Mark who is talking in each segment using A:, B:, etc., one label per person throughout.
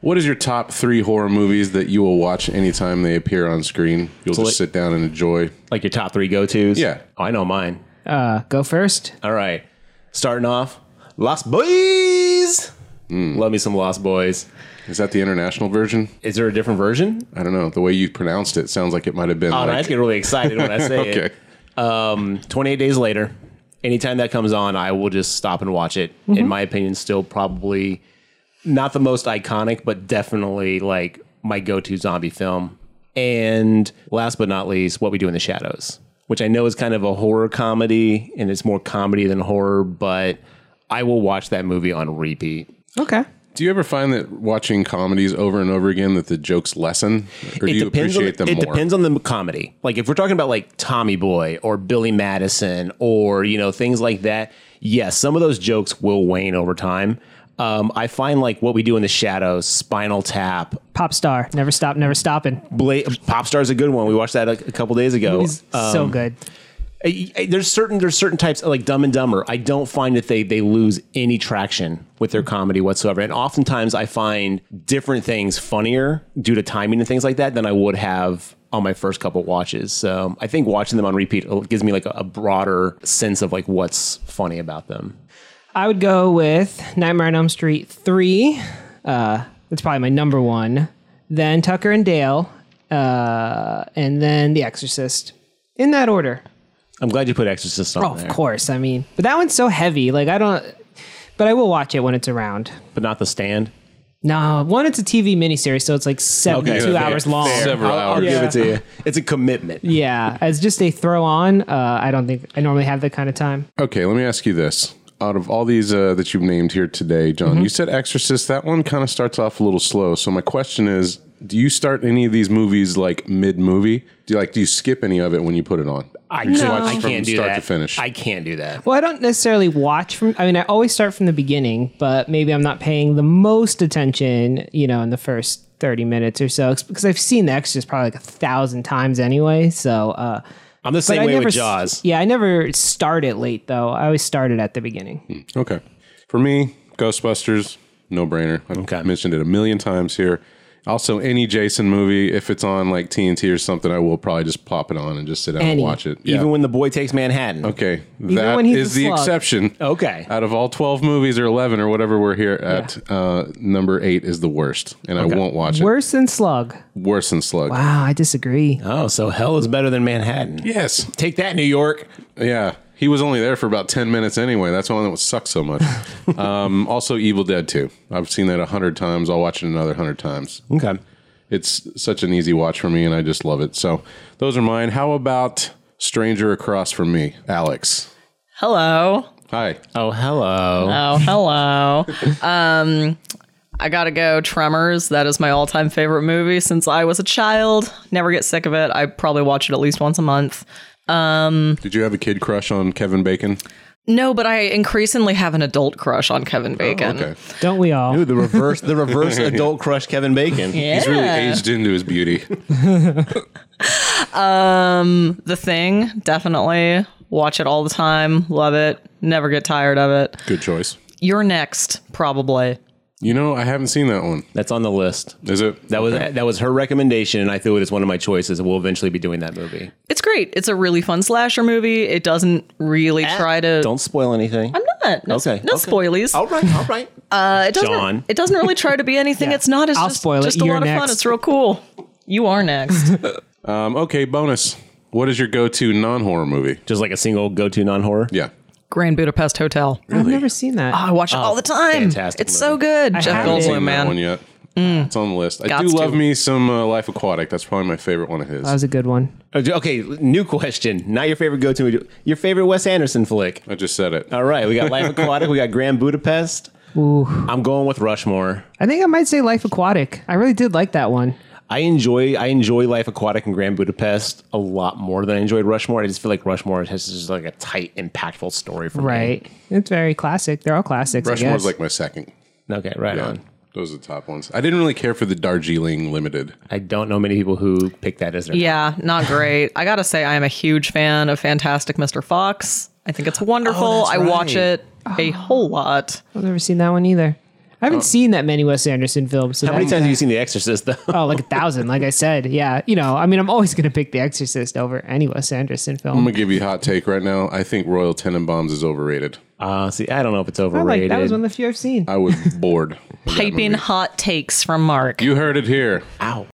A: What is your top three horror movies that you will watch anytime they appear on screen? You'll
B: So
A: just
B: like-
A: sit down and enjoy.
B: Like your top three go tos?
A: Yeah.
B: Oh, I know mine.
C: Uh, go first.
B: All right. Starting off, Lost Boys.
A: Hmm.
B: Love me some Lost Boys.
A: Is that the international version?
B: Is there a different version?
A: I don't know. The way you pronounced it sounds like it might have been
B: Oh, no, I
A: like
B: just get really excited when I say
A: okay.
B: it. Um, 28 days later, anytime that comes on, I will just stop and watch it. In my opinion, still probably not the most iconic, but definitely like my go to zombie film. And last but not least, What We Do in the Shadows, which I know is kind of a horror comedy and it's more comedy than horror, but I will watch that movie on repeat.
C: Okay.
A: Do you ever find that watching comedies over and over again that the jokes lessen, or do you appreciate
B: on,
A: them
B: it
A: more?
B: depends on the comedy. Like if we're talking about like Tommy Boy or Billy Madison or you know things like that. Yes, some of those jokes will wane over time. Um, I find like what we do in the shadows, Spinal Tap,
C: Pop star. Never stop, never stopping.
B: Bla- Popstar's a good one. We watched that a, a couple days ago. Um,
C: He's so good.
B: I- I- there's certain there's certain types like Dumb and Dumber. I don't find that they they lose any traction with their comedy whatsoever, and oftentimes I find different things funnier due to timing and things like that than I would have on my first couple watches. So um, I think watching them on repeat uh, gives me like a, a broader sense of like what's funny about them.
C: I would go with Nightmare on Elm Street 3. Uh, that's probably my number one. Then Tucker and Dale. Uh, and then The Exorcist. In that order.
B: I'm glad you put Exorcist on
C: Oh,
B: there,
C: of course. I mean, but that one's so heavy. Like, I don't, but I will watch it when it's around.
B: but not The Stand.
C: No, one, it's a TV miniseries, so it's like 72
A: Okay,
C: hours long.
A: Several
B: I'll, I'll
A: hours.
B: give it to you. It's a commitment.
C: Yeah, as just a throw on, uh, I don't think I normally have that kind of time.
A: Okay, let me ask you this. Out of all these uh, that you've named here today, John,
B: Mm-hmm.
A: you said Exorcist. That one kind of starts off a little slow. So my question is, do you start any of these movies like mid movie? Do you like do you skip any of it when you put it on?
B: I
A: You just
B: can't,
A: watch
B: I
A: from
B: can't do
A: start
B: that.
A: to finish.
B: I can't do that.
C: Well, I don't necessarily watch from. I mean, I always start from the beginning, but maybe I'm not paying the most attention, you know, in the first 30 minutes or so, because I've seen The Exorcist probably like a thousand times anyway. So, uh,
B: I'm the same
C: I
B: way
C: never
B: with
C: s-
B: Jaws.
C: Yeah, I never start it late though. I always start it at the beginning.
A: Okay. For me, Ghostbusters, no brainer. I've
B: Okay.
A: mentioned it a million times here. Also, any Jason movie, if it's on like TNT or something, I will probably just pop it on and just sit down and
C: Any.
A: watch it. Yeah.
B: Even when the boy takes Manhattan.
A: okay, that
C: when he's
A: is
C: the
A: the
C: slug.
A: exception.
B: Okay.
A: Out of all 12 movies or 11 or whatever we're here at, uh, number eight is the worst, and I won't watch it.
C: Worse than Slug.
A: Worse than Slug.
C: Wow, I disagree.
B: Oh, so hell is better than Manhattan.
A: Yes.
B: Take that, New York.
A: Yeah. He was only there for about 10 minutes anyway. That's why that sucks so much. um, also, Evil Dead 2. I've seen that 100 times. I'll watch it another 100 times.
B: Okay.
A: it's such an easy watch for me and I just love it. So those are mine. How about Stranger Across from Me, Alex?
D: Hello.
A: Hi.
B: Oh, hello.
D: Oh, hello. um, I gotta go. Tremors. That is my all-time favorite movie since I was a child. Never get sick of it. I probably watch it at least once a month.
A: Did you have a kid crush on Kevin Bacon?
D: No, but I increasingly have an adult crush on
B: Oh,
D: Kevin Bacon.
A: Okay.
C: Don't we all?
B: the reverse, the reverse adult crush, Kevin Bacon.
A: He's really aged into his beauty.
D: The Thing, definitely watch it all the time. Love it. Never get tired of it.
A: Good choice.
D: You're next, probably.
A: You know, I haven't seen that one.
B: That's on the list.
A: Is it?
B: That was that was her recommendation, and I threw it as one of my choices. We'll eventually be doing that movie.
D: It's great. It's a really fun slasher movie. It doesn't really try to.
B: Don't spoil anything.
D: I'm not. No,
B: Okay,
D: No
B: okay.
D: spoilies.
B: All right, all right.
D: Uh, it doesn't.
B: John.
D: It doesn't really try to be anything. It's not. It's
C: I'll
D: just,
C: spoil it.
D: just a
C: You're
D: lot of fun.
C: next.
D: It's real cool. You are next.
A: Um, okay, bonus. What is your go-to non-horror movie?
B: Just like a single go-to non-horror.
A: Yeah.
D: Grand Budapest Hotel.
C: I've never seen that.
D: I watch it all the time.
B: Oh, fantastic
D: It's so good.
C: I
D: Jeff
C: haven't
A: I haven't
D: Goldblum,
A: seen that
D: man.
A: one yet. It's on the list. I
D: Gots
A: do love
D: to.
A: me some uh, Life Aquatic. That's probably my favorite one of his.
C: that was a good one.
B: Oh, Okay, new question. Not your favorite go-to. Your favorite Wes Anderson flick.
A: I just said it.
B: All right, we got Life Aquatic. We got Grand Budapest. I'm going with Rushmore.
C: I think I might say Life Aquatic. I really did like that one.
B: I enjoy I enjoy Life Aquatic and Grand Budapest a lot more than I enjoyed Rushmore. I just feel like Rushmore has just like a tight, impactful story for
C: Right. It's very classic. They're all classics. I
A: Rushmore's
C: guess.
A: like my second.
B: me. Okay, right
A: Yeah.
B: on.
A: Those are the top ones. I didn't really care for the Darjeeling Limited.
B: I don't know many people who pick that as their
D: Yeah, not great. I gotta say, I am a huge fan of Fantastic Mr. Fox. I think it's wonderful. I watch
B: Oh, right.
D: it a whole lot.
C: I've never seen that one either. I haven't seen that many Wes Anderson films. So
B: Oh. How many
C: that-
B: times have you seen The Exorcist, though?
C: Oh, like a thousand. Like I said, yeah. You know, I mean, I'm always going to pick The Exorcist over any Wes Anderson
A: I'm
B: Oh
C: film.
A: gonna give you a hot take right now. I think Royal Tenenbaums is overrated.
B: Uh, see, I don't know if it's
C: I like
B: overrated.
C: that was one of the few I've seen.
A: I was bored. with that
D: Piping
A: movie.
D: hot takes from Mark.
A: You heard it here.
B: Ow.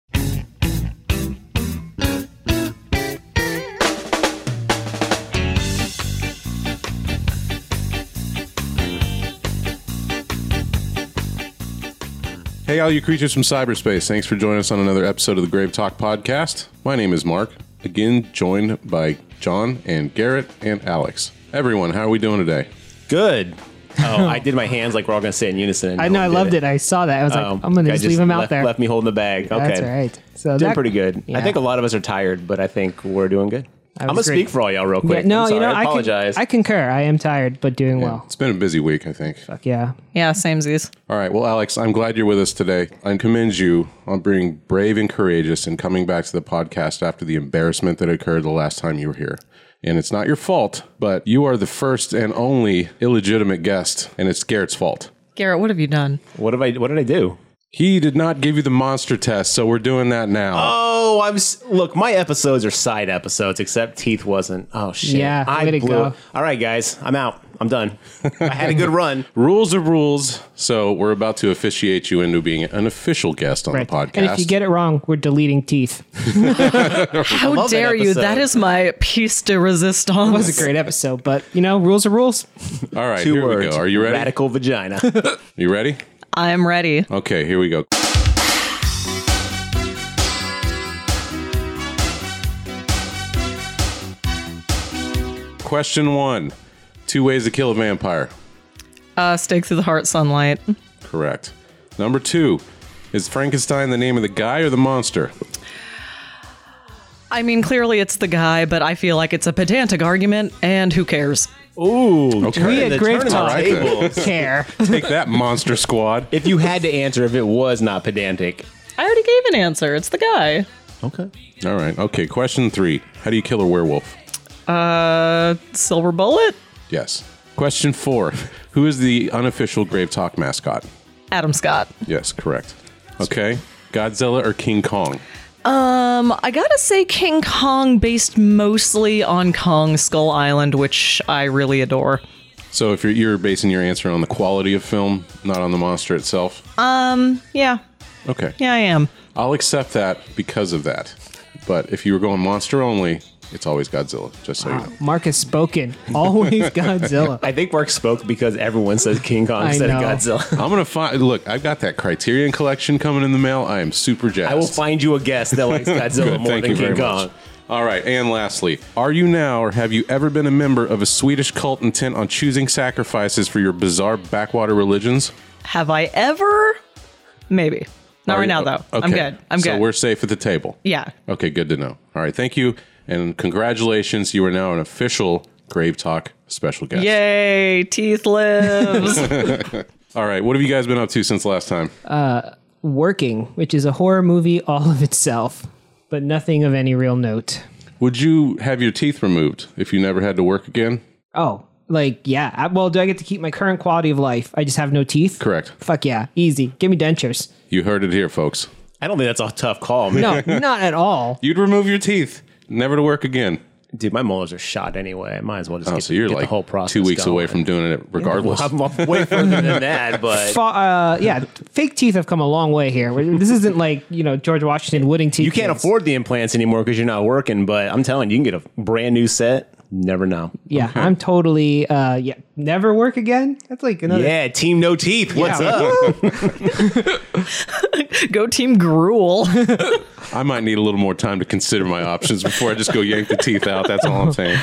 A: Hey, all you creatures from cyberspace. Thanks for joining us on another episode of the Grave Talk podcast. My name is Mark. Again, joined by John and Garrett and Alex. Everyone, how are we doing today?
B: Good. Oh, I did my hands like we're all going to say in unison. and
C: I
B: no
C: know I
B: one did
C: loved it. I saw that. I was
B: Um,
C: like, I'm going to
B: I
C: just, leave him out
B: left-
C: there.
B: Left me holding the bag. Okay.
C: That's right. So
B: Doing
C: that-
B: pretty good. I
C: yeah.
B: think a lot of us are tired, but I think we're doing good. I'm
C: was
B: gonna
C: great.
B: speak for all y'all real
C: Yeah,
B: quick.
C: no,
B: I'm sorry.
C: you know,
B: I
C: I,
B: apologize.
C: Can, I concur. I am tired, but doing well.
A: It's been a busy week, I think.
C: Fuck yeah.
D: Yeah, samesies.
A: All right. Well, Alex, I'm glad you're with us today. I commend you on being brave and courageous and coming back to the podcast after the embarrassment that occurred the last time you were here. And it's not your fault, but you are the first and only illegitimate guest, and it's Garrett's fault.
D: Garrett, what have you done?
B: what have I? What did I do?
A: He did not give you the monster test, so we're doing that now.
C: Uh.
B: Oh, I'm s- look. My episodes are side episodes, except Teeth wasn't. Oh shit.
C: Yeah,
B: I
C: way to
B: blew.
C: go.
B: it. All right, guys, I'm out. I'm done. I had a good run.
A: Rules are rules, so we're about to officiate you into being an official guest on
C: Right.
A: the podcast.
C: And if you get it wrong, we're deleting teeth.
D: How
B: love that
D: dare you?
B: episode.
D: That is my piece de
C: It
D: resistance.
C: was a great episode, but you know, rules are rules.
A: All right,
B: Two
A: here
B: words.
A: we go. Are you ready?
B: Radical vagina.
A: You ready?
D: I'm ready.
A: Okay, here we go. Question one Two ways to kill a vampire.
D: Uh, stake through the heart, sunlight.
A: Correct. Number two Is Frankenstein the name of the guy or the monster?
D: I mean, clearly it's the guy, but I feel like it's a pedantic argument, and who cares?
B: Ooh.
A: Okay.
C: We had grave
B: turn
C: talk.
A: All right, then.
B: tables.
C: Care.
A: Take that, monster squad.
B: if you had to answer, if it was not pedantic.
D: I already gave an answer. It's the guy.
B: Okay.
A: All right. Okay, question three How do you kill a werewolf?
D: Uh, silver bullet?
A: Yes. Question four Who is the unofficial Grave Talk mascot?
D: Adam Scott.
A: Yes, correct. Okay. Godzilla or King Kong?
D: Um, I gotta say King Kong based mostly on Kong Skull Island, which I really adore.
A: So if you're, you're basing your answer on the quality of film, not on the monster itself,
D: Yeah,
A: okay,
D: Uh, yeah, I am.
A: I'll accept that because of that. But if you were going monster only, it's always Godzilla. Just so
D: Ah.
A: you know.
C: Mark has spoken. Always Godzilla.
B: I think Mark spoke because everyone says King Kong
C: I
B: instead of
C: know.
B: Godzilla.
A: I'm gonna find. Look, I've got that Criterion collection coming in the mail. I am super jazzed.
B: I will find you a guest that likes Godzilla
A: Good,
B: more than King Kong.
A: All right, and lastly, are you now or have you ever been a member of a Swedish cult intent on choosing sacrifices for your bizarre backwater religions?
D: Have I ever? Maybe. Not
A: Are
D: right
A: you-
D: now, though. I'm
A: okay.
D: good. I'm
A: So
D: good.
A: we're safe at the table.
D: yeah.
A: Okay, good to know. All right, thank you. And congratulations, you are now an official Grave Talk special guest.
D: Yay, teeth lives.
A: All right, what have you guys been up to since last time?
C: Working, which is a horror movie all of itself, but nothing of any real note.
A: Would you have your teeth removed if you never had to work again?
C: Oh, like, yeah. I- Well, do I get to keep my current quality of life? I just have no teeth?
A: Correct.
C: Fuck yeah. Easy. Give me dentures.
A: You heard it here, folks.
B: I don't think that's a tough call. Man.
C: No, not at all.
A: You'd remove your teeth, never to work again.
B: Dude, my molars are shot anyway. I might as well just
A: Oh,
B: get,
A: so you're
B: get
A: like
B: the whole process
A: two weeks away
B: going.
A: from doing it regardless.
B: I'm, I'm way further than that, but
C: Fa- uh, yeah, fake teeth have come a long way here. We're- This isn't like you know George Washington Wooding teeth.
B: you can't afford the implants anymore because you're not working. But I'm telling you, you can get a brand new set. Never know.
C: Yeah, I'm totally. Uh, yeah, never work again. That's like another.
B: Yeah, team no teeth. What's
C: Yeah.
B: up?
D: Go team gruel.
A: I might need a little more time to consider my options before I just go yank the teeth out. That's all I'm saying.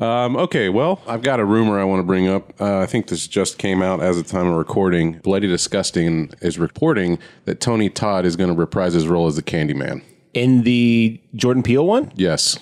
A: Um, okay, well, I've got a rumor I want to bring up. Uh, I think this just came out as of the time of recording. Bloody Disgusting is reporting that Tony Todd is going to reprise his role as the Candyman.
B: In the Jordan Peele one,
A: Yes.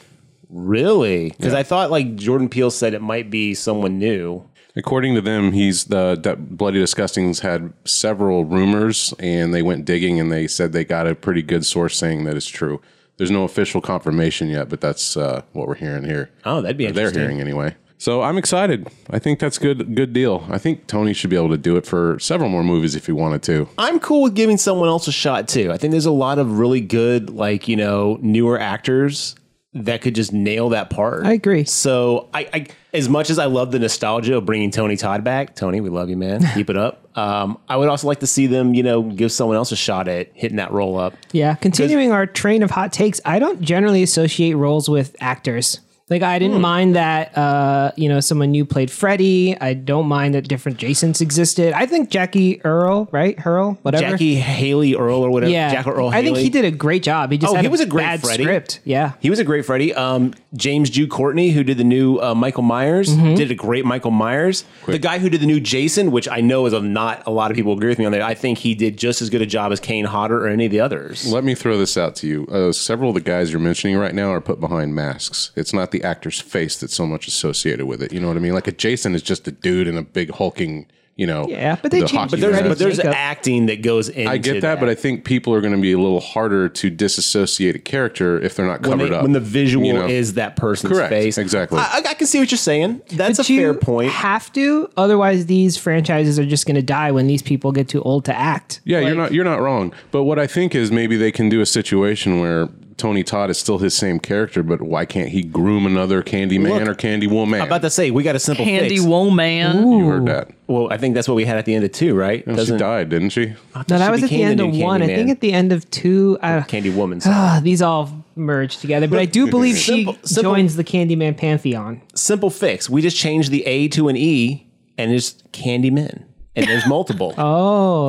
B: really? Because I thought like Jordan Peele said it might be someone new.
A: According to them, he's the that Bloody Disgusting's had several rumors, and they went digging, and they said they got a pretty good source saying that it's true. There's no official confirmation yet, but that's uh, what we're hearing here.
B: Oh, that'd be
A: They're
B: interesting.
A: hearing anyway. So I'm excited. I think that's good. Good deal. I think Tony should be able to do it for several more movies if he wanted to.
B: I'm cool with giving someone else a shot too. I think there's a lot of really good, like you know, newer actors that could just nail that part.
C: I agree.
B: So I, I as much as I love the nostalgia of bringing Tony Todd back, Tony, we love you, man. Keep it up. Um, I would also like to see them, you know, give someone else a shot at hitting that roll up.
C: Yeah, continuing our train of hot takes, I don't generally associate roles with actors. Like I
B: Hmm.
C: didn't mind that uh, you know someone new played Freddy. I don't mind that different Jasons existed. I think Jackie Earl, right? Hurl, whatever.
B: Jackie Haley Earl or whatever.
C: yeah,
B: Jack Earl.
C: I think
B: Haley.
C: he did a great job. He just
B: Oh,
C: had
B: he was a great
C: bad
B: Freddy.
C: script. Yeah,
B: He was a great Freddy. Um, James Jew Courtney, who did the new uh, Michael Myers,
C: Mm-hmm.
B: did a great Michael Myers. The guy who did the new Jason, which I know is a, not a lot of people agree with me on there. I think he did just as good a job as Kane Hodder or any of the others.
A: Let me throw this out to you. Uh, several of the guys you're mentioning right now are put behind masks. It's not the actor's face that's so much associated with it. You know what I mean? Like a Jason is just a dude in a big hulking. You know.
C: Yeah, but they
A: the
C: changed-
A: hockey
B: But there's
A: mask.
B: but there's
C: Jacob.
B: acting that goes into.
A: I get that, but I think people are going to be a little harder to disassociate a character if they're not
B: when,
A: covered
B: they-
A: up.
B: when the visual
A: you know?
B: is that person's
A: Correct,
B: face,
A: exactly.
B: I, I can see what you're saying. That's
C: But
B: a
C: you
B: fair point.
C: Have to, otherwise these franchises are just going to die when these people get too old to act.
A: Yeah, you're
C: Like-
A: not you're not wrong. But what I think is maybe they can do a situation where Tony Todd is still his same character, but why can't he groom another Candyman
B: Look,
A: or Candy Woman?
B: I'm about to say we got a simple
D: Candy
B: fix.
D: Woman.
A: you heard that?
B: well, I think that's what we had at the end of two, right?
A: She
B: Doesn't
A: died, didn't she?
C: No, that
B: She
C: was at the
B: became the
C: end
B: new
C: of one. I
B: Candyman.
C: think at the end of two. uh, I,
B: Candy Woman.
C: Ah, these all merged together, but I do believe she
B: Simple- simple-
C: joins the Candyman pantheon.
B: simple fix. We just change the A to an E, and it's Candyman. And there's multiple.
C: Oh.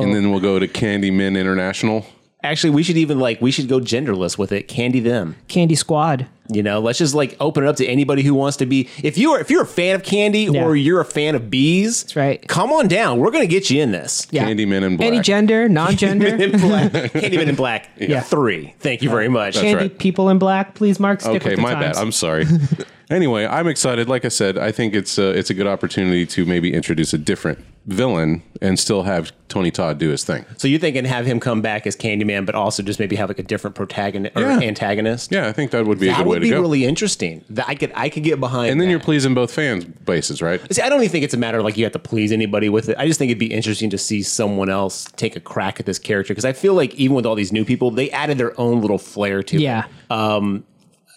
B: Oh.
A: And then we'll go to Candyman International.
B: Actually, we should even like we should go genderless with it. Candy them.
C: Candy Squad.
B: You know, let's just like open it up to anybody who wants to be. If you are if you're a fan of candy
C: Yeah.
B: or you're a fan of bees, that's
C: right.
B: Come on down. We're gonna get you in this.
C: Yeah.
A: Candyman in black.
C: Any gender, non-gender,
B: In black, Candyman in black.
C: Yeah.
B: Three. Thank you very much.
A: That's
C: candy
A: right.
C: people in black. Please, Mark. Stick
A: okay,
C: with the
A: my
C: times.
A: bad. I'm sorry. anyway, I'm excited. Like I said, I think it's a, it's a good opportunity to maybe introduce a different villain and still have Tony Todd do his thing.
B: So you're thinking have him come back as Candyman, but also just maybe have like a different protagonist or
A: Yeah.
B: antagonist.
A: Yeah, I think that would be a
B: That
A: good way
B: would
A: to
B: be
A: go.
B: really interesting. That I could I could get behind.
A: and then
B: that.
A: you're pleasing both fans bases, right?
B: See, I don't even think it's a matter of like you have to please anybody with it. I just think it'd be interesting to see someone else take a crack at this character because I feel like even with all these new people, they added their own little flair to
C: Yeah,
B: it.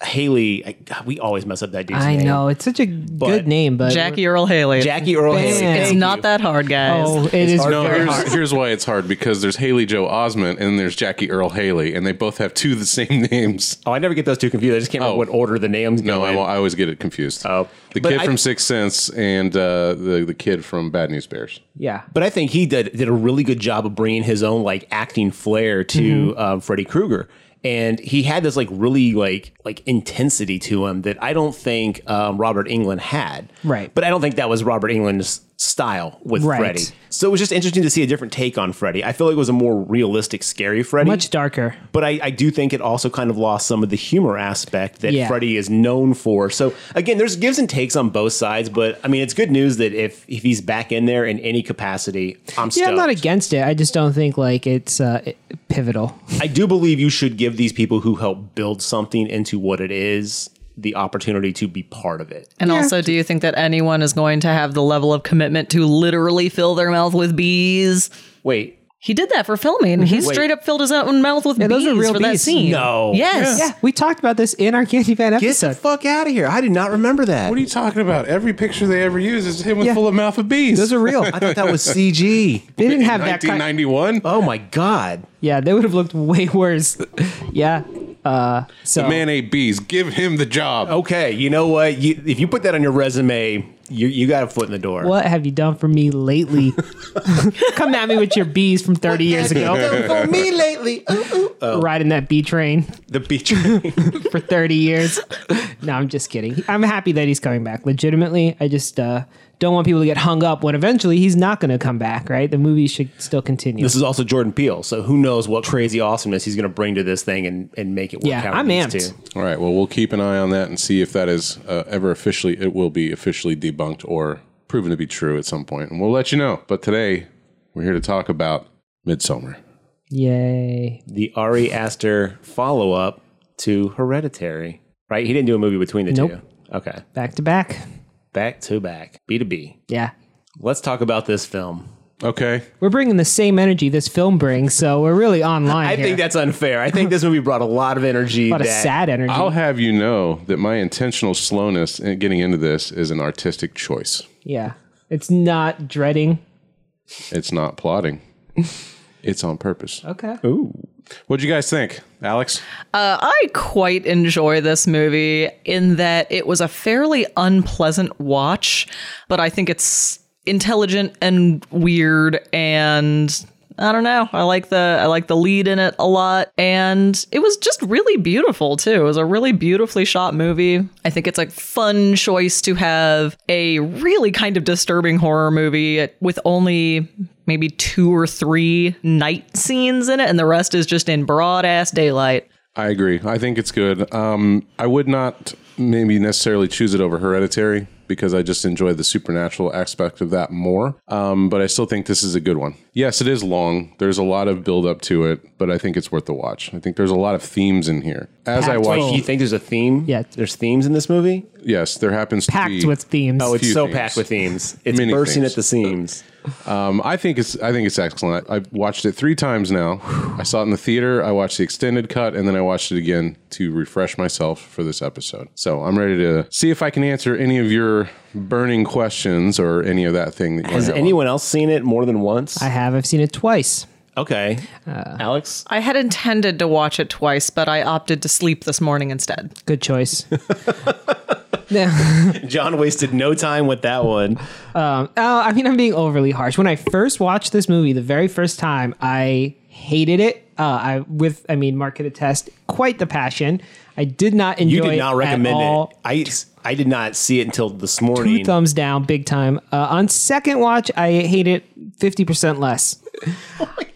B: Haley, I, God, we always mess up that dude's
C: I
B: name.
C: know it's such a good name, but
D: Jackie Earl Haley.
B: Jackie Earl
C: Bam.
B: Haley.
D: It's
C: Thank
D: not that hard, guys.
C: Oh, it is.
A: No,
C: very
A: here's,
C: hard.
A: here's why it's hard because there's Haley Joe Osment and there's Jackie Earl Haley, and they both have two of the same names.
B: Oh, I never get those two confused. I just can't remember
A: Oh.
B: what order the names
A: No,
B: go
A: I,
B: in.
A: I always get it confused.
B: Oh.
A: the
B: But
A: kid
B: I-
A: from Sixth Sense and uh, the the kid from Bad News Bears.
C: Yeah,
B: But I think he did did a really good job of bringing his own like acting flair to
C: Mm-hmm.
B: um, Freddy Krueger, and he had this like really like like intensity to him that I don't think um, Robert England had.
C: Right.
B: But I don't think that was Robert England's style with
C: Right.
B: Freddy. So it was just interesting to see a different take on Freddy. I feel like it was a more realistic, scary Freddy.
C: much darker.
B: but I, I do think it also kind of lost some of the humor aspect that
C: Yeah.
B: Freddy is known for. So again, there's gives and takes on both sides, but I mean, it's good news that if if he's back in there in any capacity, I'm
C: Yeah,
B: stoked.
C: I'm not against it. I just don't think like it's uh, it- pivotal.
B: I do believe you should give these people who help build something into what it is the opportunity to be part of it.
D: And also, do you think that anyone is going to have the level of commitment to literally fill their mouth with bees?
B: Wait,
D: He did that for filming. He straight up filled his own mouth with
C: Mm-hmm. those
D: bees
C: are real
D: for that
C: bees.
D: scene.
B: No.
D: Yes.
C: Yeah, we talked about this in our Candy Van
B: get the
C: episode.
B: fuck out of here! I did not remember that.
A: What are you talking about? Every picture they ever use is him with
C: Yeah.
A: full of mouth of bees.
C: Those are real.
B: I thought that was CG.
C: They didn't have that. kind-
A: 1991.
B: Oh my god!
C: Yeah, they would have looked way worse. Yeah. Uh, so
A: Man ate bees. Give him the job.
C: Oh.
B: Okay, you know what? You, if you put that on your resume, you you got a foot in the door.
C: what have you done for me lately? Come at me with your bees from 30 years ago,
B: for me lately?
C: riding that bee train
B: The beach.
C: for 30 years. No, I'm just kidding. I'm happy that he's coming back. Legitimately, I just uh, don't want people to get hung up when eventually he's not going to come back, right? The movie should still continue.
B: this is also Jordan Peele, so who knows what crazy awesomeness he's going to bring to this thing and, and make it work.
C: Yeah,
B: how it
C: I'm
B: needs
C: amped.
B: to.
A: All right. Well, we'll keep an eye on that and see if that is uh, ever officially, it will be officially debunked or proven to be true at some point, And we'll let you know. But today, we're here to talk about Midsummer.
C: Yay.
B: the Ari Aster follow up to Hereditary. Right? He didn't do a movie between the
C: Nope.
B: two. Okay.
C: Back to back.
B: back to back, B to B.
C: Yeah.
B: Let's talk about this film.
A: Okay.
C: We're bringing the same energy this film brings, so we're really online.
B: I think
C: here.
B: that's unfair. I think this movie brought a lot of energy.
C: a lot of
B: that-
C: sad energy.
A: I'll have you know that my intentional slowness in getting into this is an artistic choice.
C: yeah. It's not dreading.
A: It's not plotting. It's on purpose.
C: Okay.
A: What'd you guys think, Alex?
D: Uh, I quite enjoy this movie in that it was a fairly unpleasant watch, but I think it's intelligent and weird and I don't know. I like the I like the lead in it a lot and it was just really beautiful too. It was a really beautifully shot movie. I think it's a fun choice to have a really kind of disturbing horror movie with only maybe two or three night scenes in it and the rest is just in broad ass daylight.
A: I agree. I think it's good. Um, I would not maybe necessarily choose it over Hereditary because I just enjoy the supernatural aspect of that more. Um, but I still think this is a good one. Yes, it is long. There's a lot of build up to it, but I think it's worth the watch. I think there's a lot of themes in here. As I
C: Packed
A: watch,
C: full.
B: You think there's a theme?
C: Yeah.
B: There's themes in this movie?
A: yes, there happens to
C: Packed
A: be
C: with themes.
B: Oh, it's
A: Few
B: so
A: themes.
B: packed with themes. It's
A: Many
B: bursting
A: themes.
B: at the seams.
A: Um, I think it's I think it's excellent. I, I've watched it three times now. I saw it in the theater. I watched the extended cut, and then I watched it again to refresh myself for this episode. So I'm ready to see if I can answer any of your burning questions or any of that thing. That you
B: Has
A: might
B: anyone else seen it more than once?
C: I have. I've seen it twice.
B: okay.
C: Uh.
B: Alex?
D: I had intended to watch it twice, but I opted to sleep this morning instead.
C: Good choice. Yeah.
B: John wasted no time with that one.
C: Oh, I mean, I'm being overly harsh. When I first watched this movie, the very first time, I hated it. Uh, I with, I mean, Mark could attest, quite the passion. I did not enjoy.
B: You did not
C: at
B: recommend
C: all.
B: it. I I did not see it until this
C: Two
B: morning.
C: thumbs down, big time. Uh, on second watch, I hate it fifty percent less.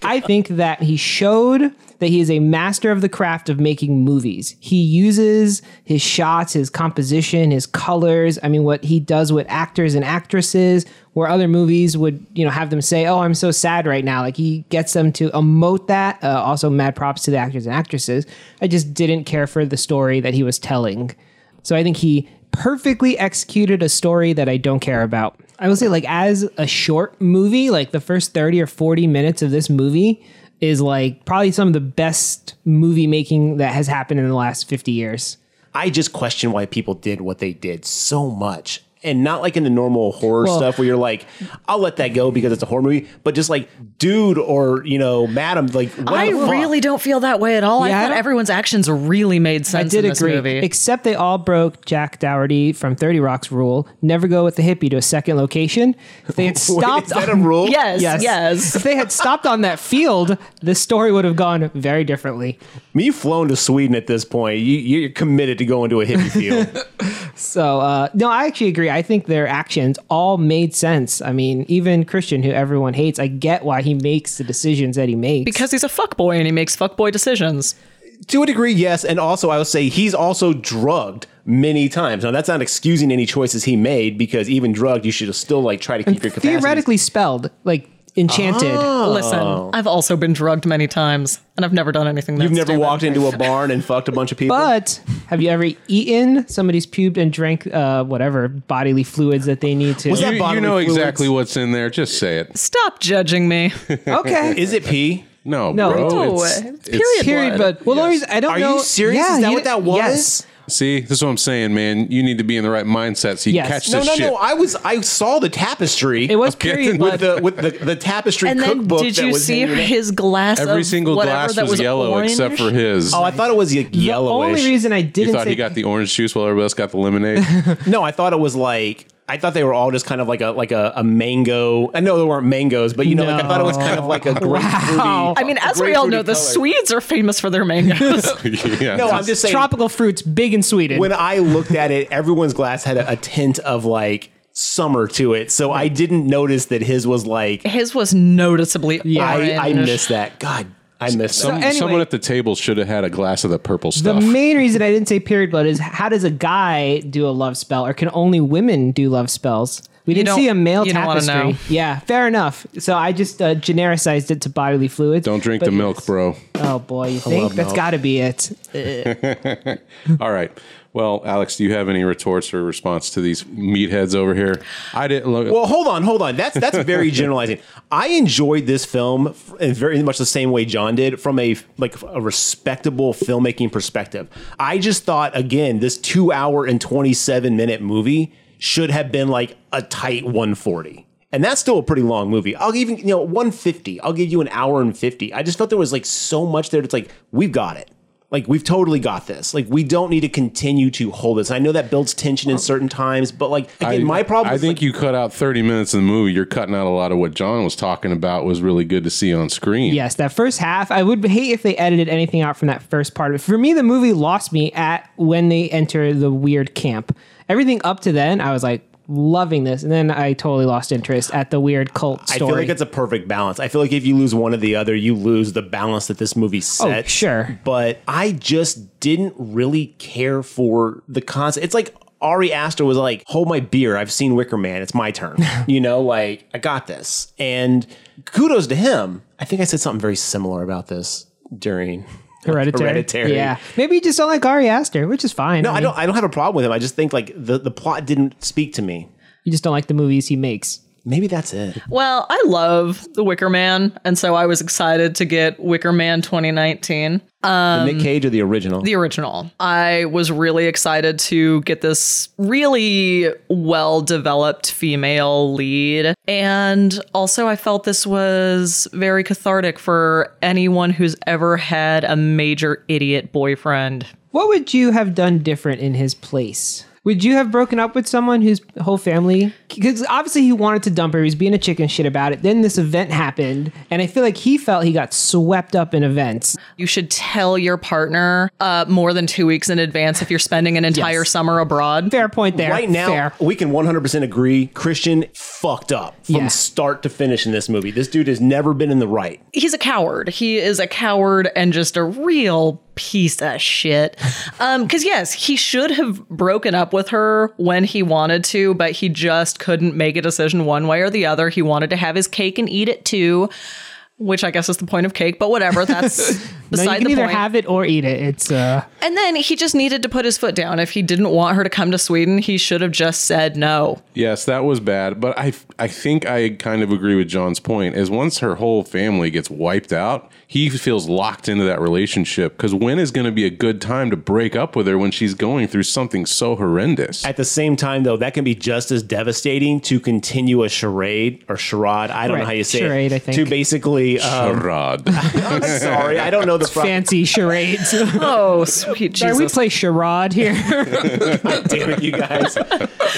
C: I think that he showed that he is a master of the craft of making movies. He uses his shots, his composition, his colors. I mean, what he does with actors and actresses, where other movies would, you know, have them say, "Oh, I'm so sad right now." Like he gets them to emote that. Uh, also, mad props to the actors and actresses. I just didn't care for the story that he was telling. So I think he perfectly executed a story that I don't care about. I will say, like, as a short movie, like the first 30 or 40 minutes of this movie is like probably some of the best movie making that has happened in the last 50 years.
B: I just question why people did what they did so much. And not like in the normal horror
C: Well-
B: stuff where you're like, I'll let that go because it's a horror movie, but just like, dude or, you know, madam, like, what
D: I
B: the fuck?
D: really don't feel that way at all.
C: Yeah, I
D: I thought
C: don't-
D: everyone's actions really made
C: I
D: sense
C: did
D: in this
C: agree,
D: movie.
C: except they all broke Jack Dougherty from 30 Rock's rule never go with the hippie to a second location. If they had
B: Wait, is
C: stopped.
B: that a
C: on-
B: rule?
D: yes, yes.
C: If they had stopped on that field, the story would have gone very differently.
B: I mean, you've flown to Sweden at this point. You, you're committed to going to a hippie field.
C: So uh, no, I actually agree. I think their actions all made sense. I mean, even Christian, who everyone hates, I get why he makes the decisions that he makes.
D: Because he's a fuckboy and he makes fuckboy decisions.
B: to a degree, yes. And also, I would say he's also drugged many times. Now, that's not excusing any choices he made because even drugged, you should have still like try to keep your capacity.
C: theoretically spelled like enchanted.
B: Ah.
D: Listen, I've also been drugged many times and I've never done anything that
B: You've never
D: stupid.
B: walked into a barn and fucked a bunch of people.
C: But have you ever eaten somebody's pubed and drank uh, whatever bodily fluids that they need to?
B: Was that
A: You, you
B: bodily
A: know
B: fluids?
A: exactly what's in there. Just say it.
D: Stop judging me.
C: okay.
B: Is it pee?
A: No,
C: No,
A: bro.
D: No,
A: it's-
D: it's
A: it's-
C: Period,
D: period.
C: but well, the
A: Yes.
C: reason- I don't
B: Are
C: know.
B: you serious?
C: Yeah,
B: Is that
C: you-
B: what that was?
C: Yes.
A: See, this is what I'm saying, man. You need to be in the right mindset so you
C: Yes.
A: catch
B: No,
A: this
B: no,
A: shit.
B: no. I was. I saw the tapestry.
C: It was
A: Okay.
C: period
B: with
C: blood.
B: the with the, the tapestry
D: and then
B: cookbook.
D: did
B: that
D: you
B: was
D: see
B: hanging there.
D: his glass
A: Every
D: of
A: single
D: whatever
A: glass
D: that
A: was, yellow
D: orange?
A: except for his.
B: Oh, I thought it was like
C: the only
B: yellowish.
C: reason I
A: you
C: didn't
A: thought
C: say
A: he got the orange juice while everybody else got the lemonade.
B: No, I thought it was like I thought they were all just kind of like a like a, a mango. I know they weren't mangoes, but you know, like I thought it was kind of like a grapefruity.
D: I mean, as we all know, the
B: grapefruity color.
D: Swedes are famous for their mangoes.
A: yeah.
B: No, I'm just saying.
C: tropical fruits big in Sweden.
B: When I looked at it, everyone's glass had a, a tint of like summer to it, so I didn't notice that his was like.
D: His was noticeably
B: I, I
D: orange.
B: missed that. God, I missed that.
A: Some,
C: anyway-
A: someone at the table should have had a glass of the purple stuff.
C: The main reason I didn't say period blood is how does a guy do a love spell, or can only women do love spells? We didn't
D: don't-
C: see a male
D: you don't wanna
C: tapestry.
D: know.
C: Yeah, fair enough. So I just uh, genericized it to bodily fluids.
A: Don't drink the milk, bro.
C: Oh boy, you think
B: love
C: that's
B: milk.
C: got to be it?
A: All right. Well, Alex, do you have any retorts or response to these meatheads over here? I didn't look.
B: Well, hold on, hold on. That's that's very generalizing. I enjoyed this film f- in very much the same way John did, from a like a respectable filmmaking perspective. I just thought again, this two hour and twenty seven minute movie should have been like a tight one forty. And that's still a pretty long movie. I'll even you know one fifty. I'll give you an hour and fifty. I just felt there was like so much there. It's like we've got it. Like we've totally got this. Like we don't need to continue to hold this. I know that builds tension in certain times, but like again,
A: Uh, I-
B: my problem.
A: I
B: is,
A: think
B: like,
A: you cut out 30 minutes of the movie. You're cutting out a lot of what John was talking about was really good to see on screen.
C: Yes, that first half, I would hate if they edited anything out from that first part. But for me, the movie lost me at when they enter the weird camp. Everything up to then, I was like loving this, and then I totally lost interest at the weird cult
B: I
C: story.
B: feel like it's a perfect balance. I feel like if you lose one or the other, you lose the balance that this movie sets.
C: Oh, sure.
B: But I just didn't really care for the concept. It's like Ari Aster was like, hold my beer. I've seen Wicker Man. It's my turn. you know, like, I got this. And kudos to him. I think I said something very similar about this during
C: hereditary.
B: Hereditary.
C: Yeah, maybe you just don't like Ari Aster, which is fine.
B: No, I
C: mean,
B: don't I don't have a problem with him. I just think like the, the plot didn't speak to me.
C: You just don't like the movies he makes.
B: Maybe that's it.
D: Well, I love The Wicker Man, and so I was excited to get Wicker Man 2019.
C: Um,
B: the Nick Cage or the original?
D: the original. I was really excited to get this really well developed female lead. And also, I felt this was very cathartic for anyone who's ever had a major idiot boyfriend.
C: What would you have done different in his place? Would you have broken up with someone whose whole family? Because obviously he wanted to dump her. He was being a chicken shit about it. Then this event happened, and I feel like he felt he got swept up in events.
D: You should tell your partner uh, more than two weeks in advance if you're spending an entire summer abroad.
C: Fair point there.
B: Right now,
C: Fair.
B: we can 100% agree Christian fucked up from
C: Yeah.
B: start to finish in this movie. This dude has never been in the right.
D: he's a coward. He is a coward and just a real piece of shit. Um, cause yes, he should have broken up with her when he wanted to, but he just couldn't make a decision one way or the other. He wanted to have his cake and eat it too, which I guess is the point of cake, but whatever. That's
C: No,
D: beside
C: you can
D: the
C: either
D: point.
C: have it or eat it. It's uh,
D: and then he just needed to put his foot down. If he didn't want her to come to Sweden, he should have just said no.
A: Yes, that was bad, but I I think I kind of agree with John's point. Is once her whole family gets wiped out, he feels locked into that relationship because when is going to be a good time to break up with her when she's going through something so horrendous?
B: At the same time, though, that can be just as devastating to continue a charade or charade. I don't know
C: Right,
B: how you say
C: charade,
B: it.
C: I think.
B: To basically, um,
A: Rod.
B: I'm sorry, I don't know the pro-
C: fancy charades. Are
D: Oh, sweet Jesus.
C: we play charade here?
B: Damn it, you guys.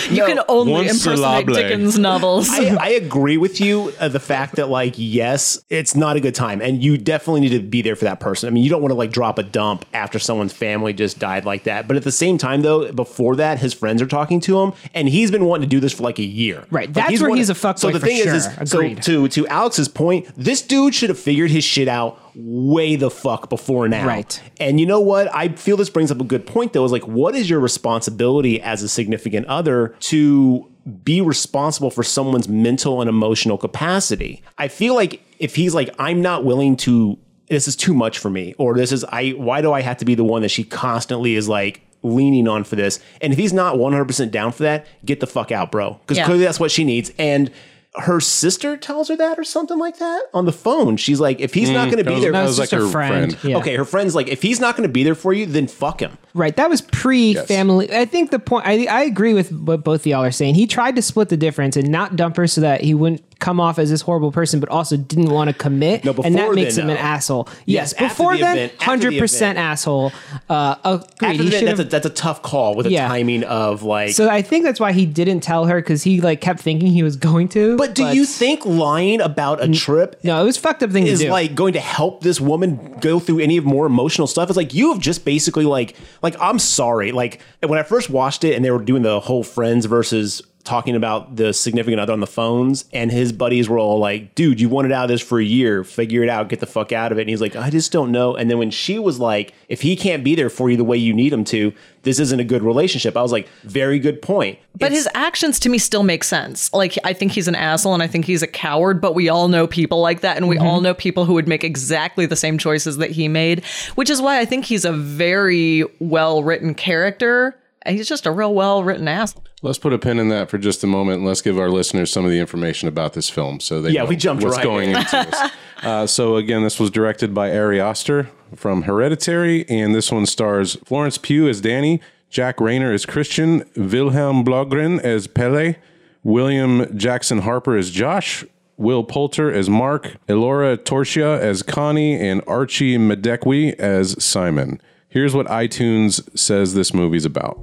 D: you can only
A: One
D: impersonate
A: syllable.
D: Dickens novels.
B: I, I agree with you. Uh, the fact that, like, yes, it's not a good time, and you definitely need to be there for that person. I mean, you don't want to like drop a dump after someone's family just died like that. But at the same time, though, before that, his friends are talking to him, and he's been wanting to do this for like a year.
C: Right.
B: Like,
C: That's where
B: wanted-
C: he's a fuckboy
B: So the
C: for
B: thing is,
C: sure.
B: is so
C: Agreed.
B: to to Alex's point, this dude should have figured his shit out way the fuck before now.
C: Right.
B: And you know what? I feel this brings up a good point though. Is like, what is your responsibility as a significant other to be responsible for someone's mental and emotional capacity? I feel like if he's like, I'm not willing to. This is too much for me, or this is I. Why do I have to be the one that she constantly is like leaning on for this? And if he's not 100 percent down for that, get the fuck out, bro. Because
D: Yeah.
B: clearly that's what she needs. And her sister tells her that or something like that on the phone. She's like, if he's not going to be there,
A: Mm, That
C: No,
A: was
C: it's
A: like
C: just a
A: her
C: friend.
A: friend.
C: Yeah.
B: Okay, her friend's like, if he's not going to be there for you, then fuck him.
C: Right. That was pre family. I think the point, I, I agree with what both of y'all are saying. He tried to split the difference and not dump her so that he wouldn't come off as this horrible person, but also didn't want to commit.
B: No, before
C: and that makes
B: then,
C: him an
B: though.
C: asshole.
B: Yes,
C: Yes.
B: after
C: before
B: the
C: then,
B: event- after the
C: 100%
B: event.
C: asshole. Uh, agreed.
B: After
C: He
B: that,
C: should
B: that's a,
C: have-
B: that's a tough call with a
C: Yeah.
B: timing of like.
C: so I think that's why he didn't tell her because he like kept thinking he was going to.
B: but do you think lying about a trip
C: No, it was a fucked up thing
B: is
C: to do.
B: like going to help this woman go through any of more emotional stuff. It's like you have just basically like like I'm sorry. Like when I first watched it and they were doing the whole friends versus talking about the significant other on the phones and his buddies were all like, dude, you wanted out of this for a year, figure it out, get the fuck out of it. And he's like, I just don't know. And then when she was like, if he can't be there for you the way you need him to, this isn't a good relationship. I was like, very good point.
D: But his actions to me still make sense. Like I think he's an asshole and I think he's a coward, but we all know people like that and we all
C: Mm-hmm.
D: know people who would make exactly the same choices that he made, which is why I think he's a very well-written character He's just a real well written ass.
A: Let's put a pin in that for just a moment. And let's give our listeners some of the information about this film, so they
B: Yeah,
A: know
B: we jumped
A: what's
B: right
A: going
B: in.
A: into this. Uh, so again, this was directed by Ari Oster from Hereditary, and this one stars Florence Pugh as Danny, Jack Rayner as Christian, Wilhelm Blogren as Pele, William Jackson Harper as Josh. Will Poulter as Mark, Elora Torsia as Connie, and Archie Medekwe as Simon. Here's what iTunes says this movie's about.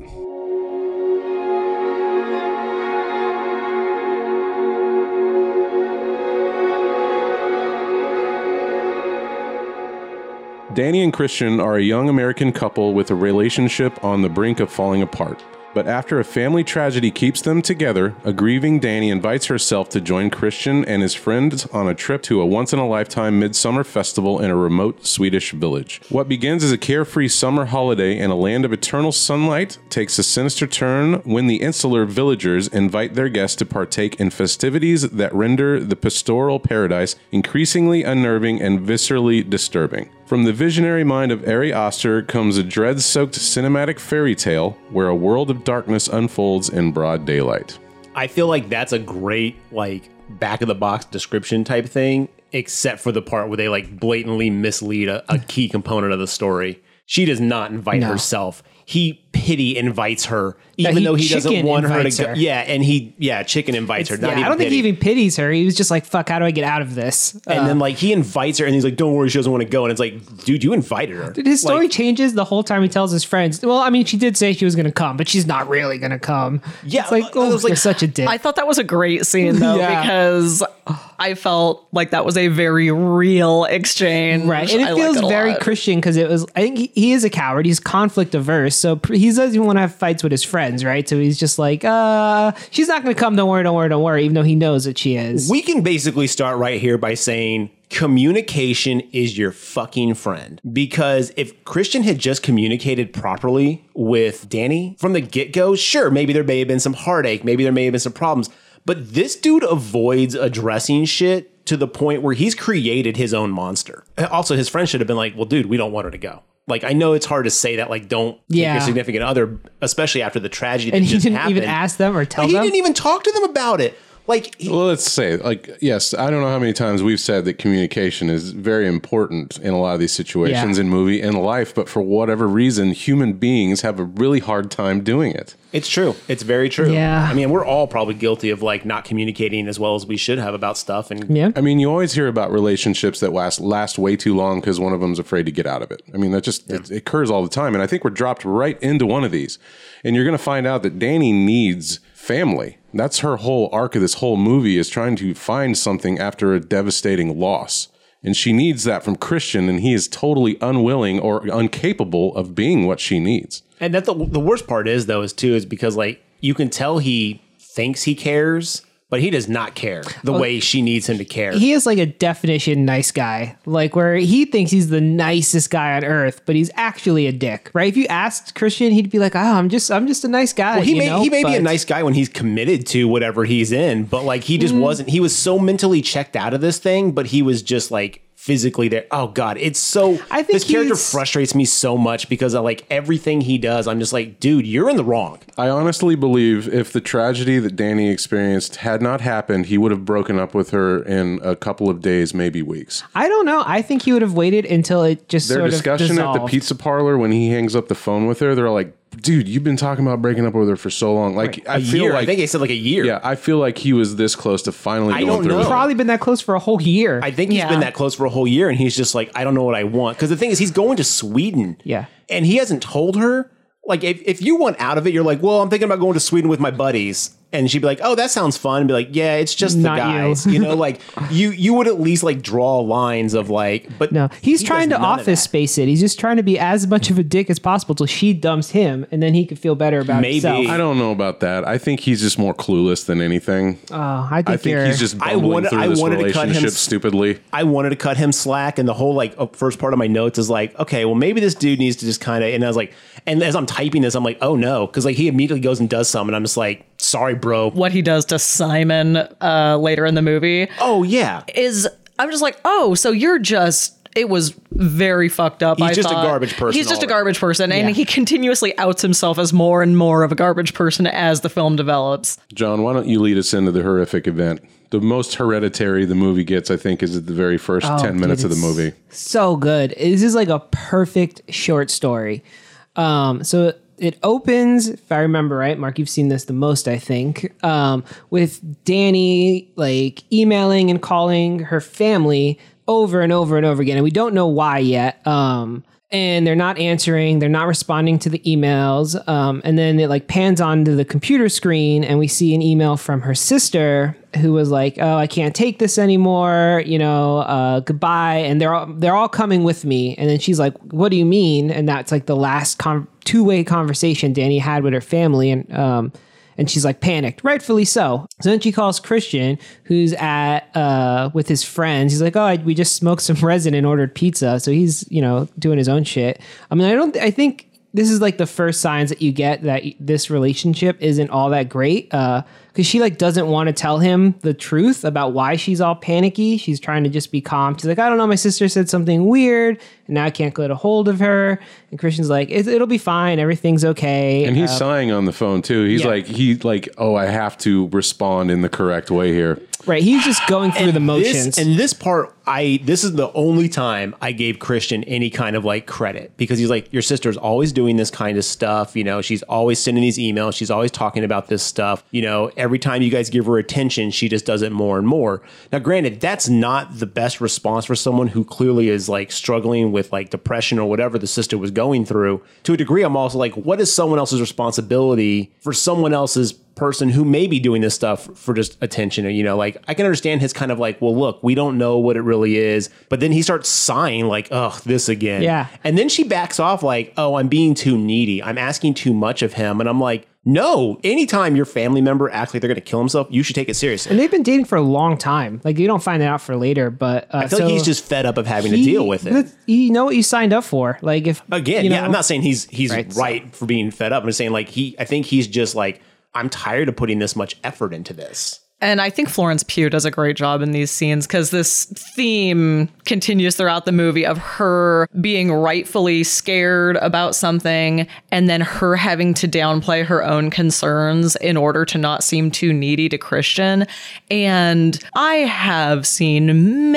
A: Danny and Christian are a young American couple with a relationship on the brink of falling apart. But after a family tragedy keeps them together, a grieving Danny invites herself to join Christian and his friends on a trip to a once in a lifetime midsummer festival in a remote Swedish village. What begins as a carefree summer holiday in a land of eternal sunlight takes a sinister turn when the insular villagers invite their guests to partake in festivities that render the pastoral paradise increasingly unnerving and viscerally disturbing. From the visionary mind of Ari Oster comes a dread soaked cinematic fairy tale where a world of darkness unfolds in broad daylight.
B: I feel like that's a great like back of the box description type thing, except for the part where they like blatantly mislead a, a key component of the story. She does not invite
C: No.
B: herself. He pity invites her,
C: No,
B: even
C: he
B: though he doesn't
C: chicken
B: want her to
C: invites
B: go.
C: her.
B: Yeah, and he yeah, chicken invites her. Not
C: Yeah,
B: even
C: I don't think he
B: pity.
C: even pities her. He was just like, "Fuck, how do I get out of this?"
B: And
C: Uh,
B: then like he invites her, and he's like, "Don't worry, she doesn't want to go." And it's like, dude, you invited her.
C: Dude, his story
B: Like,
C: changes the whole time he tells his friends. Well, I mean, she did say she was going to come, but she's not really going to come.
B: Yeah,
C: it's like,
B: I
C: oh,
B: was like-
C: you're such a dick.
D: I thought that was a great scene though
C: Yeah.
D: because I felt like that was a very real exchange.
C: Right, and
D: I
C: it
D: liked
C: feels
D: a
C: very
D: lot.
C: Christian because it was. I think he, he is a coward. He's conflict averse, so pr- he doesn't even want to have fights with his friends, right? So he's just like, "Uh, she's not going to come. Don't worry, don't worry, don't worry." Even though he knows that she is.
B: we can basically start right here by saying communication is your fucking friend. Because if Christian had just communicated properly with Danny from the get go, sure, maybe there may have been some heartache, maybe there may have been some problems. But this dude avoids addressing shit to the point where he's created his own monster. Also, his friend should have been like, well, dude, we don't want her to go. Like, I know it's hard to say that, like, don't yeah.
C: Yeah.
B: your significant other, especially after the tragedy
C: and
B: that
C: he
B: just
C: didn't even
B: happened.
C: ask them or tell
B: He
C: them.
B: didn't even talk to them about it. Like, he,
A: Well, let's say, like, yes, I don't know how many times we've said that communication is very important in a lot of these situations
C: Yeah.
A: in movie and life, but for whatever reason, human beings have a really hard time doing it.
B: It's true. It's very true.
C: Yeah.
B: I mean, we're all probably guilty of like not communicating as well as we should have about stuff. And
C: yeah,
A: I mean, you always hear about relationships that last last way too long because one of them's afraid to get out of it. I mean, that just it, it occurs all the time, and I think we're dropped right into one of these. And you're going to find out that Danny needs family. That's her whole arc of this whole movie is trying to find something after a devastating loss. And she needs that from Christian, and he is totally unwilling or incapable of being what she needs.
B: and that the, the worst part is though is too is because like you can tell he thinks he cares, but he does not care the way she needs him to care.
C: he is like a definition nice guy, like where he thinks he's the nicest guy on earth, but he's actually a dick, right? If you asked Christian, he'd be like, "Oh, I'm just, I'm just a nice guy."
B: Well, he
C: you
B: may
C: know?
B: he may be a
C: But-
B: nice guy when he's committed to whatever he's in, but like he
C: Mm.
B: just wasn't. He was so mentally checked out of this thing, but he was just like physically there. Oh god, it's so.
C: I think
B: this character
C: he's-
B: frustrates me so much because I like everything he does. I'm just like, dude, you're in the wrong.
A: I honestly believe if the tragedy that Danny experienced had not happened, he would have broken up with her in a couple of days, maybe weeks.
C: I don't know. I think he would have waited until it just
A: their
C: sort of
A: discussion at the
C: dissolved.
A: pizza parlor when he hangs up the phone with her, they're like, "Dude, you've been talking about breaking up with her for so long." Like, I
B: A
A: feel
B: year.
A: like,
B: I think they said like a year.
A: yeah, I feel like he was this close to finally
B: I
A: going
B: don't
A: through.
B: know.
A: with it.
C: Probably been that close for a whole year.
B: I think he's
D: Yeah.
B: been that close for a whole year, and he's just like, I don't know what I want. Because the thing is, he's going to Sweden.
C: Yeah.
B: And he hasn't told her. Like, if, if you want out of it, you're like, well, I'm thinking about going to Sweden with my buddies. And she'd be like, oh, that sounds fun. And be like, yeah, it's just
C: Not
B: the
C: you.
B: guys. You. know, like, you you would at least like draw lines of like, but
C: no, he's
B: he
C: trying
B: does
C: to
B: none of
C: office
B: that.
C: space it. He's just trying to be as much of a dick as possible till she dumps him, and then he could feel better about
B: Maybe.
C: himself.
A: I don't know about that. I think he's just more clueless than anything.
C: Oh, I think,
A: I think
C: you're,
A: he's just
B: I
A: bumbling
B: wanted-
A: through
B: I
A: this
B: wanted to cut him
A: relationship
B: s-
A: stupidly.
B: I wanted to cut him slack, and the whole like uh, first part of my notes is like, okay, well maybe this dude needs to just kind of. And I was like, and as I'm typing this, I'm like, oh no, because like he immediately goes and does some, and I'm just like, sorry, bro.
D: What he does to Simon uh, later in the movie
B: Oh yeah,
D: is I'm just like, oh, so you're just it was very fucked up.
E: He's
D: I
E: just a
D: thought.
E: garbage person
D: He's just a
E: all around.
D: garbage person, and
C: Yeah.
D: he continuously outs himself as more and more of a garbage person as the film develops.
A: John, why don't you lead us into the horrific event? The most hereditary the movie gets, I think, is at the very first
C: Oh,
A: 10 minutes
C: dude,
A: of the
C: it's
A: movie.
C: So good. This is like a perfect short story. Um, so it opens, if I remember right, Mark, you've seen this the most, I think, um, with Danny like emailing and calling her family over and over and over again. And we don't know why yet. Um, and they're not answering, they're not responding to the emails. Um, and then it like pans onto the computer screen, and we see an email from her sister who was like, "Oh, I can't take this anymore. You know, uh, goodbye." And they're all they're all coming with me. And then she's like, "What do you mean?" And that's like the last con- two way conversation Danny had with her family. And um, and she's like panicked, rightfully so. So then she calls Christian, who's at uh, with his friends. He's like, "Oh, I, we just smoked some resin and ordered pizza." So he's you know doing his own shit. I mean, I don't. I think this is like the first signs that you get that y- this relationship isn't all that great. Uh, because she like doesn't want to tell him the truth about why she's all panicky. She's trying to just be calm. She's like, I don't know. My sister said something weird, and now I can't get a hold of her. And Christian's like, it, it'll be fine. Everything's okay.
A: And he's sighing on the phone too. He's
C: yeah.
A: like, he like, oh, I have to respond in the correct way here.
C: Right. He's just going through the
B: This-
C: motions.
B: and this part, I this is the only time I gave Christian any kind of like credit because he's like, your sister's always doing this kind of stuff. You know, she's always sending these emails. She's always talking about this stuff. You know, every time you guys give her attention, she just does it more and more. Now, granted, that's not the best response for someone who clearly is like struggling with like depression or whatever the sister was going through. To a degree, I'm also like, what is someone else's responsibility for someone else's person who may be doing this stuff for just attention or you know like i can understand his kind of like well look we don't know what it really is but then he starts sighing like ugh this again
C: Yeah.
B: and then she backs off like oh i'm being too needy i'm asking too much of him and i'm like no anytime your family member acts like they're gonna kill himself you should take it seriously
C: And they've been dating for a long time. Like you don't find that out for later, but uh,
B: i feel like he's just fed up of having to deal with it
C: You know what you signed up for. Like if
B: again
C: you
B: yeah
C: know-
B: i'm not saying he's he's
C: Right,
B: right,
C: so-
B: for being fed up i'm saying like he i think he's just like i'm tired of putting this much effort into this
D: And I think Florence Pugh does a great job in these scenes because this theme continues throughout the movie of her being rightfully scared about something and then her having to downplay her own concerns in order to not seem too needy to Christian. And I have seen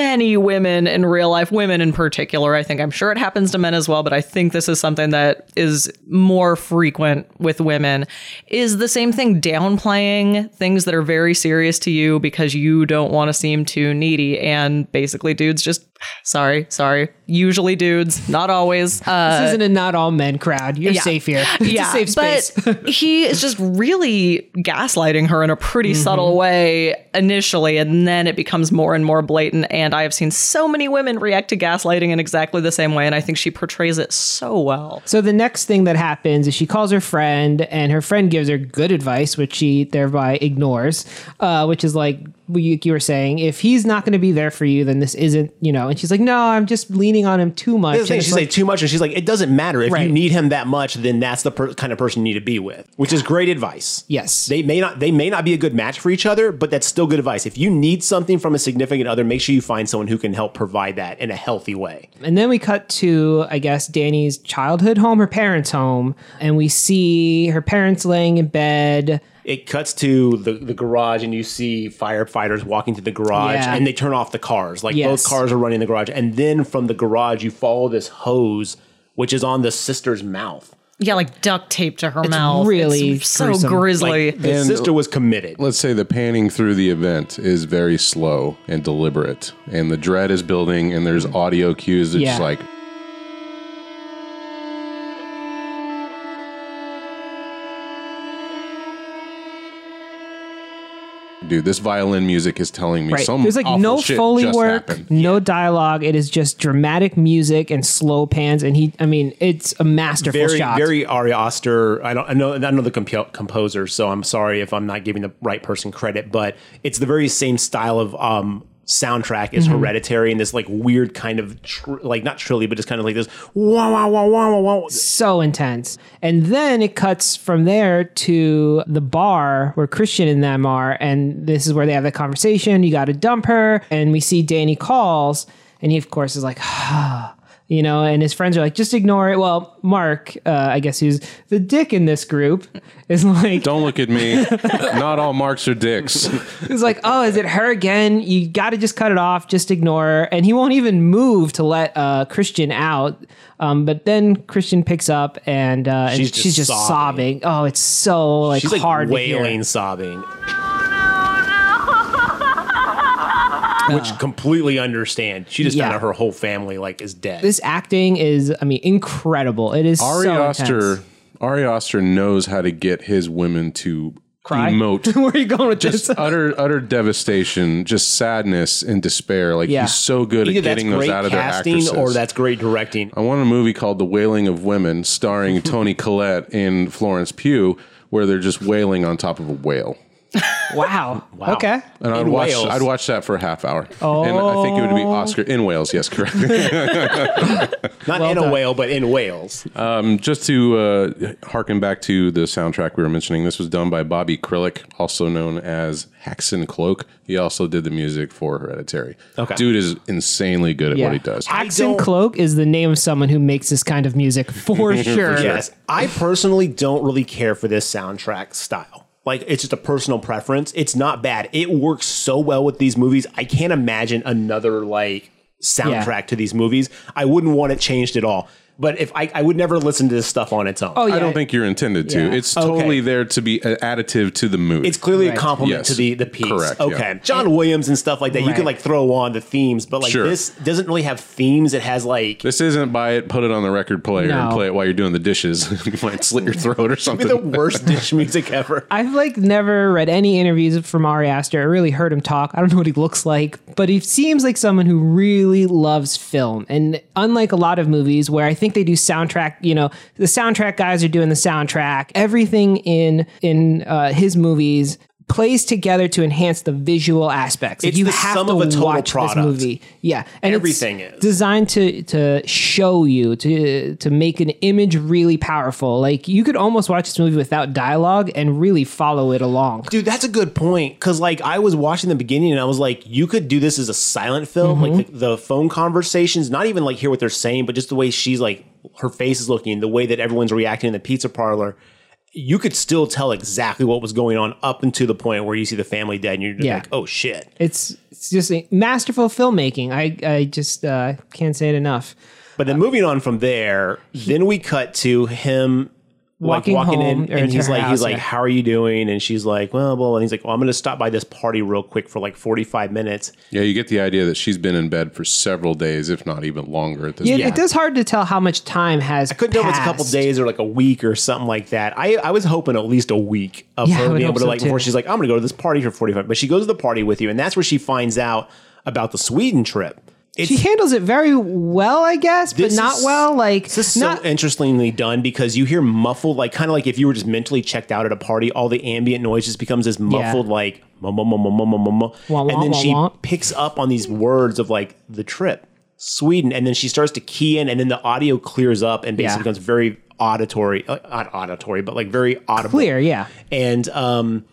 D: many women in real life, women in particular. I think I'm sure it happens to men as well, but I think this is something that is more frequent with women is the same thing downplaying things that are very serious to you because you don't want to seem too needy. And basically, dudes just, sorry, sorry, usually dudes, not always. Uh,
C: this isn't a not all men crowd. You're safe here. It's a safe space.
D: but he is just really gaslighting her in a pretty subtle way initially, and then it becomes more and more blatant. And I have seen so many women react to gaslighting in exactly the same way, and I think she portrays it so well.
C: So the next thing that happens is she calls her friend, and her friend gives her good advice, which she thereby ignores, uh, which is like you, you were saying, if he's not going to be there for you, then this isn't, you know. And she's like, no, I'm just leaning on him too
B: That's
C: much.
B: the
C: And
B: thing.
C: it's
B: She's
C: like-
B: like too much, and she's like, it doesn't matter if
C: Right.
B: you need him that much. Then that's the per- kind of person you need to be with, which is great advice.
C: Yes.
B: they may not they may not be a good match for each other, but that's still good advice. If you need something from a significant other, make sure you find someone who can help provide that in a healthy way.
C: And then we cut to, I guess, Danny's childhood home, her parents' home, and we see her parents laying in bed.
B: It cuts to the, the garage, and you see firefighters walking to the garage,
C: Yeah.
B: and they turn off the cars. Like
C: Yes.
B: both cars are running the garage, and then from the garage, you follow this hose, which is on the sister's mouth.
D: Yeah, like duct tape to her mouth.
C: really
D: It's so
C: gruesome.
D: grisly.
B: Like, the sister was committed.
A: Let's say the panning through the event is very slow and deliberate, and the dread is building, and there's audio cues that just
C: Yeah.
A: like, dude, this violin music is telling me
C: Right.
A: some.
C: There's like
A: awful
C: no
A: shit
C: Foley
A: just
C: work,
A: happened.
C: no dialogue. It is just dramatic music and slow pans. And he, I mean, it's a masterful
B: very
C: shot.
B: very Ari Aster. I don't I know I don't know the compo- composer, so I'm sorry if I'm not giving the right person credit, but it's the very same style of um soundtrack as Hereditary and this like weird kind of tr- like not trilly, but just kind of like this wah wah wah wah wah wah.
C: so intense. And then it cuts from there to the bar where Christian and them are. And this is where they have the conversation. You got to dump her. And we see Danny calls. And he, of course, is like, you know, and his friends are like, just ignore it. Well, Mark, uh, I guess who's the dick in this group, is like,
A: Don't look at me. Not all marks are dicks.
C: is like, oh, is it her again? You got to just cut it off, just ignore her. And he won't even move to let uh, Christian out. Um, but then Christian picks up and, uh, and she's
B: She's
C: just,
B: just
C: sobbing. Oh, it's so like
B: She's like
C: hard to hear.
B: wailing, sobbing. Which completely understand. She just found
C: Yeah.
B: out her whole family like is dead.
C: This acting is, I mean, incredible. It is
A: Ari
C: so
A: Oster.
C: intense.
A: Ari Oster knows how to get his women to
C: Cry?
A: emote
C: Where are you going with
A: just
C: this?
A: utter utter devastation, just sadness and despair. Like
C: Yeah.
A: he's so good
B: Either
A: at
B: that's
A: getting those
B: great
A: out of their
B: casting
A: actresses.
B: or that's great directing.
A: I want a movie called The Wailing of Women, starring Tony Collette and Florence Pugh, where they're just wailing on top of a whale.
C: Wow. Okay.
A: And I'd
B: In
A: watch
B: Wales.
A: I'd watch that for a half hour. Oh. And I think it would be Oscar in Wales, yes, correct.
B: Not in a whale, but in Wales.
A: just to uh, harken back to the soundtrack we were mentioning, this was done by Bobby Krillick, also known as Haxan Cloak. He also did the music for Hereditary.
B: Okay.
A: Dude is insanely good at
C: Yeah.
A: what he does.
C: Axon
B: don't-
C: Cloak is the name of someone who makes this kind of music for sure.
B: Yes, I personally don't really care for this soundtrack style. Like it's just a personal preference. It's not bad. It works so well with these movies. I can't imagine another like soundtrack to these movies. I wouldn't want it changed at all. But if I, I would never listen to this stuff on its own.
C: Oh, yeah.
A: I don't think you're intended to.
C: Yeah.
A: It's
B: Okay.
A: totally there to be an additive to the mood.
B: It's clearly
C: Right.
B: a compliment
A: Yes.
B: to the the piece.
A: Correct, yeah.
B: okay, John Williams and stuff like that. You
C: Right.
B: can like throw on the themes, but like
A: Sure.
B: this doesn't really have themes. It has like
A: this isn't buy it, put it on the record player, and
C: No.
A: play it while you're doing the dishes. you might slit your throat or something.
B: the worst dish music ever.
C: I've like never read any interviews from Ari Aster. I really heard him talk. I don't know what he looks like, but he seems like someone who really loves film. And unlike a lot of movies where I think they do soundtrack, you know, the soundtrack guys are doing the soundtrack. Everything in in uh, his movies plays together to enhance the visual aspects. Like,
B: It's
C: you
B: the
C: have
B: sum
C: to
B: of a total
C: watch this
B: product.
C: movie. Yeah, and it's
B: Everything is.
C: designed to to show you to to make an image really powerful. Like you could almost watch this movie without dialogue and really follow it along.
B: Dude, that's a good point. Cause like I was watching the beginning and I was like, you could do this as a silent film,
C: Mm-hmm.
B: like the, the phone conversations, not even like hear what they're saying, but just the way she's like, her face is looking, the way that everyone's reacting in the pizza parlor. You could still tell exactly what was going on up until the point where you see the family dead and you're just
C: Yeah.
B: like, oh shit.
C: It's it's just a masterful filmmaking. I I just uh, can't say it enough.
B: But then moving on from there, then we cut to him
C: Walking
B: like walking
C: home
B: in
C: or
B: and
C: into
B: he's
C: her
B: like
C: house,
B: he's like
C: yeah.
B: how are you doing and she's like well blah, blah. and he's like well, I'm going to stop by this party real quick for like 45 minutes
A: yeah, you get the idea that she's been in bed for several days, if not even longer at this
C: It,
A: point.
C: it is hard to tell how much time has.
B: I couldn't tell if it's a couple
C: passed.
B: days or like a week or something like that. I, I was hoping at least a week of
C: Yeah, I
B: her
C: would
B: being
C: hope
B: able to
C: so
B: like
C: too.
B: before she's like, I'm gonna go to this party for 45. But she goes to the party with you, and that's where she finds out about the Sweden trip. It's
C: She handles it very well, I guess, but
B: This
C: not
B: is-
C: well. Like
B: this is
C: not
B: so interestingly done because you hear muffled, like kind of like if you were just mentally checked out at a party, all the ambient noise just becomes this muffled, like mum, mum, mum, mum, mum, mum, mum, mum.
C: Wah, wah,
B: and then
C: wah,
B: she
C: wah.
B: picks up on these words of like the trip, Sweden, and then she starts to key in, and then the audio clears up and basically
C: Yeah.
B: becomes very auditory, uh, not auditory, but like very audible,
C: clear. Yeah.
B: and um,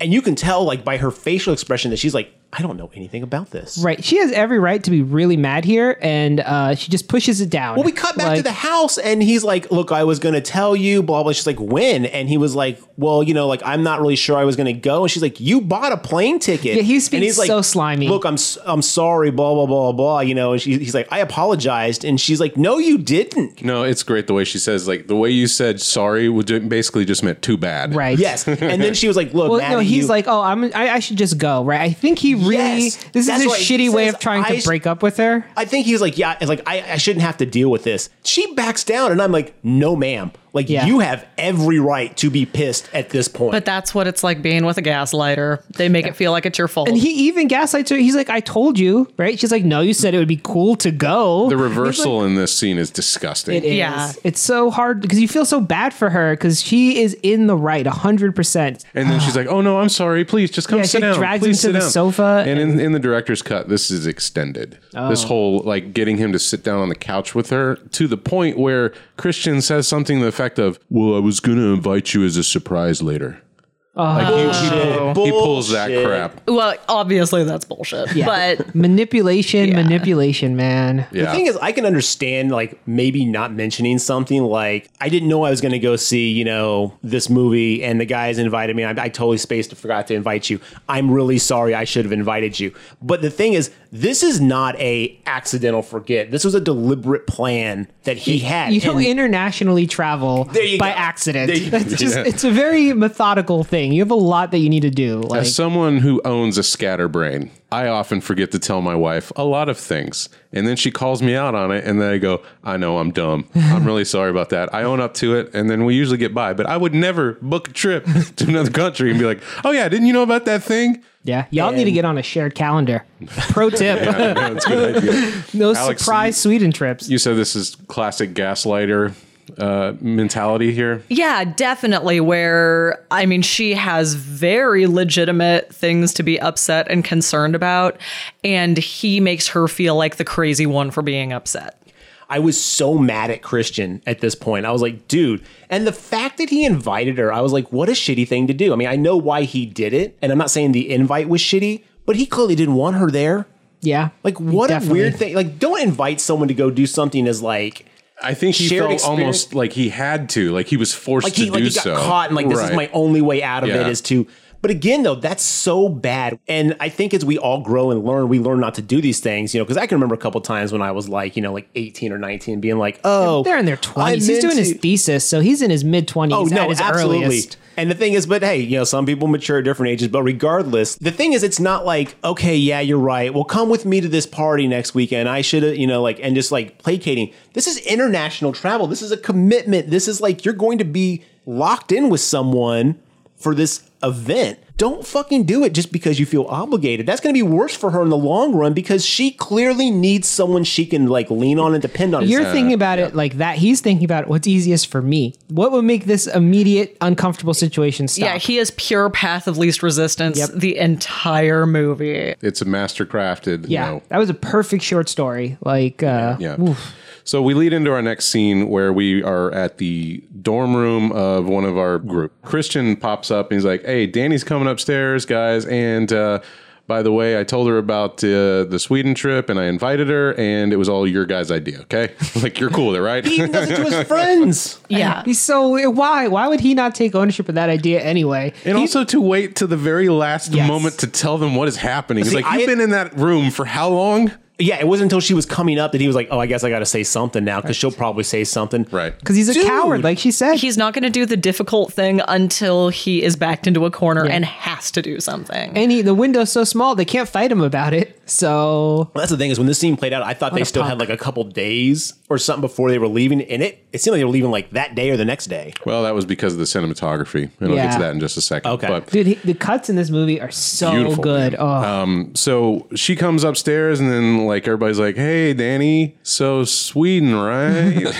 B: and you can tell like by her facial expression that she's like, I don't know anything about this,
C: Right. She has every right to be really mad here, and uh, she just pushes it down.
B: Well, we cut back to
C: Like,
B: the house, and he's like, "Look, I was going to tell you, blah blah." She's like, "When?" And he was like, "Well, you know, like I'm not really sure I was going to go." And she's like, "You bought a plane ticket."
C: Yeah, he's
B: And
C: being so slimy.
B: Look, I'm s- I'm sorry, blah blah blah blah. You know, and she, he's like, "I apologized," and she's like, "No, you didn't."
A: No, it's great the way she says like the way you said sorry would ju- basically just meant too bad.
C: Right.
B: Yes, and then she was like, "Look,
C: Well,
B: Maddie,
C: no, he's
B: you-
C: like, oh, I'm, I, I should just go, right? I think he really.
B: Yes,
C: this is
B: that's
C: a
B: right. He
C: shitty way
B: says,
C: of trying
B: I
C: to
B: sh-
C: break up with her.
B: I think he was like, yeah, it's like I, I shouldn't have to deal with this. She backs down, and I'm like, no, ma'am. Like
C: Yeah.
B: you have every right to be pissed at this point.
D: But that's what it's like being with a gaslighter. They make it feel like it's your fault.
C: And he even gaslights her. He's like, I told you, right? She's like, no, you said it would be cool to go.
A: The reversal in this scene is disgusting.
C: It is.
D: Yeah.
C: It's so hard because you feel so bad for her because she is in the right 100%.
A: And then she's like, "Oh no, I'm sorry. Please just come
C: Yeah, she
A: sit
C: like
A: down."
C: drags
A: Please sit
C: him to the
A: down."
C: sofa Oh.
A: And, in, in the director's cut, this is extended. This whole like getting him to sit down on the couch with her to the point where Christian says something to the effect of, "Well, I was going to invite you as a surprise later." like he, he,
C: Oh.
A: pull- he pulls that
B: Bullshit.
A: crap.
D: Well, obviously that's bullshit.
C: Yeah.
D: But
C: Manipulation, manipulation, man.
A: Yeah.
B: The thing is, I can understand like maybe not mentioning something like I didn't know I was going to go see you know this movie and the guys invited me. I, I totally spaced and forgot to invite you. I'm really sorry. I should have invited you. But the thing is, this is not a accidental forget. This was a deliberate plan that he had.
C: You don't
B: And-
C: internationally travel
B: There you
C: by
B: go.
C: accident.
B: There you go.
C: That's just,
A: Yeah.
C: It's a very methodical thing. You have a lot that you need to do. Like,
A: As someone who owns a scatterbrain, I often forget to tell my wife a lot of things. And then she calls me out on it. And then I go, I know I'm dumb. I'm really sorry about that. I own up to it. And then we usually get by. But I would never book a trip to another country and be like, oh, yeah, didn't you know about that thing?
C: yeah, y'all need to get on a shared calendar. Pro tip:
A: Yeah, that's a good idea.
C: no
A: Alex,
C: surprise Sweden trips.
A: You said this is classic gaslighter uh, mentality here.
D: Yeah, definitely. Where, I mean, she has very legitimate things to be upset and concerned about. And he makes her feel like the crazy one for being upset.
B: I was so mad at Christian at this point. I was like, dude. And the fact that he invited her, I was like, what a shitty thing to do. I mean, I know why he did it, and I'm not saying the invite was shitty, but he clearly didn't want her there.
C: Yeah,
B: Like, what
C: Definitely.
B: a weird thing. Like, don't invite someone to go do something as like,
A: I think he
B: Shared
A: felt
B: experience-
A: almost like he had to, like he was forced
B: like
A: to
B: he, like
A: do
B: he got
A: so.
B: caught and like this is
A: Right.
B: my only way out of
A: Yeah.
B: it is to but again though that's so bad and i think as we all grow and learn we learn not to do these things you know because i can remember a couple times when i was like you know like 18 or 19 being like oh
C: They're in their
B: I
C: twenties. He's
B: meant
C: doing his
B: to-
C: thesis, so he's in his mid twenties.
B: oh no
C: at his
B: absolutely
C: earliest.
B: and the thing is but hey you know some people mature at different ages but regardless the thing is it's not like okay yeah you're right well come with me to this party next weekend i should have you know like and just like placating this is international travel this is a commitment this is like you're going to be locked in with someone for this event don't fucking do it just because you feel obligated that's going to be worse for her in the long run because she clearly needs someone she can like lean on and depend on
C: You're thinking about it like that. He's thinking about what's easiest for me. What would make this immediate uncomfortable situation stop?
D: Yeah, he is pure path of least resistance
C: Yep.
D: the entire movie.
A: It's a mastercrafted.
C: Yeah,
A: You know,
C: that was a perfect short story. Like, uh,
A: Yeah. So we lead into our next scene where we are at the dorm room of one of our group. Christian pops up and he's like, "Hey, Danny's coming upstairs, guys." And uh, by the way, I told her about uh, the Sweden trip and I invited her, and it was all your guys' idea. Okay, like you're cool with it, right?
B: he even does it to his friends
D: Yeah.
C: he's so why why would he not take ownership of that idea anyway?
A: And also to wait to the very last
C: Yes.
A: moment to tell them what is happening. He's
B: See,
A: like,
B: I-
A: "You've been in that room for how long?"
B: Yeah, it wasn't until she was coming up that he was like, "Oh, I guess I got to say something now because she'll probably say something."
A: Right.
C: Because he's a
B: Dude.
C: coward, like she said.
D: He's not going to do the difficult thing until he is backed into a corner and has to do something.
C: and he, the window's so small they can't fight him about it. So
B: Well, that's the thing is when this scene played out, I thought they
C: a
B: still had
C: punk.
B: like a couple days or something before they were leaving, and it it seemed like they were leaving like that day or the next day.
A: Well, that was because of the cinematography, and I'll get
C: Yeah.
A: to that in just a second.
B: Okay.
A: But
C: Dude, he, the cuts in this movie are so
A: Beautiful,
C: good.
A: man. Uh,
C: Oh,
A: so she comes upstairs and then like everybody's like hey danny so sweden right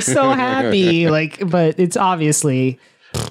C: so happy. Like, but it's obviously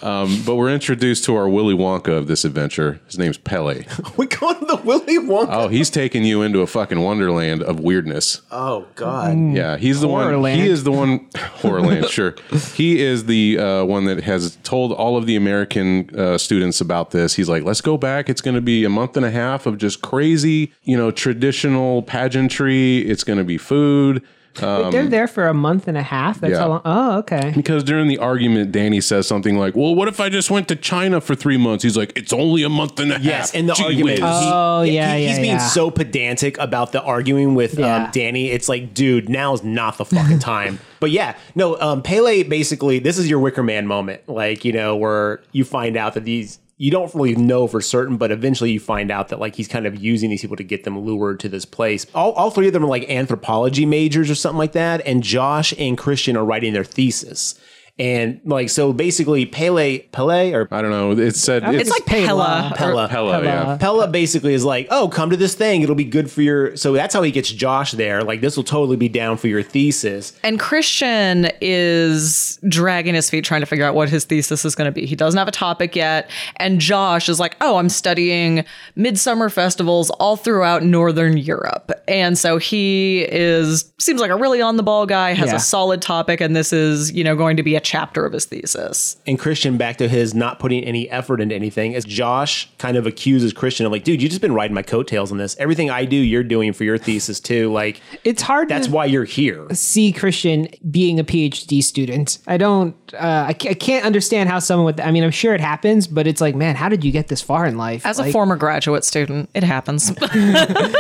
A: but we're introduced to our willy wonka of this adventure his name's pele
B: We go to the Willy Wonka.
A: oh he's taking you into a fucking wonderland of weirdness
B: Oh God!
A: yeah he's the one
C: Horrorland.
A: he is the one horrorland sure he is the uh, one that has told all of the american uh, students about this he's like let's go back it's going to be a month and a half of just crazy you know traditional pageantry it's going to be food
C: they're there for a month and a half. That's
A: Um, yeah.
C: how long. Oh, okay.
A: Because during the argument, Danny says something like, "Well, what if I just went to China for three months?" He's like, "It's only a month and a half."
B: Yes, and the
A: Gee
B: argument.
A: whiz."
B: he-
C: Oh, yeah,
B: He's
C: yeah,
B: being
C: yeah.
B: so pedantic about the arguing with um,
C: Yeah.
B: Danny. It's like, dude, now's not the fucking time. but yeah, no. Um, Pele basically, this is your Wicker Man moment. Like you know, where you find out that these. You don't really know for certain, but eventually you find out that like he's kind of using these people to get them lured to this place. All, all three of them are like anthropology majors or something like that, and Josh and Christian are writing their thesis. And like so, basically, Pele, Pele, or
A: I don't know. It said
C: Okay.
A: it's,
D: it's like
C: Pela.
D: Pella. or-
B: Pella,
A: Pella,
D: Uh-huh.
A: yeah.
B: Pella basically is like, oh, come to this thing. It'll be good for your. So that's how he gets Josh there. Like, this will totally be down for your thesis.
D: And Christian is dragging his feet trying to figure out what his thesis is going to be. He doesn't have a topic yet. And Josh is like, oh, I'm studying midsummer festivals all throughout Northern Europe. And so he is, seems like a really on the ball guy, has
C: Yeah.
D: a solid topic. And this is, you know, going to be a chapter of his thesis.
B: and Christian back to his not putting any effort into anything, as Josh kind of accuses Christian of like, dude, you just been riding my coattails on this. Everything I do, you're doing for your thesis too. Like,
C: It's hard
B: that's
C: to
B: why you're here.
C: see Christian being a PhD student. I don't, uh, I, ca- I can't understand how someone with, I mean, I'm sure it happens, but it's like, man, how did you get this far in life?
D: As a
C: Like,
D: former graduate student, it happens.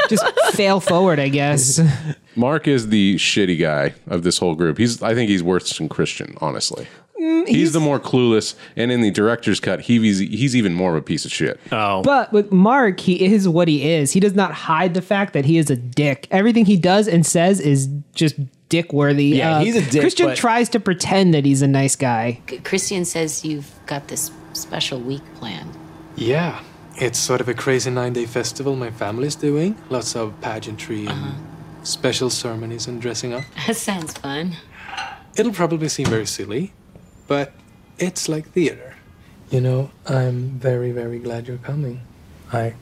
C: just fail forward, I guess.
A: Mark is the shitty guy of this whole group. He's I think he's worse than Christian, honestly. Mm, he's, the more clueless, and in the director's cut, he, he's he's even more of a piece of shit.
C: But with Mark, he is what he is. He does not hide the fact that he is a dick. Everything he does and says is just dick worthy. Uh,
B: Yeah, he's a dick,
C: Christian
B: but-
C: tries to pretend that he's a nice guy.
E: Christian says you've got this special week planned.
F: Yeah, it's sort of a crazy nine day festival my family's doing. Lots of pageantry and special ceremonies and dressing up.
E: That sounds fun.
F: It'll probably seem very silly, but it's like theater. You know, I'm very, very glad you're coming. I,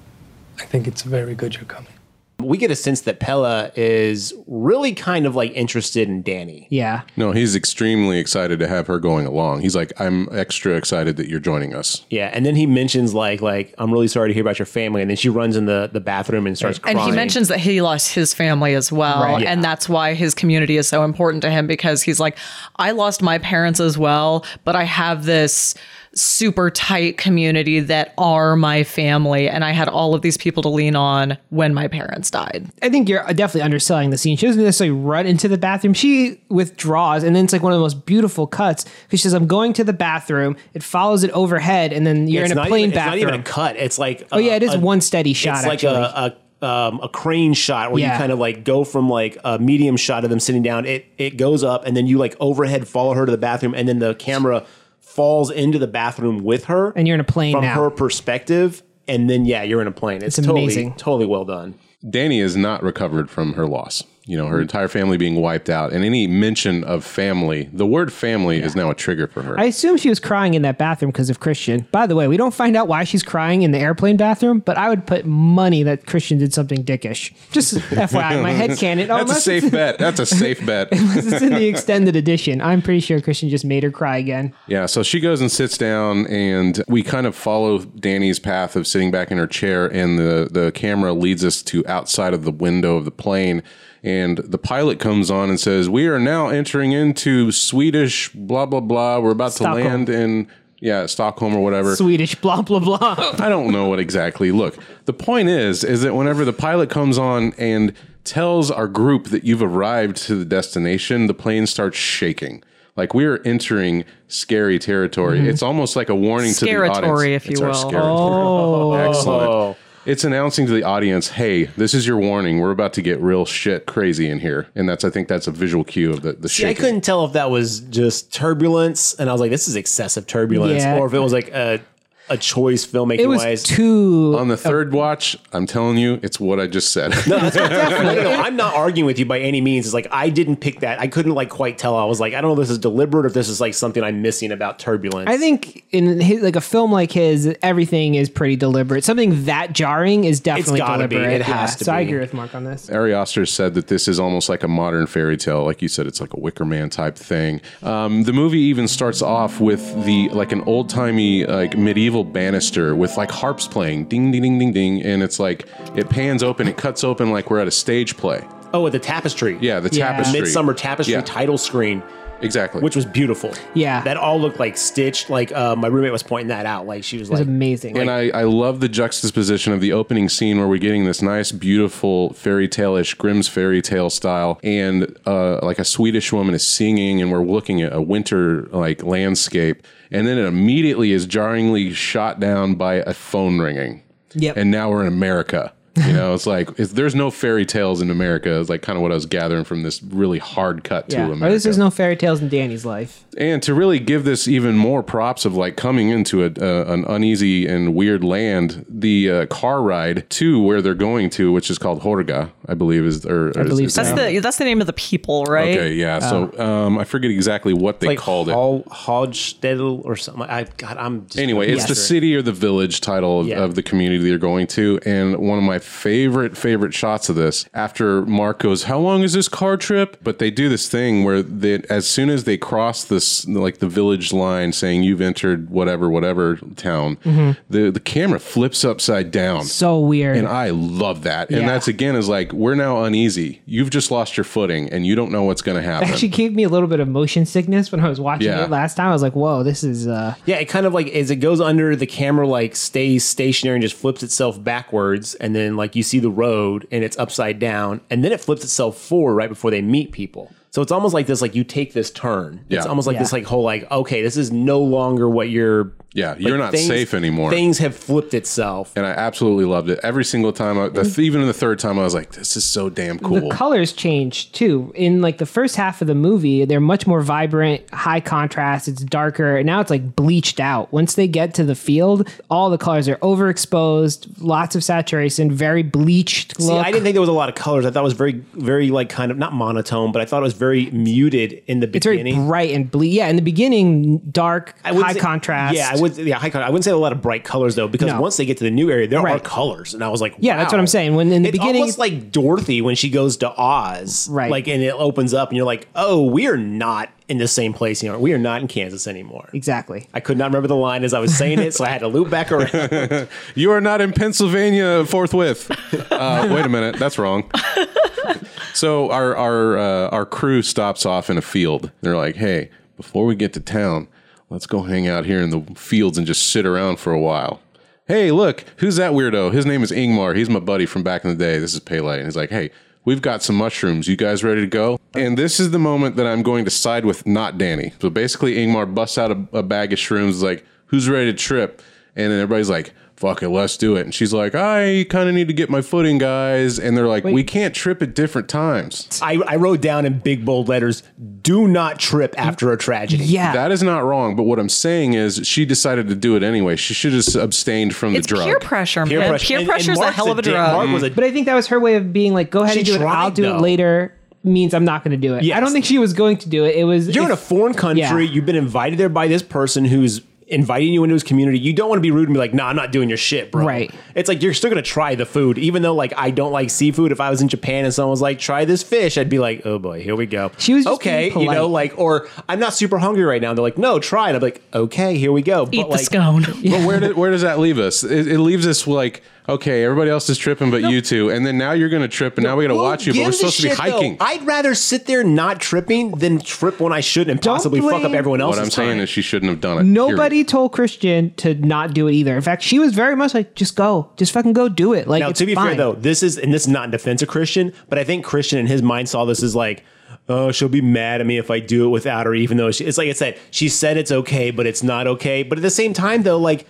F: I think it's very good you're coming.
B: We get a sense that Pella is really kind of like interested in Danny.
C: Yeah.
A: No, he's extremely excited to have her going along. He's like, I'm extra excited that you're joining us.
B: Yeah. And then he mentions like, like, I'm really sorry to hear about your family. And then she runs in the, the bathroom and starts crying.
D: and he mentions that he lost his family as well.
C: Right.
D: And that's why his community is so important to him because he's like, I lost my parents as well, but I have this super tight community that are my family. And I had all of these people to lean on when my parents died.
C: I think you're definitely underselling the scene. She doesn't necessarily run into the bathroom. She withdraws, and then it's like one of the most beautiful cuts because she says, I'm going to the bathroom. It follows it overhead, and then you're
B: It's
C: in a
B: not
C: plain
B: even,
C: bathroom.
B: It's not even a cut. It's like,
C: oh, yeah, it is one steady shot,
B: It's like
C: actually.
B: a, a um, a crane shot where
C: Yeah.
B: you kind of like go from like a medium shot of them sitting down. It it goes up and then you like overhead follow her to the bathroom and then the camera falls into the bathroom with her.
C: And you're in a plane
B: from
C: now.
B: her perspective. And then yeah, you're in a plane. It's,
C: It's
B: totally,
C: amazing.
B: Totally well done.
A: Danny is not recovered from her loss. You know,
C: Mm-hmm.
A: her entire family being wiped out, and any mention of family, the word family is now a trigger for her.
C: I assume she was crying in that bathroom because of Christian. By the way, we don't find out why she's crying in the airplane bathroom, but I would put money that Christian did something dickish. Just FYI, my head cannon.
A: That's a safe bet. That's a safe bet.
C: It's in the extended edition. I'm pretty sure Christian just made her cry again.
A: Yeah, so she goes and sits down, and we kind of follow Danny's path of sitting back in her chair, and the, the camera leads us to outside of the window of the plane. And the pilot comes on and says, We are now entering into Swedish blah, blah, blah. We're about
C: Stockholm.
A: to land in, yeah, Stockholm or whatever.
C: Swedish, blah, blah, blah.
A: I don't know what exactly. Look, the point is, is that whenever the pilot comes on and tells our group that you've arrived to the destination, the plane starts shaking. Like we are entering scary territory. It's almost like a warning to the audience.
D: Scaratory, Mm-hmm. if you
A: It's our
D: will. Oh.
A: scaratory. Excellent. It's announcing to the audience, "Hey, this is your warning. We're about to get real shit crazy in here." And that's, I think, that's a visual cue of the the
B: Yeah, I
A: shaking.
B: couldn't tell if that was just turbulence, and I was like, this is excessive turbulence,
C: Yeah.
B: or if it was like a a choice filmmaking
C: It was
B: wise.
C: too.
A: On the
D: Oh.
A: third watch, I'm telling you, it's what I just said.
B: No, no, no, I'm not arguing with you by any means. It's like I didn't pick that. I couldn't like quite tell. I was like, I don't know if this is deliberate or if this is like something I'm missing about turbulence.
C: I think in his, like a film like his, everything is pretty deliberate. Something that jarring is definitely
B: gotta be.
C: deliberate.
B: It has to
C: So I
B: be.
C: agree with Mark on this.
A: Ari Oster said that this is almost like a modern fairy tale. Like you said, it's like a Wicker Man type thing. Um, the movie even starts off with the like an old timey like medieval banister with like harps playing, ding ding ding ding ding, and it's like it pans open, it cuts open like we're at a stage play.
B: oh, with the tapestry.
A: Yeah, the
C: Yeah.
A: tapestry,
B: Midsummer Tapestry
A: Yeah.
B: title screen,
A: exactly.
B: which was beautiful.
C: Yeah.
B: That all looked like stitched. Like uh, my roommate was pointing that out. Like she was
C: It's
B: like,
C: amazing.
A: and I, I love the juxtaposition of the opening scene where we're getting this nice, beautiful fairy tale ish, Grimm's fairy tale style, and uh, like a Swedish woman is singing, and we're looking at a winter like landscape, and then it immediately is jarringly shot down by a phone ringing.
C: Yep.
A: And now we're in America. You know, it's like it's, there's no fairy tales in America. Is like kind of what I was gathering from this really hard cut
C: yeah.
A: to
C: Or
A: America.
C: this is no fairy tales in Danny's life.
A: And to really give this even more props of like coming into a, uh, an uneasy and weird land, the uh, car ride to where they're going to, which is called Horga, I believe is or, I
C: believe so.
D: That's the that's the name of the people, right?
A: okay, yeah. So um, I forget exactly what they
B: like
A: called it.
B: Hall, Hallstädel or something. I God, I'm just
A: Anyway, it's the
B: Yeah.
A: city or the village title of,
B: Yeah.
A: of the community they're going to. And one of my favorite favorite shots of this after Mark goes, "How long is this car trip?" But they do this thing where they, as soon as they cross this like the village line, saying you've entered whatever whatever town, the the camera flips upside down.
C: Mm-hmm. So weird.
A: And I love that. And
C: Yeah.
A: that's again is like we're now uneasy. You've just lost your footing, and you don't know what's going to happen.
C: actually gave me a little bit of motion sickness when I was watching
A: Yeah.
C: it last time. I was like, whoa, this is uh
B: Yeah, it kind of like as it goes under the camera, like stays stationary and just flips itself backwards, and then like you see the road and it's upside down, and then it flips itself forward right before they meet people. So it's almost like this, like you take this turn. It's
A: Yeah.
B: almost like this,
C: Yeah.
B: like whole, like okay, this is no longer what you're.
A: Yeah, you're not safe anymore.
B: Things have flipped itself.
A: and I absolutely loved it every single time. I, the, even the third time, I was like, "This is so damn cool."
C: Mm. the colors change too. In like the first half of the movie, they're much more vibrant, high contrast, it's darker, and now it's like bleached out. Once they get to the field, all the colors are overexposed, lots of saturation, very bleached
B: See,
C: look.
B: I didn't think there was a lot of colors. I thought it was very, very like kind of not monotone, but I thought it was very muted in the
C: it's very
B: beginning.
C: bright and bleak. Yeah, in the beginning, dark,
B: wouldn't
C: high
B: say-
C: contrast.
B: Yeah, I would. Yeah, high contrast. I wouldn't say a lot of bright colors though, because
C: No.
B: once they get to the new area, there are
C: Right.
B: colors, and I was like,
C: Yeah, that's
B: wow.
C: what I'm saying. When in the
B: it's
C: beginning-
B: almost like Dorothy when she goes to Oz,
C: Right.
B: Like, and it opens up, and you're like, oh, we are not in the same place anymore. We are not in Kansas anymore.
C: exactly.
B: I could not remember the line as I was saying it, so I had to loop back around.
A: You are not in Pennsylvania forthwith. Uh, wait a minute, that's wrong. So our our uh, our crew stops off in a field. They're like, "Hey, before we get to town, let's go hang out here in the fields and just sit around for a while." Hey, look, who's that weirdo? His name is Ingmar. He's my buddy from back in the day. This is Pele, and he's like, "Hey." We've got some mushrooms. You guys ready to go? And this is the moment that I'm going to side with not Danny. So basically, Ingmar busts out a, a bag of shrooms, is like, who's ready to trip? And then everybody's like, fuck it, let's do it. And she's like, I kind of need to get my footing, guys. And they're like, we can't trip at different times.
B: I, I wrote down in big bold letters: "Do not trip after a tragedy."
C: Yeah.
A: That is not wrong. But what I'm saying is, she decided to do it anyway. She should have abstained from
D: It's
A: the drug.
D: peer pressure, man. Peer,
B: And- and
D: pressure is a
B: Mark's
D: hell of a
B: dick.
D: drug.
B: Mark was a
C: But I think that was her way of being like, go ahead
B: She
C: and do it.
B: tried,
C: I'll do
B: though.
C: it later means I'm not going to do it.
B: Yes.
C: I don't think she was going to do it. It was
B: You're in a
C: it's-
B: foreign country.
C: Yeah.
B: You've been invited there by this person who's inviting you into his community. You don't want to be rude and be like, "Nah, I'm not doing your shit, bro."
C: Right.
B: It's like you're still gonna try the food, even though like I don't like seafood. If I was in Japan and someone was like, "Try this fish," I'd be like, "Oh boy, here we go."
C: She was just
B: okay,
C: being
B: you know,
C: polite.
B: like, or I'm not super hungry right now. And they're like, "No, try it." I'm like, "Okay, here we go."
D: Eat
B: but
D: the
B: like,
D: scone.
A: But where, do, where does that leave us? It, it leaves us like, okay, everybody else is tripping but you two. And then now you're going to trip and now we got to
B: who
A: watch you, but we're
B: gives a
A: supposed to be
B: shit, though?
A: hiking.
B: I'd rather sit there not tripping than trip when I shouldn't and
C: Don't
B: possibly fuck up
C: blame-
B: everyone else.
A: what I'm saying is, she shouldn't have done it.
C: Nobody
A: period.
C: told Christian to not do it either. In fact, she was very much like, just go, just fucking go do it. Like,
B: Now,
C: it's
B: to be fair
C: fine.
B: though, this is and this is not in defense of Christian, but I think Christian in his mind saw this as like, oh, she'll be mad at me if I do it without her, even though she, it's like I said, she said it's okay, but it's not okay. But at the same time, though, like.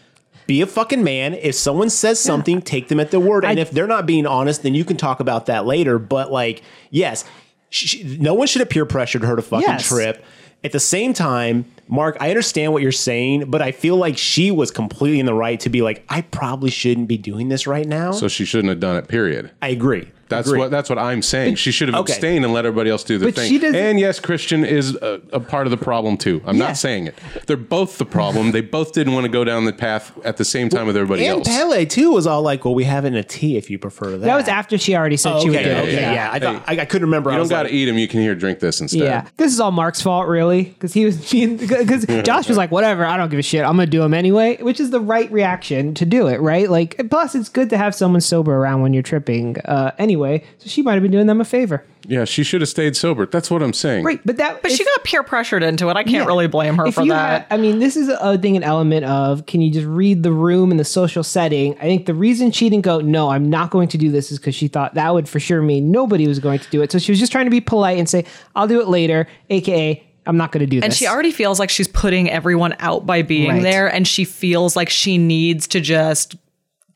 B: Be a fucking man. If someone says something, take them at their word. and
C: I-
B: if they're not being honest, then you can talk about that later. But like, yes, sh sh- no one should have peer pressured her to fucking
C: Yes.
B: trip. At the same time, Mark, I understand what you're saying, but I feel like she was completely in the right to be like, I probably shouldn't be doing this right now.
A: So she shouldn't have done it, period.
B: I agree.
A: That's
B: Agree.
A: what that's what I'm saying. She should have
B: okay.
A: abstained and let everybody else do their
C: But
A: thing.
C: she doesn't-
A: and yes, Christian is a, a part of the problem too. I'm
C: Yeah.
A: not saying it. They're both the problem. they both didn't want to go down the path at the same time with everybody
B: and
A: else.
B: Pele too was all like, "Well, we have it in a tea if you prefer that."
C: That was after she already said
B: Oh,
C: she
B: okay,
C: would do
B: okay,
C: it.
B: yeah.
C: Yeah.
B: I thought I, I couldn't remember.
A: you
B: I
A: don't
B: was
A: got to
B: like,
A: eat them. You can here drink this instead.
C: Yeah. this is all Mark's fault, really, because he was because Josh was like, "Whatever, I don't give a shit. I'm gonna do him anyway," which is the right reaction to do it, right? Like, and plus, it's good to have someone sober around when you're tripping, uh, anyway. So she might have been doing them a favor,
A: Yeah, she should have stayed sober. That's what I'm saying.
C: right? But that,
D: But she
C: if-
D: got peer pressured into it. I can't
C: Yeah.
D: really blame her
C: If
D: for
C: you
D: that.
C: had- I mean, this is a thing, an element of can you just read the room and the social setting? I think the reason she didn't go, no, I'm not going to do this, is because she thought that would for sure mean nobody was going to do it. So she was just trying to be polite and say, I'll do it later, aka I'm not going to do this.
D: and she already feels like she's putting everyone out by being
C: Right.
D: there, and she feels like she needs to just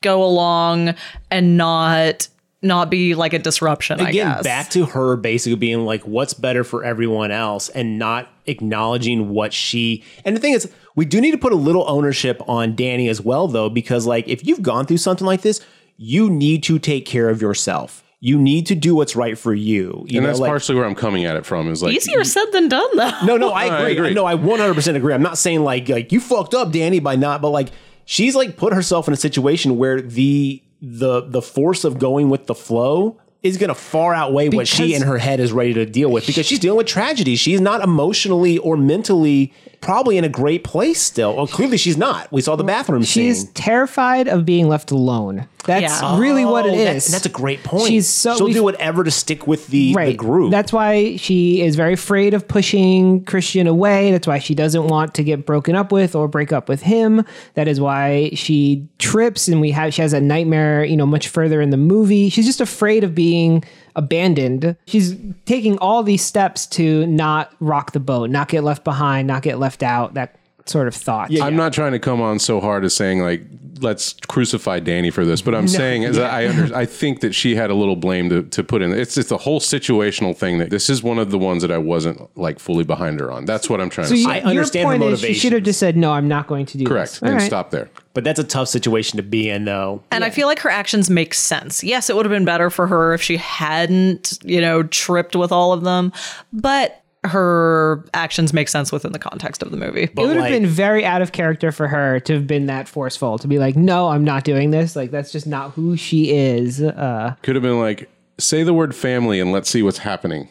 D: go along and not not be like a disruption. I
B: again
D: guess.
B: back to her basically being like, "What's better for everyone else," and not acknowledging what she. And the thing is, we do need to put a little ownership on Danny as well, though, because like if you've gone through something like this, you need to take care of yourself. You need to do what's right for you. you
A: And
B: know,
A: that's
B: like,
A: partially where I'm coming at it from. Is like
D: Easier said than done, though.
B: No, no, I agree.
A: agree.
B: No, I 100% agree. I'm not saying like like you fucked up Danny by not, but like she's like put herself in a situation where the the the force of going with the flow is going to far outweigh what she
C: Because-
B: in her head is ready to deal with because she's dealing with tragedy. She's not emotionally or mentally probably in a great place still. Well, clearly she's not. We saw the bathroom
C: She's
B: scene.
C: terrified of being left alone. That's
D: Yeah.
C: really what it
B: Oh, that-
C: is.
B: that's a great point.
C: She's so-
B: she'll
C: we-
B: do whatever to stick with the, the
C: right
B: group.
C: That's why she is very afraid of pushing Christian away. That's why she doesn't want to get broken up with or break up with him. That is why she trips and we have she has a nightmare, you know, much further in the movie. She's just afraid of being abandoned. She's taking all these steps to not rock the boat, not get left behind, not get left out, that sort of thought.
A: I'm not trying to come on so hard as saying like let's crucify Danny for this, but I'm saying is that I under, I think that she had a little blame to, to put in. It's it's the whole situational thing that this is one of the ones that I wasn't like fully behind her on. That's what I'm trying to
C: you-
A: say.
B: I understand her
C: point is she should have
B: motivations.
C: just said, No, I'm not going to do
A: Correct.
C: this. All
A: and
C: right.
A: stop there.
B: but that's a tough situation to be in though.
D: And I feel like her actions make sense. Yes, it would have been better for her if she hadn't, you know, tripped with all of them, but her actions make sense within the context of the movie.
C: it would have
B: like-
C: been very out of character for her to have been that forceful to be like no i'm not doing this like that's just not who she is uh,
A: Could have been like say the word family and let's see what's happening.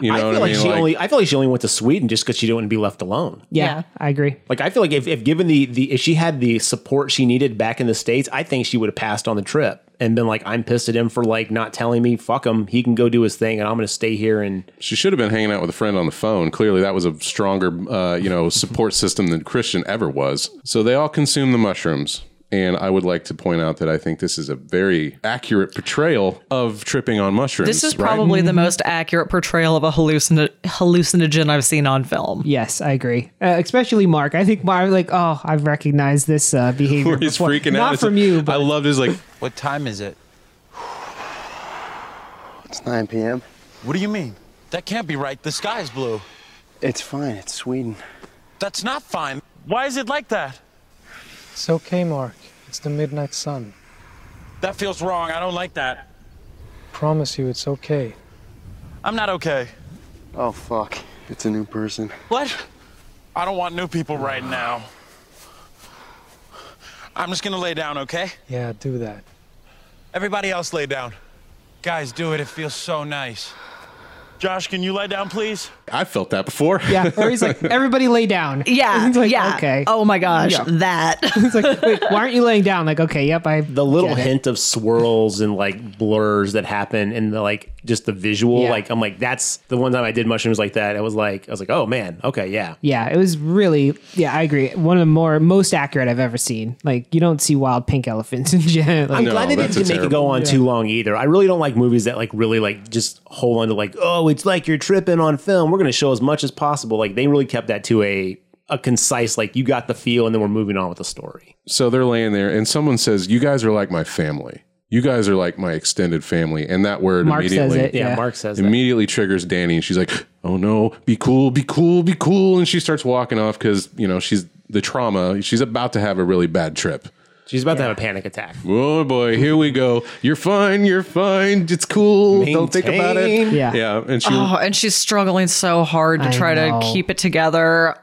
A: You know
B: I feel
A: what I
B: like
A: mean?
B: she only I feel like she only went to Sweden just because she didn't want to be left alone.
C: yeah,
D: Yeah.
C: i agree
B: Like I feel like if, if given the the if she had the support she needed back in the states, I think she would have passed on the trip and been like, I'm pissed at him for like not telling me, fuck him, he can go do his thing, and I'm gonna stay here and
A: She should have been hanging out with a friend on the phone. Clearly, that was a stronger, uh, you know, support system than Christian ever was. So they all consume the mushrooms. And I would like to point out that I think this is a very accurate portrayal of tripping on mushrooms.
D: This is
A: right?
D: probably the most accurate portrayal of a hallucin- hallucinogen I've seen on film.
C: yes i agree uh, especially mark i think mark like oh i've recognized this uh, behavior
A: He's
C: before.
A: freaking out.
C: not
A: It's-
C: from you
A: I
C: but
A: loved his like.
G: What time is it?
H: It's 9 p.m.
G: What do you mean? That can't be right. The sky is blue.
H: It's fine. It's Sweden.
G: That's not fine. Why is it like that?
F: It's okay, Mark. It's the midnight sun.
G: That feels wrong. I don't like that.
F: Promise you it's okay.
G: I'm not okay.
H: Oh, fuck. It's a new person.
G: What? I don't want new people right now. I'm just gonna lay down, okay?
F: Yeah, do that.
G: Everybody else lay down. Guys, do it. It feels so nice. Josh, can you lie down, please?
A: Mm-hmm. I felt that before.
C: yeah or he's like everybody lay down
D: Yeah.
C: He's like,
D: yeah.
C: okay
D: Oh my gosh.
C: Yeah.
D: That.
C: It's like, wait, why aren't you laying down? Like, okay, yep, I
B: the little
C: get it.
B: hint of swirls and like blurs that happen and the like just the visual,
C: Yeah.
B: like I'm like, that's the one time I did mushrooms like that. I was like I was like, Oh man, okay, yeah.
C: Yeah, it was really. Yeah, I agree. One of the more most accurate I've ever seen. Like, you don't see wild pink elephants in general. Like,
B: I'm
A: No,
B: glad they didn't
A: that's a
B: make it go
A: terrible-
B: on too long either. I really don't like movies that like really like just hold on to like, oh, it's like you're tripping on film. We're gonna show as much as possible. Like they really kept that to a a concise, like you got the feel and then we're moving on with the story.
A: So they're laying there, and someone says, "You guys are like my family. You guys are like my extended family." And that word
C: Mark says
A: immediately.
C: it, Yeah,
B: Yeah,
C: Yeah.
B: Mark says that.
A: immediately triggers Danny and she's like, "Oh no, be cool, be cool, be cool." And she starts walking off cuz, you know, she's the trauma. She's about to have a really bad trip.
B: She's about to have a panic attack.
A: Oh boy, here we go. You're fine, you're fine. It's cool. Don't think about it.
B: Maintain.
C: Yeah.
A: Yeah, and she
C: Ah.
D: oh, and she's struggling so hard to
C: I
D: try
C: know.
D: to keep it together.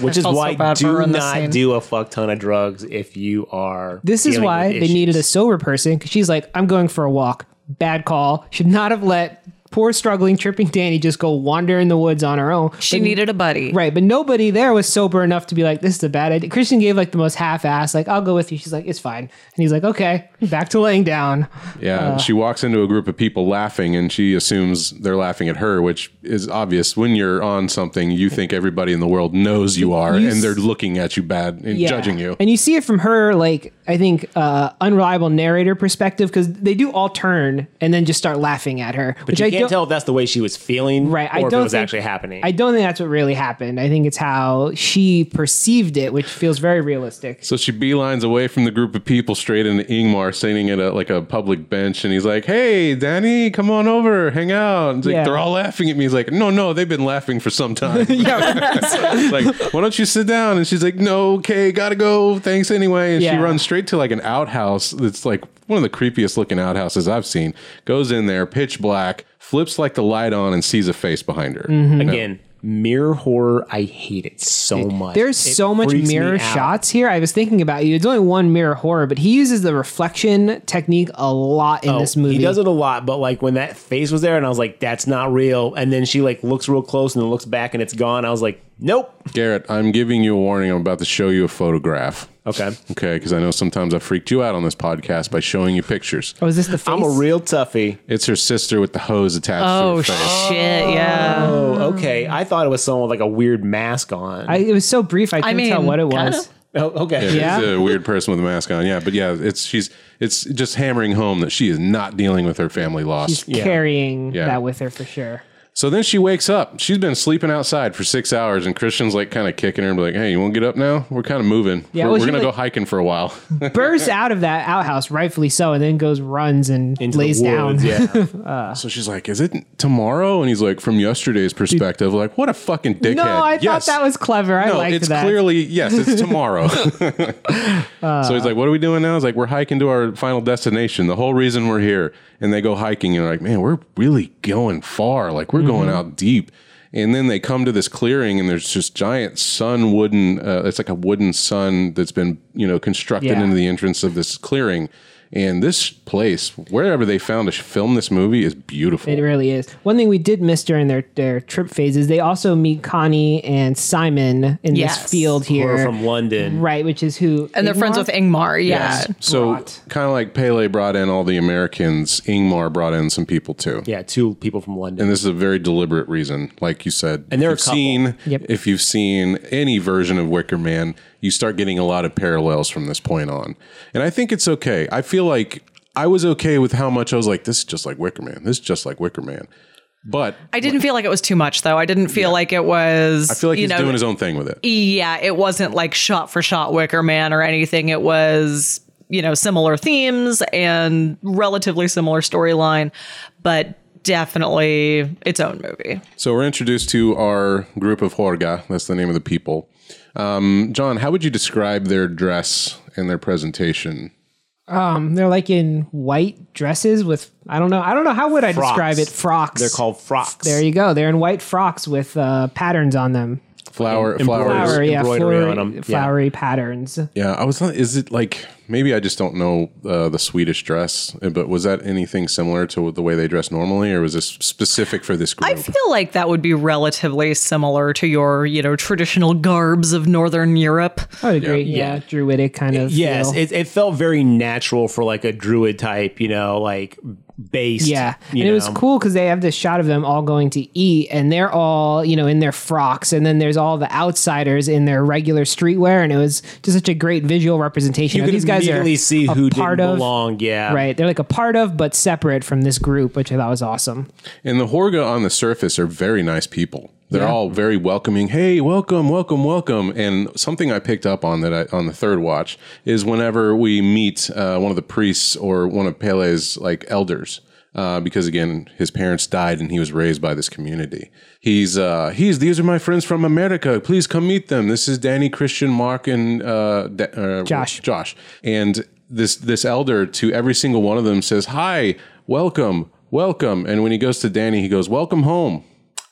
B: Which is
D: felt so
B: why
D: bad for her
B: do
D: in this
B: not
D: scene.
B: do a fuck ton of drugs if you are
C: This is
B: dealing
C: why
B: with
C: they needed a
B: issues.
C: sober person because she's like, I'm going for a walk. Bad call. Should not have let poor, struggling, tripping Danny just go wander in the woods on her own.
D: She needed a buddy.
C: Right, but nobody there was sober enough to be like, "This is a bad idea." Christian gave like the most half-ass, like, "I'll go with you." She's like, "It's fine," and he's like, "Okay, back to laying down."
A: yeah, she walks into a group of people laughing and she assumes they're laughing at her, which is obvious. When you're on something, you think everybody in the world knows you are
C: You
A: and
C: s-
A: they're looking at you bad and
C: Yeah.
A: judging you.
C: And you see it from her, like, I think, uh, unreliable narrator perspective, because they do all turn and then just start laughing at her.
B: But
C: which
B: you
C: I
B: can't
C: don't,
B: tell if that's the way she was feeling
C: Right,
B: or
C: I
B: if
C: don't
B: it was
C: think-
B: actually happening.
C: I don't think that's what really happened. I think it's how she perceived it, which feels very realistic.
A: So she beelines away from the group of people straight into Ingmar, standing at a, like a public bench, and he's like, "Hey, Danny, come on over, hang out." It's like,
C: Yeah.
A: They're all laughing at me. He's like, "No, no, they've been laughing for some time." It's like, why don't you sit down? And she's like, "No, okay, gotta go. Thanks anyway." And she
C: Yeah.
A: runs straight to like an outhouse that's like one of the creepiest looking outhouses I've
C: Mm-hmm.
A: seen. Goes in there, pitch black, flips like the light on, and sees a face behind her.
B: Again, mirror horror. I hate it so much.
C: There's
B: It
C: so much
B: freaks me
C: mirror
B: out.
C: shots here. I was thinking about you. It's only one mirror horror, but he uses the reflection technique a lot in
B: Oh,
C: this movie.
B: He does it a lot, but like when that face was there, and I was like, "That's not real." And then she like looks real close, and then looks back, and it's gone. I was like, "Nope."
A: Garrett, I'm giving you a warning. I'm about to show you a photograph.
B: Okay.
A: Okay, because I know sometimes I freaked you out on this podcast by showing you pictures.
C: Oh, is this the face?
B: I'm a real toughie.
A: It's her sister with the hose attached to her
D: Oh
A: face.
D: shit, yeah.
B: Oh, okay. I thought it was someone with like a weird mask on.
C: Mm. I, it was so brief. I couldn't
D: mean,
C: tell what it was.
D: kinda.
B: oh, okay.
C: Yeah.
A: She's a weird person with a mask on. Yeah, but yeah, it's she's it's just hammering home that she is not dealing with her family loss.
C: She's carrying
A: Yeah.
C: that with her for sure.
A: so then she wakes up. She's been sleeping outside for six hours, and Christian's like kind of kicking her and be like, "Hey, you want to get up now? We're kind of moving.
C: Yeah,
A: we're,
C: well,
A: we're
C: she
A: gonna go
C: like-
A: hiking for a while."
C: Bursts out of that outhouse, rightfully so, and then goes runs and
B: Into the
C: lays down.
B: woods, Yeah.
A: so she's like, "Is it tomorrow?" And he's like, "From yesterday's perspective, like what a fucking dickhead."
C: No, I
A: Yes.
C: thought that was clever. I
A: no,
C: liked
A: it's
C: that.
A: clearly yes, it's tomorrow. so he's like, "What are we doing now?" It's like we're hiking to our final destination. The whole reason we're here, and they go hiking, and they're like, "Man, we're really going far. Like we're
C: Mm-hmm.
A: going out deep." And then they come to this clearing, and there's just giant sun wooden. Uh, it's like a wooden sun that's been you know constructed
C: Yeah.
A: into the entrance of this clearing. And this place, wherever they found to film this movie, is beautiful.
C: It really is. One thing we did miss during their, their trip phases, they also meet Connie and Simon in
D: Yes.
C: this field
B: Or
C: here.
B: from London.
C: right, which is who.
D: And they're friends
C: Ingmar?
D: with Ingmar, yeah.
A: So
C: Brought.
A: kind of like Pele brought in all the Americans, Ingmar brought in some people too.
B: Yeah, two people from London.
A: And this is a very deliberate reason, like you said.
B: And they're
A: if
B: a
A: you've seen
B: couple.
C: Yep.
A: if you've seen any version of Wicker Man, you start getting a lot of parallels from this point on. And I think it's okay. I feel like I was okay with how much I was like, this is just like Wicker Man. This is just like Wicker Man. But
D: I didn't feel like it was too much though. I didn't feel like it was
A: I feel like
D: you
A: he's
D: know,
A: doing his own thing with it.
D: yeah, it wasn't like shot for shot Wicker Man or anything. It was, you know, similar themes and relatively similar storyline, but definitely its own movie.
A: So we're introduced to our group of Horga. That's the name of the people. Um, John, how would you describe their dress and their presentation?
C: Um, they're like in white dresses with I don't know. I don't know how would I
B: Frocks.
C: describe it. Frocks.
B: They're called frocks.
C: There you go. They're in white frocks with uh, patterns on them.
A: Flower,
B: Embroidered.
A: flowers.
C: Flower, yeah,
B: embroidery
C: flowery,
B: on 'em, yeah.
C: flowery patterns.
A: Yeah, I was. not- Is it like maybe I just don't know uh, the Swedish dress? But was that anything similar to the way they dress normally, or was this specific for this
D: I
A: group?
D: feel like that would be relatively similar to your, you know, traditional garbs of Northern Europe.
C: I would agree. Yeah, druidic kind of.
B: Yes,
C: feel.
B: it, it felt very natural for like a druid type, you know, like based.
C: yeah, and
B: you
C: it was
B: know.
C: cool because they have this shot of them all going to eat, and they're all you know in their frocks, and then there's all the outsiders in their regular streetwear, and it was just such a great visual representation.
B: You
C: of
B: could
C: these guys
B: immediately
C: are
B: see
C: a
B: who
C: part
B: didn't
C: of,
B: belong. Yeah,
C: Right, they're like a part of but separate from this group, which I thought was awesome.
A: and the Horga on the surface are very nice people. They're all very welcoming. Hey, welcome, welcome, welcome. And something I picked up on that I, on the third watch is whenever we meet uh, one of the priests or one of Pele's like elders, uh, because again, his parents died and he was raised by this community. He's uh, he's these are my friends from America. Please come meet them. This is Danny, Christian, Mark, and uh, Da- uh,
C: Josh.
A: Josh. And this this elder to every single one of them says, "Hi, welcome, welcome." And when he goes to Danny, he goes, "Welcome home."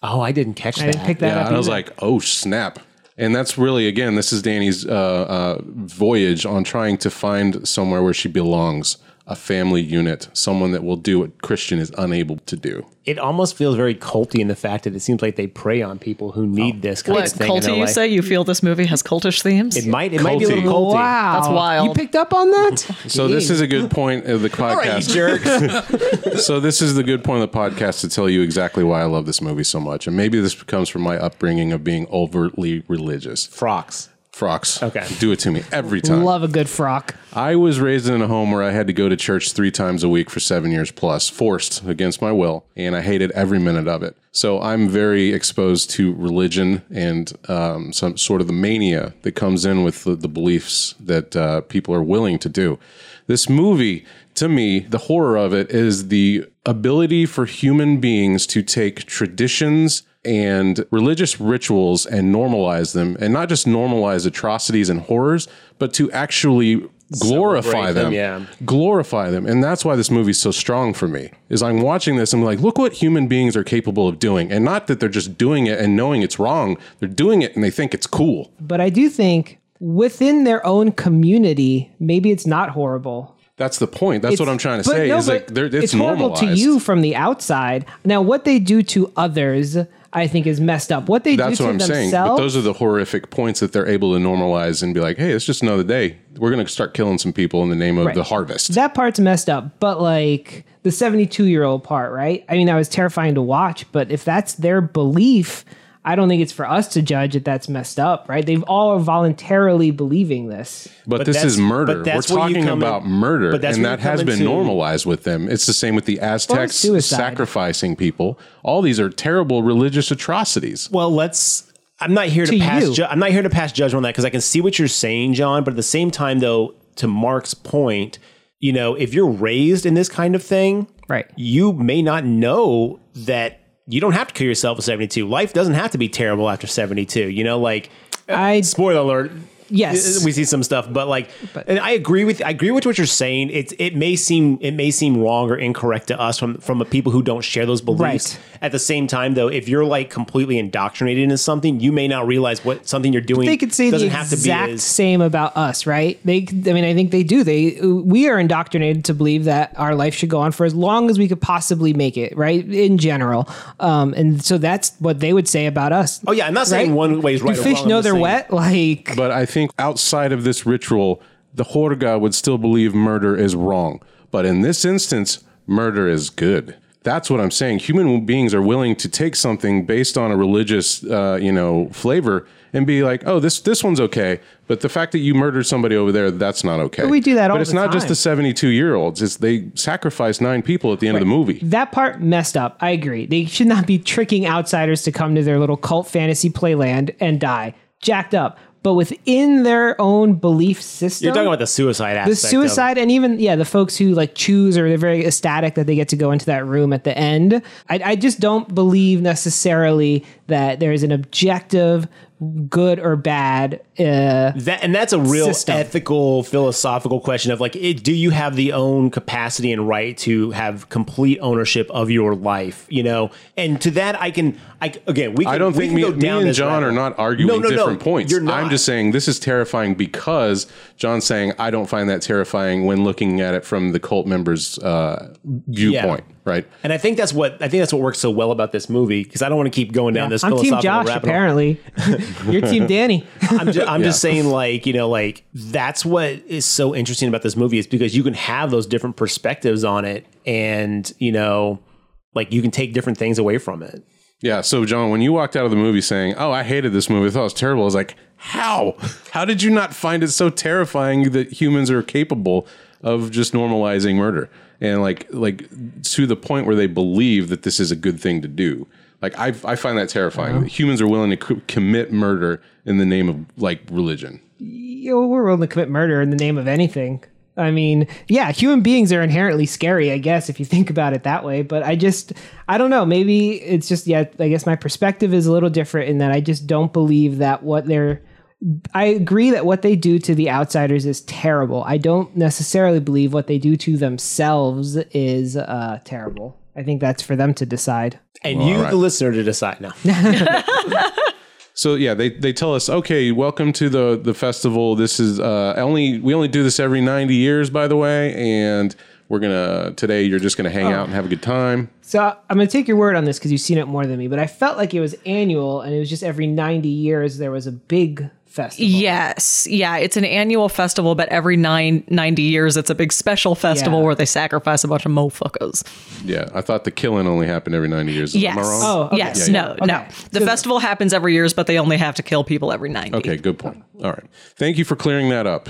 B: Oh, I didn't catch
C: I
B: that.
C: didn't pick that
A: Yeah,
C: up.
A: and I was
C: either.
A: like, "Oh snap!" And that's really again, this is Danny's uh, uh, voyage on trying to find somewhere where she belongs, a family unit, someone that will do what Christian is unable to do.
B: it almost feels very culty in the fact that it seems like they prey on people who need this kind
D: What
B: of thing. in their
D: culty you
B: life.
D: say? You feel this movie has cultish themes?
B: It might, it might be a little culty.
C: wow,
D: That's wild.
C: You picked up on that.
A: So this is a good point of the podcast. so this is the good point of the podcast to tell you exactly why I love this movie so much, and maybe this comes from my upbringing of being overtly religious.
B: Frocks.
A: Frocks,
B: Okay.
A: do it to me every time.
C: love a good frock.
A: I was raised in a home where I had to go to church three times a week for seven years plus, forced against my will, and I hated every minute of it. So I'm very exposed to religion and um, some sort of the mania that comes in with the, the beliefs that uh, people are willing to do. This movie, to me, the horror of it is the ability for human beings to take traditions and religious rituals and normalize them, and not just normalize atrocities and horrors, but to actually glorify
B: Celebrate
A: them,
B: them, yeah.
A: glorify them and that's why this movie's so strong for me is i'm watching this and I'm like look what human beings are capable of doing and not that they're just doing it and knowing it's wrong they're doing it and they think it's cool
C: But I do think within their own community, maybe it's not horrible.
A: that's the point that's what
C: It's-
A: i'm trying to
C: but
A: say
C: no,
A: is like
C: but
A: they're, it's,
C: horrible
A: normalized
C: to you from the outside. Now, what they do to others, I think, is messed up. What they
A: that's
C: do
A: what
C: to
A: i'm
C: themselves,
A: saying but those are the horrific points that they're able to normalize and be like hey it's just another day we're going to start killing some people in the name of the harvest
C: that part's messed up. But like the seventy-two-year-old part, right? I mean, that was terrifying to watch. But if that's their belief, I don't think it's for us to judge if that's messed up, right? They've all are voluntarily believing this.
A: But,
B: But
A: this
B: that's-
A: is murder.
B: but
A: We're
B: that's where you
A: talking
B: come in-
A: about murder,
B: but that's
A: and
B: where you
A: that has
B: come
A: been
B: into-
A: normalized with them. It's the same with the Aztecs
C: suicide.
A: sacrificing people. All these are terrible religious atrocities.
B: Well, let's. I'm not here to,
C: To
B: pass.
C: you.
B: Ju- I'm not here to pass judgment on that because I can see what you're saying, John. But at the same time, though, to Mark's point, you know, if you're raised in this kind of thing,
C: Right.
B: you may not know that you don't have to kill yourself at 72. Life doesn't have to be terrible after 72. You know, like
C: I
B: spoiler alert.
C: Yes.
B: Eh, we see some stuff, but like, and I agree with I agree with what you're saying. It's it may seem it may seem wrong or incorrect to us from from people who don't share those beliefs.
C: Right.
B: At the same time, though, if you're like completely indoctrinated into something, you may not realize what something you're doing.
C: they could say the
B: doesn't
C: exact
B: have to be as
C: same about us, right? They, I mean, I think they do. They, we are indoctrinated to believe that our life should go on for as long as we could possibly make it, right? In general, um, and so that's what they would say about us.
B: Oh yeah, I'm not saying
C: Right?
B: one way is
C: Do
B: right. or
C: fish
B: wrong,
C: know
B: I'm just
C: they're
B: saying-
C: wet? Like,
A: But I think outside of this ritual, the Horga would still believe murder is wrong. But in this instance, murder is good. That's what I'm saying. Human beings are willing to take something based on a religious, uh, you know, flavor and be like, "Oh, this this one's okay," but the fact that you murdered somebody over there, that's not okay.
C: We do that
A: But
C: all
A: it's
C: the
A: not just
C: time.
A: the 72 year olds. It's they sacrificed nine people at the end of the movie.
C: that part messed up. I agree. They should not be tricking outsiders to come to their little cult fantasy playland and die. Jacked up. But within their own belief system,
B: You're talking about the suicide aspect.
C: the
B: of it.
C: suicide and even yeah the folks who like choose or they're very ecstatic that they get to go into that room at the end i, I just don't believe necessarily that there is an objective good or bad uh,
B: That and that's a real
C: System.
B: ethical, philosophical question of like, it, do you have the own capacity and right to have complete ownership of your life? You know, and to that, I can, I again, we. Can,
A: I don't
B: we
A: think
B: can
A: me,
B: go
A: me
B: down
A: and
B: this
A: John
B: rabbit
A: are
B: hole.
A: not arguing
B: No, no, no,
A: different points.
B: You're not.
A: I'm just saying this is terrifying because John's saying I don't find that terrifying when looking at it from the cult members' uh, viewpoint, right?
B: and I think that's what I think that's what works so well about this movie because I don't want to keep going down this
C: i'm team
B: philosophical
C: josh
B: rabbit hole.
C: apparently you're team danny
B: I'm just, I'm just saying, like, you know, like that's what is so interesting about this movie is because you can have those different perspectives on it, and you know, like you can take different things away from it.
A: Yeah. So John, when you walked out of the movie saying, "Oh, I hated this movie. I thought it was terrible," I was like, "How? How did you not find it so terrifying that humans are capable of just normalizing murder and like like to the point where they believe that this is a good thing to do?" Like I, I find that terrifying. That humans are willing to co- commit murder in the name of like religion.
C: you know, we're willing to commit murder in the name of anything. I mean, yeah, human beings are inherently scary, I guess, if you think about it that way. But I just, I don't know. Maybe it's just, yeah, I guess my perspective is a little different in that I just don't believe that what they're. I agree that what they do to the outsiders is terrible. I don't necessarily believe what they do to themselves is uh, terrible. I think that's for them to decide.
B: and you, the listener, to decide. No,
A: So yeah, they, they tell us, okay, welcome to the the festival. This is uh, only we only do this every ninety years, by the way, and we're gonna today you're just gonna hang out and have a good time.
C: So I'm going to take your word on this because you've seen it more than me, but I felt like it was annual and it was just every 90 years there was a big festival.
D: Yes. Yeah. It's an annual festival, but every nine, 90 years, it's a big special festival
C: Yeah.
D: where they sacrifice a bunch of mofuckers.
A: Yeah, I thought the killing only happened every ninety years.
D: Yes.
A: Am I wrong?
C: Oh, okay.
D: Yes.
A: Yeah,
D: No, no. The festival happens every years, but they only have to kill people every 90.
A: Okay, good point. All right, thank you for clearing that up.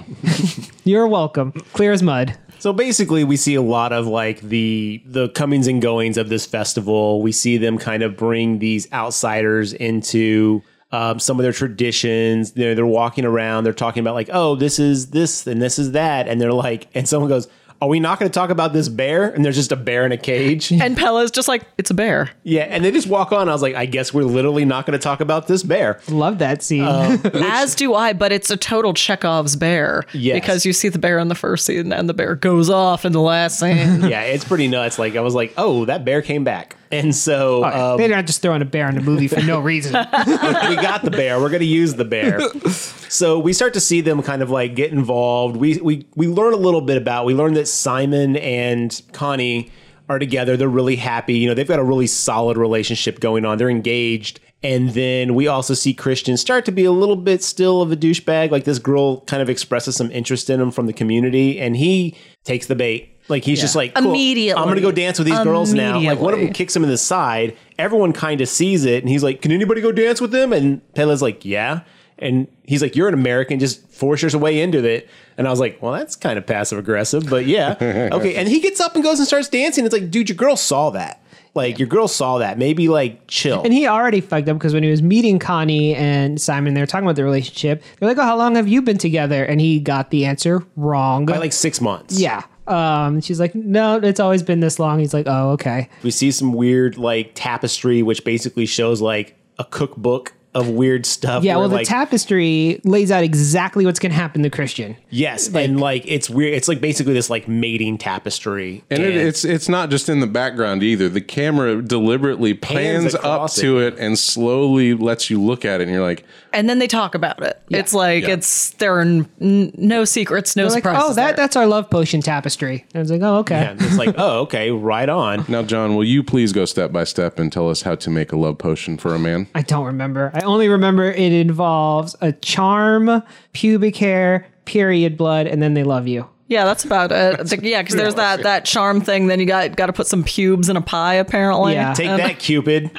C: You're welcome. Clear as mud.
B: so basically, we see a lot of like the the comings and goings of this festival. We see them kind of bring these outsiders into. Um, some of their traditions, they're, they're walking around, they're talking about like, oh, this is this and this is that, and they're like, and someone goes, Are we not going to talk about this bear? And there's just a bear in a cage.
D: And Pella's just like, it's a bear.
B: yeah, and they just walk on. I was like, I guess we're literally not going to talk about this bear.
C: Love that scene.
B: Um,
D: As do I, but it's a total Chekhov's bear.
B: Yes.
D: Because you see the bear in the first scene and the bear goes off in the last scene.
B: yeah, it's pretty nuts. Like I was like, oh, that bear came back, and so um,
C: They're not just throwing a bear in the movie for no reason.
B: we got the bear. We're going to use the bear. So we start to see them kind of like get involved. We we we learn a little bit about. We learn that Simon and Connie are together. They're really happy. You know, they've got a really solid relationship going on. They're engaged. And then we also see Christian start to be a little bit still of a douchebag. Like this girl kind of expresses some interest in him from the community, and he takes the bait. Like he's just like cool,
D: Immediately.
B: I'm gonna go dance with these girls now. Like one of them
D: Immediately.
B: kicks him in the side. Everyone kind of sees it, and he's like, "Can anybody go dance with them?" And Pela's like, "Yeah." And he's like, "You're an American. Just force your way into it." And I was like, "Well, that's kind of passive aggressive, but yeah, okay." And he gets up and goes and starts dancing. It's like, dude, your girl saw that. Like your girl saw that. Maybe like chill.
C: And he already fucked up because when he was meeting Connie and Simon, they were talking about their relationship. They're like, "Oh, how long have you been together?" And he got the answer wrong.
B: by like six months.
C: yeah. Um, she's like, "No, it's always been this long." He's like, "Oh, okay."
B: We see some weird like tapestry, which basically shows like a cookbook of weird stuff.
C: Yeah.
B: where,
C: Well, the
B: like,
C: tapestry lays out exactly what's going to happen to Christian.
B: Yes, and like it's weird. It's like basically this like mating tapestry,
A: And it, it's it's not just in the background either. The camera deliberately pans up
B: across
A: to it and slowly lets you look at it, and you're like,
D: and then they talk about it. It's like, it's, there are n- n- no secrets, no
C: They're like,
D: surprises.
C: "Oh, that
D: there."
C: that's our love potion tapestry." And I was like, "Oh, okay."
B: and it's like oh okay, right on.
A: "Now, John, will you please go step by step and tell us how to make a love potion for a man?"
C: I don't remember. I only remember it involves a charm, pubic hair, period blood, and then they love you.
D: Yeah, that's about it. The- yeah, because there's that that charm thing. Then you got got to put some pubes in a pie, apparently.
C: Yeah.
B: Take that, Cupid.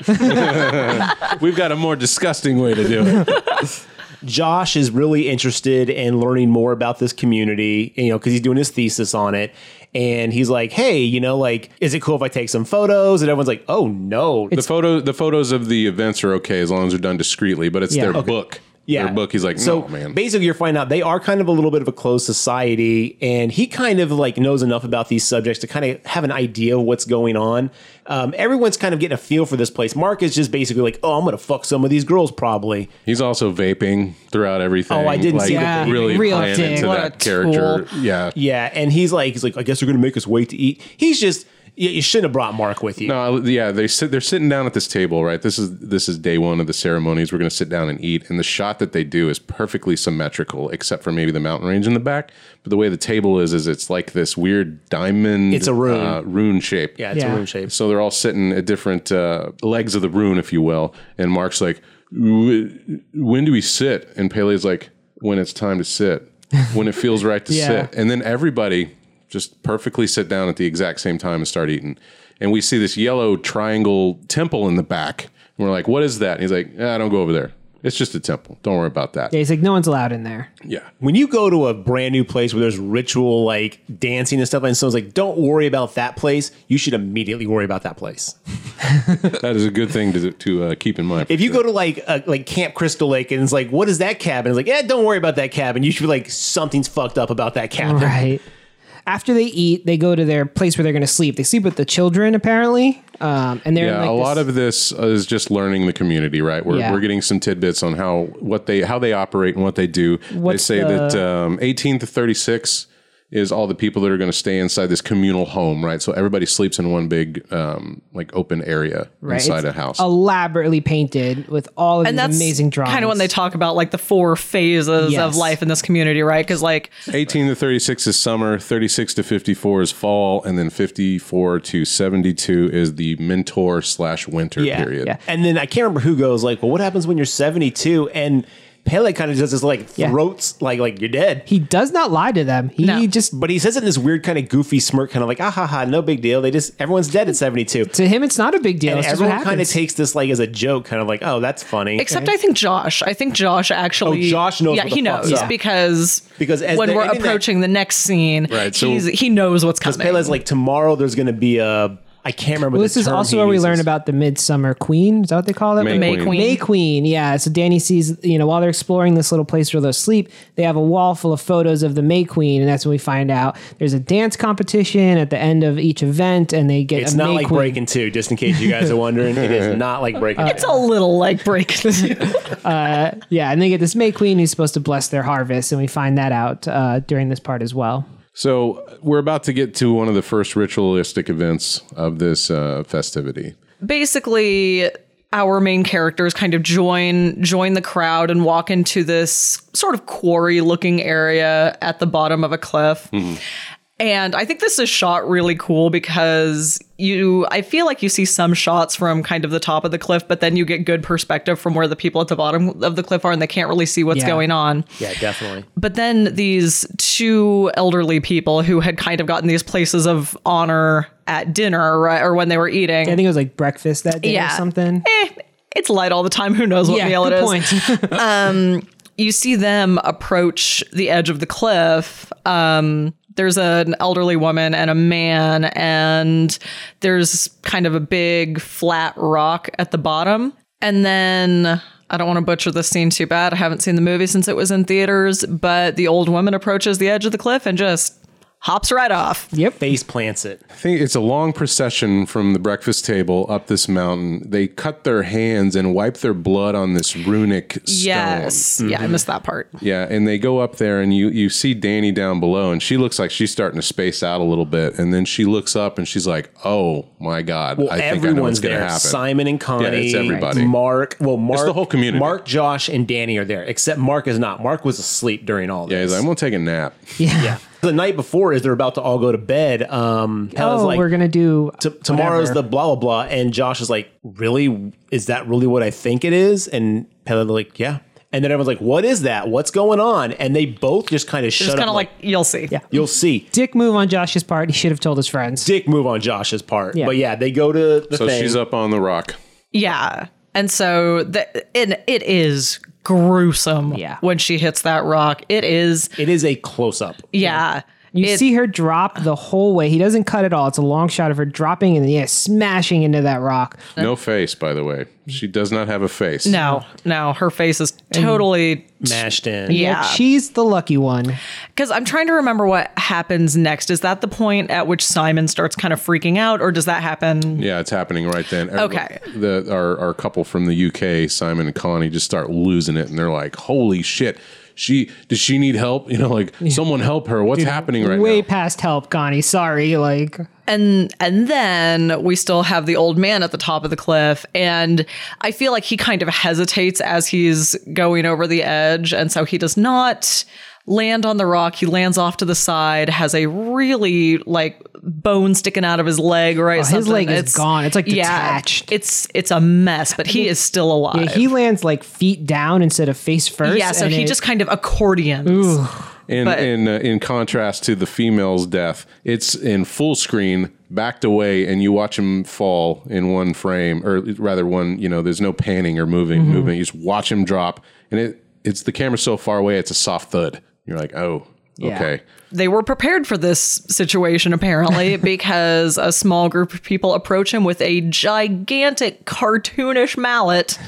A: We've got a more disgusting way to do it.
B: Josh is really interested in learning more about this community, you know, because he's doing his thesis on it. And he's like, hey, you know, like, is it cool if I take some photos? And everyone's like, oh no,
A: the photo, the photos of the events are okay as long as they're done discreetly, but it's
C: Yeah.
A: their
C: Okay.
A: book. Their book. He's like, no,
B: so
A: man.
B: Basically, you're finding out they are kind of a little bit of a closed society, and he kind of like knows enough about these subjects to kind of have an idea of what's going on. Um, everyone's kind of getting a feel for this place. Mark is just basically like, oh, I'm gonna fuck some of these girls probably.
A: He's also vaping throughout everything.
B: Oh, I didn't
A: like,
B: see
C: that.
A: Really
C: Real
A: playing
C: dick.
A: into
D: What a
A: that character.
D: tool.
A: Yeah.
B: Yeah, and he's like, he's like, I guess they're gonna make us wait to eat. He's just, you, you shouldn't have brought Mark with you.
A: No, I- Uh, yeah, they sit. They're sitting down at this table, right? This is this is day one of the ceremonies. We're going to sit down and eat. And the shot that they do is perfectly symmetrical, except for maybe the mountain range in the back. But the way the table is, is it's like this weird diamond.
B: It's a rune.
A: uh, rune shape.
B: Yeah, it's
C: Yeah.
B: a room shape.
A: So they're all sitting at different uh, legs of the rune, if you will. And Mark's like, "W- "When do we sit?" And Pele's like, "When it's time to sit. When it feels right to
C: Yeah.
A: sit." And then everybody just perfectly sit down at the exact same time and start eating. And we see this yellow triangle temple in the back. And we're like, "What is that?" And he's like, ah, "Don't go over there. It's just a temple. Don't worry about that."
C: He's like, "No one's allowed in there."
A: Yeah.
B: When you go to a brand new place where there's ritual like dancing and stuff, and someone's like, don't worry about that place, you should immediately worry about that place.
A: That is a good thing to to uh, keep in mind.
B: If you go to like a, like Camp Crystal Lake and it's like, what is that cabin? It's like, yeah, don't worry about that cabin. You should be like, something's fucked up about that cabin.
C: Right. After they eat, they go to their place where they're going to sleep. They sleep with the children, apparently. Um, and they're in,
A: Yeah,
C: like
A: a
C: this-
A: lot of this is just learning the community, right? We're,
C: Yeah.
A: we're getting some tidbits on how what they how they operate and what they do.
C: What's
A: they say
C: the-
A: that um, 18 to 36 is all the people that are going to stay inside this communal home, right? So everybody sleeps in one big um, like open area
C: right?
A: inside
C: It's
A: a house.
C: elaborately painted with all of
D: And
C: these
D: that's
C: amazing drawings.
D: Kind of when they talk about like the four phases
C: Yes.
D: of life in this community, right? Because like
A: 18 to 36 is summer, 36 to 54 is fall, and then 54 to 72 is the mentor slash winter
B: Yeah.
A: period.
C: Yeah.
B: And then I can't remember who goes like, well, what happens when you're 72? And Pele kind of does this like
C: Yeah.
B: throats, like like you're dead.
C: He does not lie to them. He
D: No.
C: just
B: But he says it in this weird kind of goofy smirk, kind of like, ah ha ha, no big deal. They just everyone's dead at 72.
C: to him, it's not a big deal.
B: And
C: It's just
B: everyone
C: what
B: kind of
C: happens.
B: takes this like as a joke, kind of like, oh, that's funny.
D: Except I think Josh. I think Josh actually.
B: Oh, Josh knows
D: Yeah,
B: what the
D: he
B: fuck's
D: knows
B: up.
D: because
B: Because as
D: when
B: they're
D: we're
B: ending that-
D: approaching the next scene,
A: Right, so-
D: he's, he knows what's coming.
B: Pele's like, tomorrow there's going to be a I can't remember.
C: Well,
B: the
C: this is
B: term
C: also
B: he
C: where we
B: uses.
C: learn about the Midsummer Queen. Is that what they call it?
A: May May Queen.
D: Queen.
C: May Queen. Yeah. So Danny sees, you know, while they're exploring this little place where they'll sleep, they have a wall full of photos of the May Queen, and that's when we find out there's a dance competition at the end of each event, and they get
B: It's
C: a
B: not
C: May
B: like
C: Queen.
B: Breaking Two, just in case you guys are wondering. it is not like Breaking.
A: Uh,
D: It's a little like breaking.
C: Yeah, and they get this May Queen who's supposed to bless their harvest, and we find that out uh, during this part as well.
A: So we're about to get to one of the first ritualistic events of this uh, festivity.
D: basically our main characters kind of join join the crowd and walk into this sort of quarry looking area at the bottom of a cliff. And I think this is shot really cool because you I feel like you see some shots from kind of the top of the cliff but then you get good perspective from where the people at the bottom of the cliff are and they can't really see what's
C: Yeah.
D: going on.
B: yeah, definitely.
D: But then these two elderly people who had kind of gotten these places of honor at dinner right, or when they were eating
C: I think it was like breakfast that day or
D: Yeah.
C: something.
D: it's light all the time. Who knows what
C: yeah,
D: meal it
C: good
D: is?
C: point.
D: You see them approach the edge of the cliff. Um, there's an elderly woman and a man, and there's kind of a big flat rock at the bottom. And then I don't want to butcher this scene too bad. I haven't seen the movie since it was in theaters, but the old woman approaches the edge of the cliff and just hops right off.
B: Face plants it.
A: I think it's a long procession from the breakfast table up this mountain. They cut their hands and wipe their blood on this runic stone.
D: Yes. Yeah, I missed that part.
A: Yeah, and they go up there, and you you see Danny down below, and she looks like she's starting to space out a little bit, and then she looks up, and she's like, "Oh my god,
B: Well,
A: I think I know what's
B: everyone's
A: going to
B: there.
A: happen."
B: Simon and Connie.
A: Yeah, it's everybody.
B: Mark. Well, Mark.
A: the whole community.
B: Mark, Josh, and Danny are there, except Mark is not. Mark was asleep during all this.
A: yeah, he's like, "I'm going to take a nap."
B: the night before is they're about to all go to bed. Um, I was
C: oh,
B: like,
C: we're gonna do
B: "T- tomorrow's
C: whatever.
B: the blah blah blah, and Josh is like, really? Is that really what I think it is? And Pella like, yeah. And then everyone's like, what is that? What's going on? And they both just kind of shut
D: Just
B: up.
D: kind of like, you'll see. Yeah.
B: you'll see.
C: dick move on Josh's part. He should have told his friends.
B: Dick move on Josh's part,
C: Yeah.
B: but yeah, they go to the
A: So
B: thing.
A: she's up on the rock.
D: Yeah. And so the, it, it is gruesome
C: Yeah.
D: when she hits that rock. It is,
B: It is a close up.
D: yeah.
C: You
D: It-
C: see her drop the whole way. He doesn't cut at all. It's a long shot of her dropping and yeah, smashing into that rock.
A: No face, by the way. She does not have a face.
D: No, no, her face is totally.
B: Mashed in.
D: Yeah.
C: Like, she's the lucky one.
D: Because I'm trying to remember what happens next. Is that the point at which Simon starts kind of freaking out, or does that happen?
A: Yeah, it's happening right then. Every-
D: Okay.
A: The our our couple from the UK, Simon and Connie, just start losing it, and they're like, "Holy shit! She does she need help? You know, like someone help her. What's happening right
C: way
A: now?"
C: past help, Connie. Sorry. Like
D: And and then we still have the old man at the top of the cliff, and I feel like he kind of hesitates as he's going over the edge, and so he does not land on the rock. He lands off to the side, has a really like bone sticking out of his leg, right?
C: Oh, his
D: something.
C: leg is gone. It's, like, detached.
D: It's it's a mess, but he is still alive.
C: yeah, he lands like feet down instead of face first.
D: Yeah, so
C: and
D: he
C: it-
D: just kind of accordions.
A: In
D: But-
A: in uh, in contrast to the female's death, it's in full screen, backed away, and you watch him fall in one frame, or rather one. You know, there's no panning or moving
C: Mm-hmm.
A: movement. You just watch him drop, and it it's the camera so far away, it's a soft thud. You're like, "Oh,
C: Yeah.
A: okay."
D: They were prepared for this situation, apparently, because a small group of people approach him with a gigantic cartoonish mallet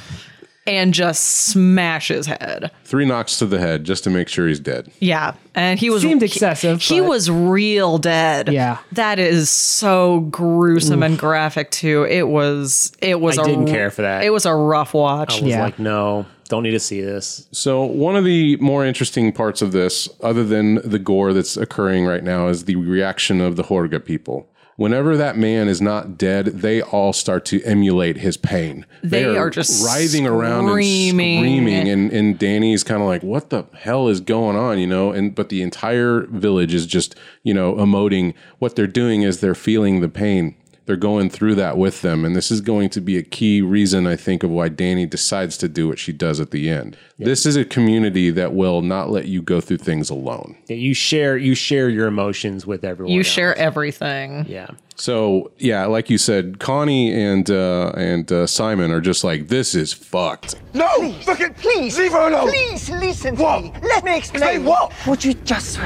D: and just smash his head.
A: Three knocks to the head just to make sure he's dead.
D: Yeah. And he was
C: Seemed excessive,
D: He, he
C: but-
D: was real dead.
C: Yeah.
D: That is so gruesome and graphic too. It was it was
B: I
D: a
B: didn't
D: r-
B: care for that.
D: It was a rough watch.
B: I was
C: Yeah.
B: like, no, don't need to see this.
A: So, one of the more interesting parts of this, other than the gore that's occurring right now, is the reaction of the Horga people. Whenever that man is not dead, they all start to emulate his pain.
D: They are just
A: writhing around and
D: screaming.
A: screaming, and and Danny's kind of like, "What the hell is going on?" You know, and but the entire village is just you know emoting. What they're doing is they're feeling the pain. They're going through that with them, and this is going to be a key reason I think of why Danny decides to do what she does at the end. This is a community that will not let you go through things alone.
B: Yeah, You share you share your emotions with everyone.
D: You
B: else.
D: share everything.
B: Yeah.
A: So yeah, like you said, Connie and uh, and uh, Simon are just like, "This is fucked."
I: No! Please, Look at please, leave her alone. Please listen to
J: What?
I: me. Let me explain.
J: Explain what?
I: What you just saw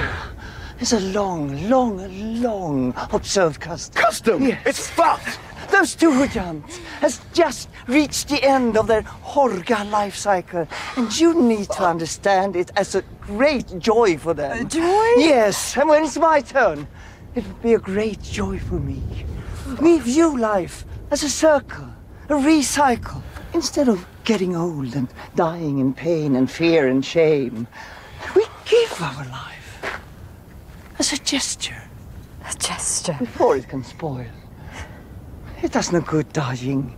H: It's a long, long, long observed custom. Custom? It's fucked! Those two hooligans has just reached the end of their Horga life cycle, and you need to understand it as a great joy for them. joy? Yes, and when it's my turn, it would be a great joy for me. We view life as a circle, a recycle, instead of getting old and dying in pain and fear and shame. We give our life as a gesture
I: A gesture.
H: before it can spoil. It does no good dying,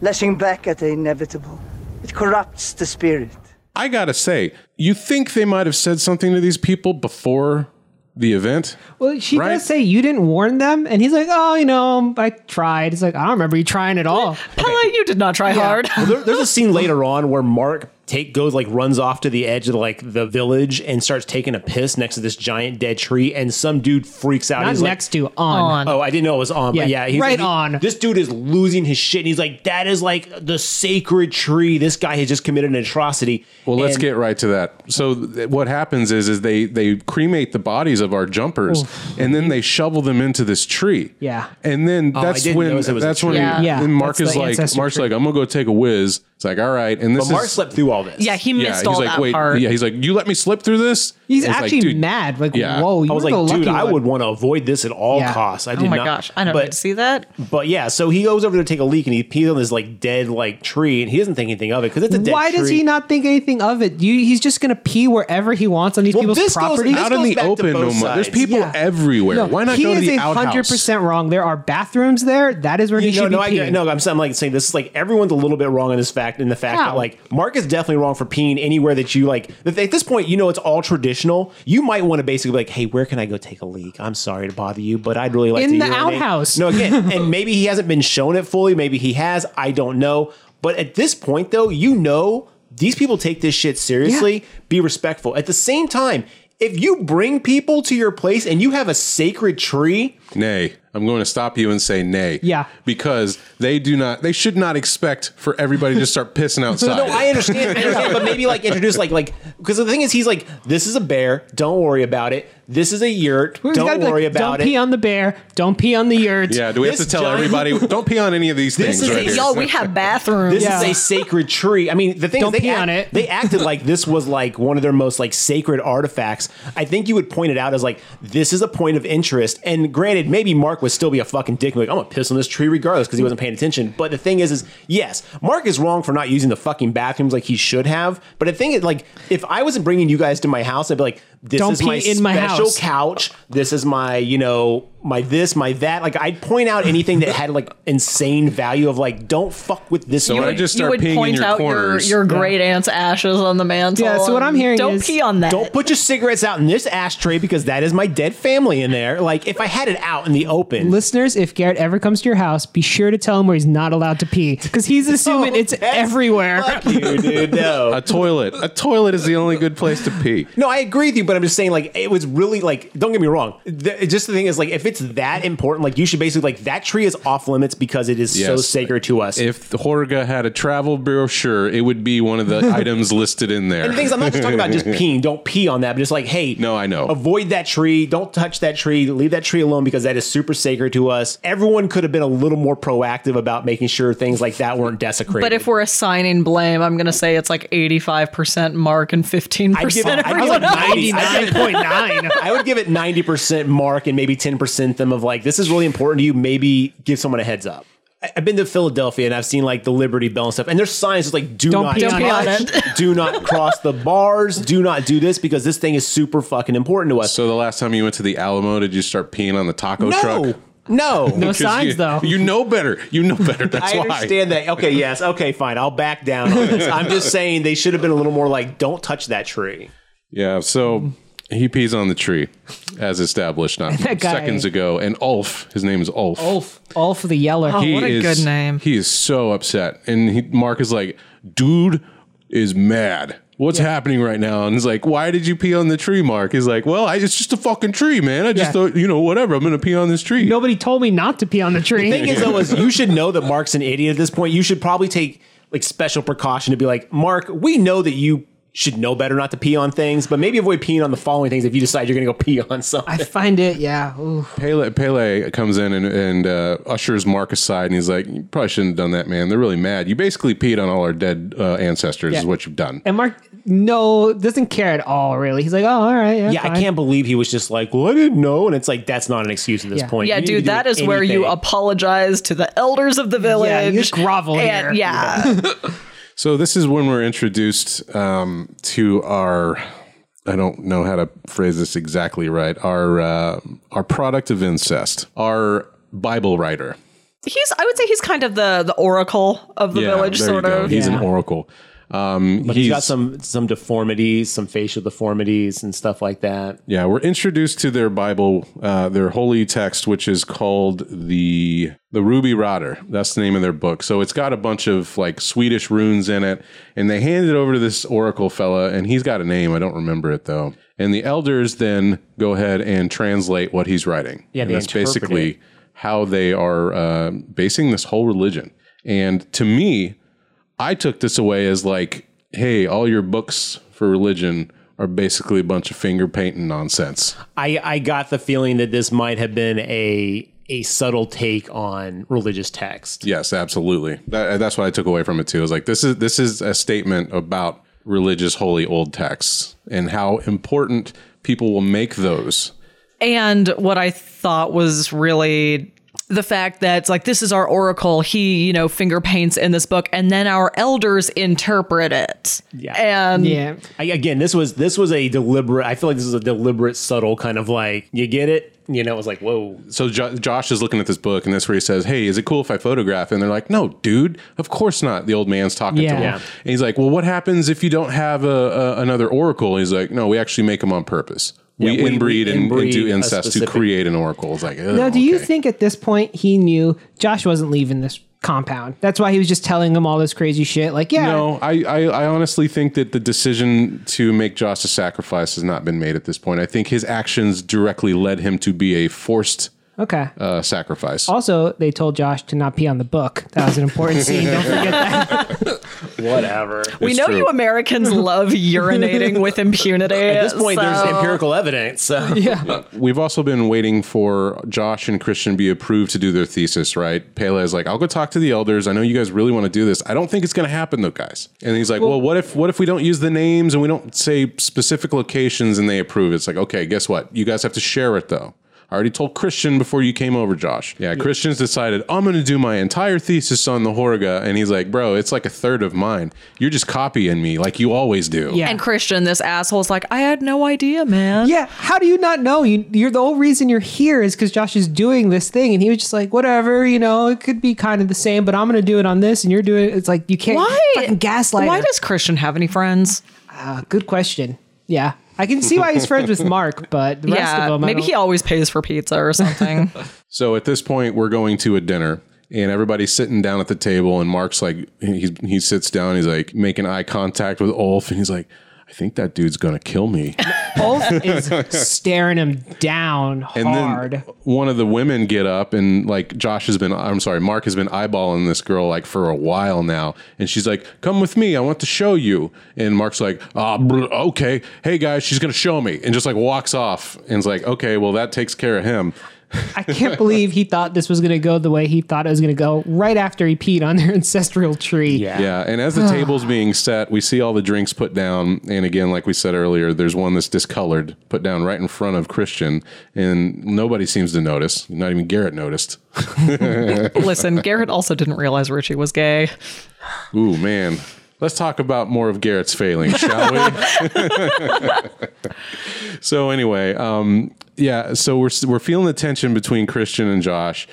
H: lashing back at the inevitable. It corrupts the spirit.
A: I gotta say, you think they might have said something to these people before the event?
C: Well, she
A: Right?
C: does say you didn't warn them, and he's like, "Oh, you know, I tried." It's like I don't remember you trying at all.
D: Pella, you did not try hard.
B: Well, there- there's a scene later on where Mark take goes like runs off to the edge of like the village and starts taking a piss next to this giant dead tree, and some dude freaks out.
C: Not
B: he's like-
C: next to on.
B: Oh, I didn't know it was on, but
C: Yeah,
B: yeah, he's,
C: right
B: he-
C: on.
B: This dude is losing his shit, and he's like, "That is like the sacred tree. This guy has just committed an atrocity."
A: Well, let's
B: And-
A: get right to that. So th- what happens is is they they cremate the bodies of our jumpers and then they shovel them into this tree.
C: Yeah.
A: And then
B: Oh, I
A: that's
B: didn't
A: when
B: notice it was a
A: that's when
D: tree. Yeah.
C: Yeah,
A: then Mark
C: that's
A: is
C: the
A: like Mark's
C: ancestor tree.
A: like I'm going to go take a whiz. It's like all right. And this
B: But Mark
A: is
B: slept through all this.
D: Yeah, he missed all that part.
A: Yeah, he's like, you let me slip through this.
C: He's
A: It's like,
C: actually
A: dude,
C: mad. Like,
A: yeah.
C: whoa! You
B: I was
C: were the
B: like, dude,
C: lucky
B: I
C: one."
B: would want to avoid this at all
C: Yeah.
B: costs. I did
D: Oh my
B: not-
D: gosh, I don't
B: but,
D: need to see that.
B: But yeah, so he goes over there to take a leak, and he pees on this like dead like tree, and he doesn't think anything of it because it's a dead
C: Why does
B: tree.
C: he not think anything of it? You, he's just gonna pee wherever he wants on these
B: Well,
C: people's
B: this goes
C: property.
B: This
A: out in
B: goes
A: the
B: back to
A: open,
B: both
A: no more. There's
B: sides.
A: people
C: Yeah.
A: everywhere. Why not
C: he
A: go to
C: is
A: the
C: a
A: outhouse?
C: hundred percent wrong. There are bathrooms there. That is where he
B: no,
C: should
B: no,
C: be
B: I,
C: peeing.
B: get- no, I'm, saying- I'm like saying this is like everyone's a little bit wrong in this fact, in the fact
C: How?
B: that like Mark is definitely wrong for peeing anywhere that you like. If at this point, you know it's all traditional. You might want to basically be like, hey, where can I go take a leak? I'm sorry to bother you, but I'd really like
C: In
B: to
C: the
B: urinate."
C: outhouse.
B: No, again, and maybe he hasn't been shown it fully. Maybe he has. I don't know. But at this point, though, you know these people take this shit seriously. Be respectful. At the same time. If you bring people to your place and you have a sacred tree,
A: Nay, I'm going to stop you and say nay.
C: Yeah.
A: because they do not. They should not expect for everybody to start pissing outside.
B: No, I understand, I understand, but maybe like introduce like like because the thing is, he's like, this is a bear. Don't worry about it. This is a yurt.
C: He's gotta
B: Don't
C: be like,
B: worry about
C: Don't pee
B: it.
C: on the bear. Don't pee on the yurt.
A: Yeah, do we have
B: This
A: to tell
B: giant-
A: everybody? Don't pee on any of these
B: This
A: things
B: is
A: right
B: a-
A: here.
D: Y'all, we have bathrooms.
B: This
C: Yeah.
B: is a sacred tree. I mean, the thing
C: Don't
B: is, they,
C: pee on it.
B: they acted like this was like one of their most like sacred artifacts. I think you would point it out as like this is a point of interest. And granted, maybe Mark would still be a fucking dick. and be Like I'm gonna piss on this tree regardless because he wasn't paying attention. But the thing is, is yes, Mark is wrong for not using the fucking bathrooms like he should have. But the thing is, like if I wasn't bringing you guys to my house, I'd be like, this
C: Don't
B: is my
C: pee in my
B: special
C: house.
B: couch. This is my, you know, my this, my that. Like I'd point out anything that had like insane value of like, don't fuck with this.
A: So
B: one.
A: I just start peeing in your
D: your,
A: corners.
D: your great aunt's ashes on the mantle.
C: Yeah, so what I'm
D: and
C: hearing
D: don't
C: is-
D: pee on that.
B: Don't put your cigarettes out in this ashtray because that is my dead family in there. Like if I had it out in the open,
C: Listeners, if Garrett ever comes to your house, be sure to tell him where he's not allowed to pee because he's assuming it's
B: that's-
C: everywhere.
B: fuck you, dude.
A: a
B: No.
A: toilet. A toilet is the only good place to pee.
B: No, I agree with you, but I'm just saying, like, it was really like. Don't get me wrong. The, just the thing is, like, if it's that important, like, you should basically like that tree is off limits because it is so
A: Yes.
B: sacred to us.
A: If the Horga had a travel brochure, it would be one of the items listed in there.
B: And the things I'm not just talking about just peeing. Don't pee on that, but just like, hey,
A: No, I know.
B: Avoid that tree. Don't touch that tree. Leave that tree alone because that is super sacred to us. Everyone could have been a little more proactive about making sure things like that weren't desecrated.
D: But if we're assigning blame, I'm going to say it's like 85% Mark and 15%
B: I'd give it, I'd give it
D: everyone else.
B: 90, I'd give it-
C: point nine.
B: I would give it 90% mark and maybe 10% them of like, this is really important to you. Maybe give someone a heads up. I- I've been to Philadelphia and I've seen like the Liberty Bell and stuff, and there's signs that's like, do
C: Don't
B: not
C: pee
D: on
B: touch,
D: it.
B: do not cross the bars, do not do this because this thing is super fucking important to us.
A: so the last time you went to the Alamo, did you start peeing on the taco
B: no,
A: truck?
B: no.
C: No.
A: 'Cause
C: signs,
A: you,
C: though.
A: You know better. You know better. That's
B: I
A: why.
B: understand that. Okay, yes. Okay, fine. I'll back down on this. I'm just saying they should have been a little more like, don't touch that tree.
A: Yeah, so he pees on the tree, as established not
C: that guy-
A: seconds ago. And Ulf, his name is Ulf.
C: Ulf, Ulf the yeller.
D: Oh, what a good name.
A: He is so upset, and he, Mark is like, "Dude is mad. What's happening right now?" And he's like, "Why did you pee on the tree, Mark?" He's like, "Well, I, it's just a fucking tree, man. I just
C: Yeah.
A: thought, you know, whatever. I'm gonna pee on this tree."
C: Nobody told me not to pee on the tree.
B: thing is though is you should know that Mark's an idiot at this point. You should probably take like special precaution to be like, Mark, we know that you should know better not to pee on things, but maybe avoid peeing on the following things if you decide you're going to go pee on something.
C: I find it, yeah. Ooh.
A: Pele, Pele comes in and, and uh, ushers Mark aside, and he's like, "You probably shouldn't have done that, man. They're really mad. You basically peed on all our dead uh, ancestors. Is
C: Yeah.
A: what you've done."
C: And Mark, no, doesn't care at all, really. He's like, oh, all right. Yeah,
B: yeah, I
C: fine.
B: can't believe he was just like, well, I didn't know. And it's like, that's not an excuse at this
C: Yeah.
B: point.
D: Yeah,
B: You need to
D: dude,
B: do
D: that is where you
B: anything.
D: apologize to the elders of the village.
C: Yeah, you just grovel
D: and,
C: here.
D: Yeah.
A: So this is when we're introduced um, to our. I don't know how to phrase this exactly right. Our uh, our product of incest, our Bible writer.
D: He's I would say he's kind of the the oracle of the village,
A: there you
D: sort
A: go.
D: of.
A: He's an oracle. Um,
B: But he's got some some deformities, some facial deformities, and stuff like that.
A: Yeah, we're introduced to their Bible, uh, their holy text, which is called the the Ruby Rotter. That's the name of their book. So it's got a bunch of like Swedish runes in it, and they hand it over to this oracle fella, and he's got a name. I don't remember it though. And the elders then go ahead and translate what he's writing.
B: Yeah,
A: and
B: they
A: that's
B: interpret
A: basically
B: it.
A: how they are uh, basing this whole religion. And to me, I took this away as like, hey, all your books for religion are basically a bunch of finger painting nonsense.
B: I, I got the feeling that this might have been a a subtle take on religious text.
A: Yes, absolutely. That, that's what I took away from it too. I was like, this is this is a statement about religious holy old texts and how important people will make those.
D: And what I thought was really the fact that it's like this is our oracle. He, you know, finger paints in this book, and then our elders interpret it.
B: Yeah.
D: And
C: Yeah.
B: I, again, this was this was a deliberate. I feel like this is a deliberate, subtle kind of like you get it. You know, it was like whoa.
A: So jo- Josh is looking at this book, and that's where he says, "Hey, is it cool if I photograph?" And they're like, "No, dude, of course not." The old man's talking to
C: Yeah.
A: him,
C: Yeah.
A: and he's like, "Well, what happens if you don't have a, a another oracle?" And he's like, "No, we actually make them on purpose. we,
B: we- we
A: inbreed and- and,
B: inbreed
A: do
B: a
A: incest to
B: specific-
A: create an oracle." It's like,
C: Now, do you think at this point he knew Josh wasn't leaving this compound? That's why he was just telling him all this crazy shit. Like, yeah,
A: No, I, I, I honestly think that the decision to make Josh a sacrifice has not been made at this point. I think his actions directly led him to be a forced
C: okay.
A: uh, sacrifice.
C: also, they told Josh to not pee on the book. That was an important scene. Don't forget that.
B: Whatever.
D: we
A: It's
D: know
A: true.
D: you Americans love urinating with impunity.
B: At this point, there's
D: so-
B: empirical evidence. So.
A: We've also been waiting for Josh and Christian to be approved to do their thesis, right? Pele is like, I'll go talk to the elders. I know you guys really want to do this. I don't think it's going to happen though, guys. And he's like, well, what if what if we don't use the names and we don't say specific locations and they approve? It's like, okay, guess what? You guys have to share it though. I already told Christian before you came over, Josh. Yeah, Christian's decided I'm going to do my entire thesis on the Horga, and he's like, "Bro, it's like a third of mine. You're just copying me, like you always do."
C: Yeah.
D: And Christian, this asshole's like, I had no idea, man.
C: yeah. How do you not know? You, you're the whole reason you're here is because Josh is doing this thing, and he was just like, whatever, you know, it could be kind of the same, but I'm gonna do it on this, and you're doing it. It's like you can't
D: Why?
C: fucking gaslight.
D: Why
C: her.
D: does Christian have any friends?
C: Uh, good question. Yeah, I can see why he's friends with Mark, but the rest of
D: yeah,
C: them, I
D: maybe
C: don't-
D: he always pays for pizza or something.
A: So at this point, we're going to a dinner, and everybody's sitting down at the table, and Mark's like, he he sits down, he's like making eye contact with Ulf, and he's like, I think that dude's gonna kill me.
C: Ulf is staring him down
A: And
C: hard.
A: then one of the women get up, and like Josh has been, I'm sorry, Mark has been eyeballing this girl like for a while now, and she's like, Come with me, I want to show you. And Mark's like, Ah, br- okay, hey guys, she's gonna show me, and just like walks off, and it's like, Okay, well that takes care of him.
C: I can't believe he thought this was going to go the way he thought it was going to go right after he peed on their ancestral tree.
A: Yeah, and as the table's being set, we see all the drinks put down, and again, like we said earlier, there's one that's discolored put down right in front of Christian, and nobody seems to notice. Not even Garrett noticed.
D: Listen, Garrett also didn't realize Richie was gay.
A: Ooh man, let's talk about more of Garrett's failing, shall we? so anyway, um, yeah, so we're we're feeling the tension between Christian and Josh.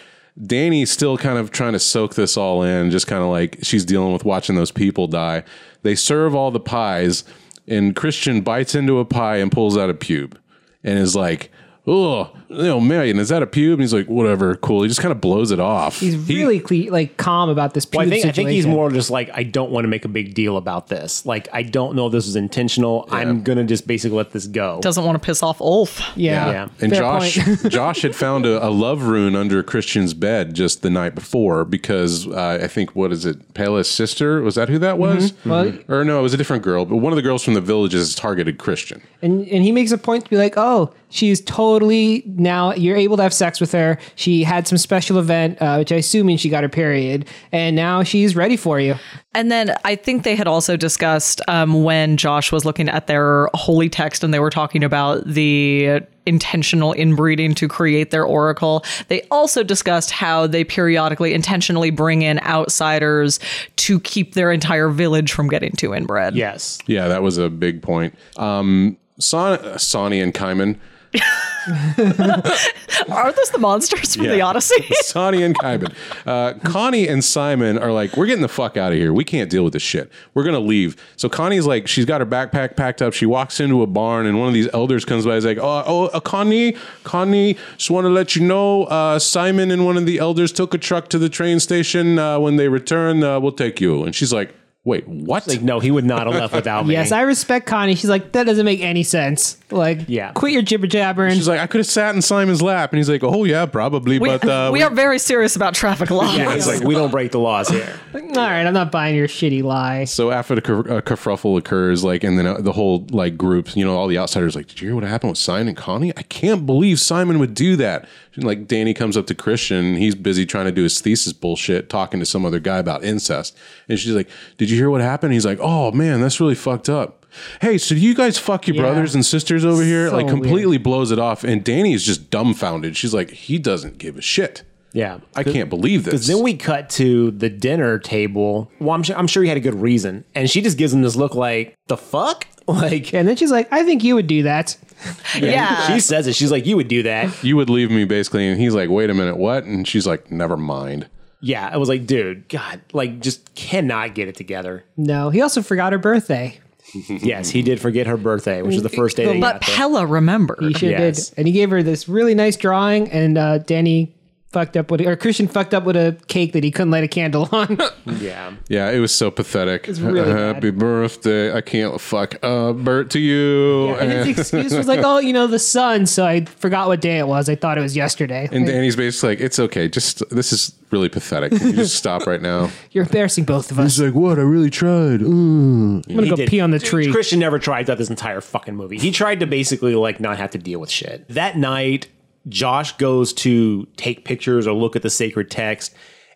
A: Danny's still kind of trying to soak this all in, just kind of like she's dealing with watching those people die. They serve all the pies, and Christian bites into a pie and pulls out a pube, and is like, oh, you know, Marion, is that a pube? And he's like, whatever, cool. He just kind of blows it off.
C: He's
A: He-
C: really cle- like calm about this.
B: Well, I
C: pube
B: think I think he's
C: situation.
B: more just like I don't want to make a big deal about this. Like I don't know if this was intentional. I'm gonna just basically let this go.
D: Doesn't want to piss off Ulf.
C: Yeah.
B: Yeah.
A: And
C: Fair
A: Josh,
C: point.
A: Josh had found a, a love rune under Christian's bed just the night before because uh, I think what is it, Pele's sister? Was that who
C: Mm-hmm.
A: that was? Or no, it was a different girl. But one of the girls from the villages targeted Christian.
C: And and he makes a point to be like, oh, she's totally now you're able to have sex with her. She had some special event, uh, which I assume means she got her period, and now she's ready for you.
D: And then I think they had also discussed um, when Josh was looking at their holy text and they were talking about the intentional inbreeding to create their oracle. They also discussed how they periodically intentionally bring in outsiders to keep their entire village from getting too inbred.
B: yes.
A: Yeah, that was a big point. Um, Son- Sonny and Kaiman.
D: Aren't those the monsters from the
A: Yeah.
D: Odyssey?
A: Sonny and Kaiman. Uh, Connie and Simon are like, we're getting the fuck out of here. We can't deal with this shit. We're going to leave. So Connie's like, she's got her backpack packed up. She walks into a barn, and one of these elders comes by. He's like, oh, oh uh, Connie, Connie, just want to let you know uh, Simon and one of the elders took a truck to the train station. Uh, when they return, uh, we'll take you. And she's like, wait, what?
B: Like no, he would not have left without me.
C: Yes, I respect Connie. She's like, that doesn't make any sense. Like,
B: Yeah.
C: quit your jibber jabbering.
A: She's like, I could have sat in Simon's lap. And he's like, oh, yeah, probably.
D: We,
A: but uh,
D: we are very serious about traffic laws.
B: It's like we don't break the laws here.
C: All right, I'm not buying your shitty lie.
A: So after the ker- uh, kerfuffle occurs, like, and then uh, the whole like group, you know, all the outsiders, like, did you hear what happened with Simon and Connie? I can't believe Simon would do that. And, like, Danny comes up to Christian, he's busy trying to do his thesis bullshit, talking to some other guy about incest, and she's like, "Did you hear what happened?" He's like, "Oh man, that's really fucked up." Hey, so do you guys fuck your
C: Yeah.
A: brothers and sisters over here?
C: So
A: like, completely blows it off, and Danny is just dumbfounded. She's like, "He doesn't give a shit."
B: Yeah.
A: I can't believe this.
B: Because then we cut to the dinner table. Well, I'm sure, I'm sure he had a good reason. And she just gives him this look like, the fuck? Like,
C: and then she's like, I think you would do that.
D: yeah.
B: she says it. She's like, you would do that.
A: you would leave me basically, and he's like, "Wait a minute, what?" And she's like, "Never mind."
B: Yeah. I was like, dude, God, like, just cannot get it together.
C: No, he also forgot her birthday.
B: yes, he did forget her birthday, which was the first day they
D: But
B: got there.
D: Pella remembered.
C: He sure
B: Yes.
C: did. And he gave her this really nice drawing, and uh, Danny fucked up with, or Christian fucked up with a cake that he couldn't light a candle on.
B: Yeah.
A: Yeah, it was so pathetic. Uh,
C: really
A: Happy birthday. I can't fuck uh Bert to you.
C: and
A: and,
C: his excuse was like, oh, you know, the sun. So I forgot what day it was. I thought it was yesterday.
A: and Danny's basically like, it's okay. Just this is really pathetic. Can you just stop right now?
C: You're embarrassing both of us.
A: like, what? I really tried. Mm.
C: I'm going to go
B: did-
C: pee on the
B: Dude,
C: tree.
B: Christian never tried that this entire fucking movie. He tried to basically like not have to deal with shit. That night, Josh goes to take pictures or look at the sacred text,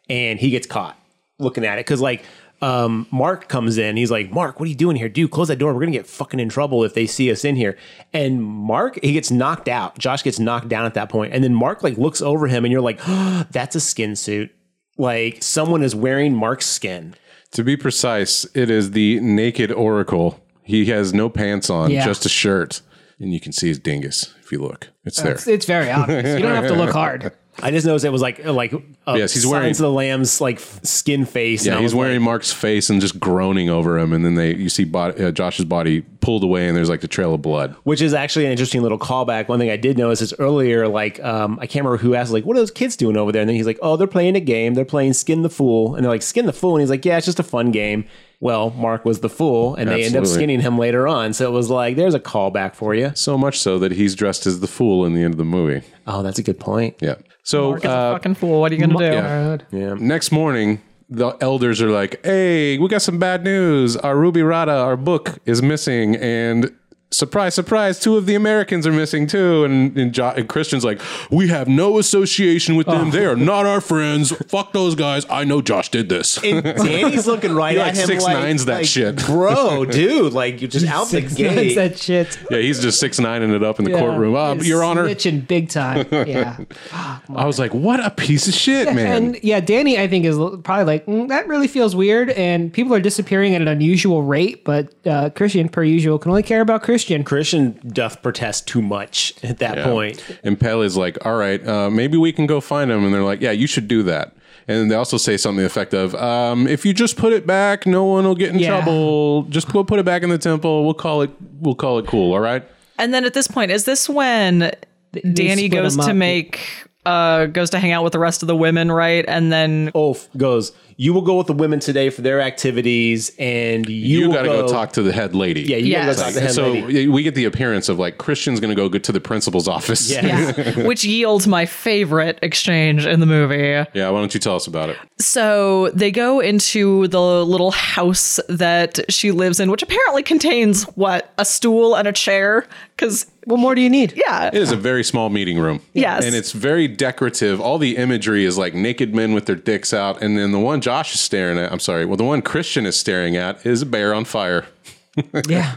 B: and he gets caught looking at it because like. Um, Mark comes in. He's like, Mark, what are you doing here? Dude, close that door. We're going to get fucking in trouble if they see us in here. And Mark, he gets knocked out. Josh gets knocked down at that point. And then Mark, like, looks over him and you're like, that's a skin suit. Like, someone is wearing Mark's skin.
A: To be precise, it is the naked oracle. He has no pants on,
C: Yeah.
A: just a shirt. And you can see his dingus if you look. It's there.
C: It's, it's very obvious. You don't have to look hard.
B: I just noticed it was like like uh,
A: Yes, he's wearing-
B: Silence of the lamb's like f- skin face.
A: yeah,
B: and I
A: he's
B: was
A: wearing Mark's face and just groaning over him, and then they you see body, uh, Josh's body pulled away, and there's like the trail of blood.
B: like- which is actually an interesting little callback. One thing I did notice is earlier, like um, I can't remember who asked, like, "What are those kids doing over there?" And then he's like, "Oh, they're playing a game. They're playing Skin the Fool." And they're like, "Skin the Fool," and he's like, "Yeah, it's just a fun game." Well, Mark was the fool, and they end up
A: Absolutely.
B: skinning him later on. So it was like, "There's a callback for you."
A: So much so that he's dressed as the fool in the end of the movie.
B: Oh, that's a good point.
A: Yeah. So uh,
D: Mark is a fucking fool. What are you going to do?
C: God.
A: next morning, the elders are like, "Hey, we got some bad news. Our Ruby Rada, our book, is missing, and surprise, surprise, two of the Americans are missing too." And and, jo- and Christian's like, "We have no association with them. They are not our friends. Fuck those guys. I know Josh did this."
B: And Danny's looking right
A: You're
B: at
A: like
B: him,
A: six
B: like,
A: nines that
B: like,
A: shit.
B: bro, dude. Like you're just out the
C: That's
B: gate.
C: that shit.
A: yeah, he's just six nine and it up in the courtroom. Uh,
C: He's
A: Your Honor,
C: Snitching big time. Yeah.
A: I was like, "What a piece of shit, man."
C: And yeah, Danny, I think, is l- probably like, mm, that really feels weird. And people are disappearing at an unusual rate, but uh, Christian, per usual, can only care about Christian.
B: Christian doth protest too much at that
A: Yeah.
B: point.
A: And Pell is like, all right, uh, maybe we can go find him. And they're like, yeah, you should do that. And they also say something to the effect of, um, if you just put it back, no one will get in
C: Yeah.
A: trouble. Just go put it back in the temple. We'll call it. We'll call it cool. All right.
D: And then at this point, is this when
C: Th- they
D: Danny
C: split
D: goes
C: them
D: to
C: up.
D: make uh goes to hang out with the rest of the women, right? And then
B: Ulf goes, You will go with the women today for their activities, and you,
A: You,
B: will
A: got to go, talk to the head lady.
B: Yeah, you gotta
D: Yes.
B: go talk to him.
A: so
B: lady.
A: yeah, we get the appearance of like Christian's going to go get to the principal's office.
B: Yeah.
C: Oh.
D: which yields my favorite exchange in the movie.
A: yeah. Why don't you tell us about it?
D: So they go into the little house that she lives in, which apparently contains what a stool and a chair. Because
C: What more do you need?
D: yeah,
A: It is a very small meeting room.
D: Yes.
A: And it's very decorative. All the imagery is like naked men with their dicks out. And then the one Josh is staring at, I'm sorry, well, the one Christian is staring at is a bear on fire.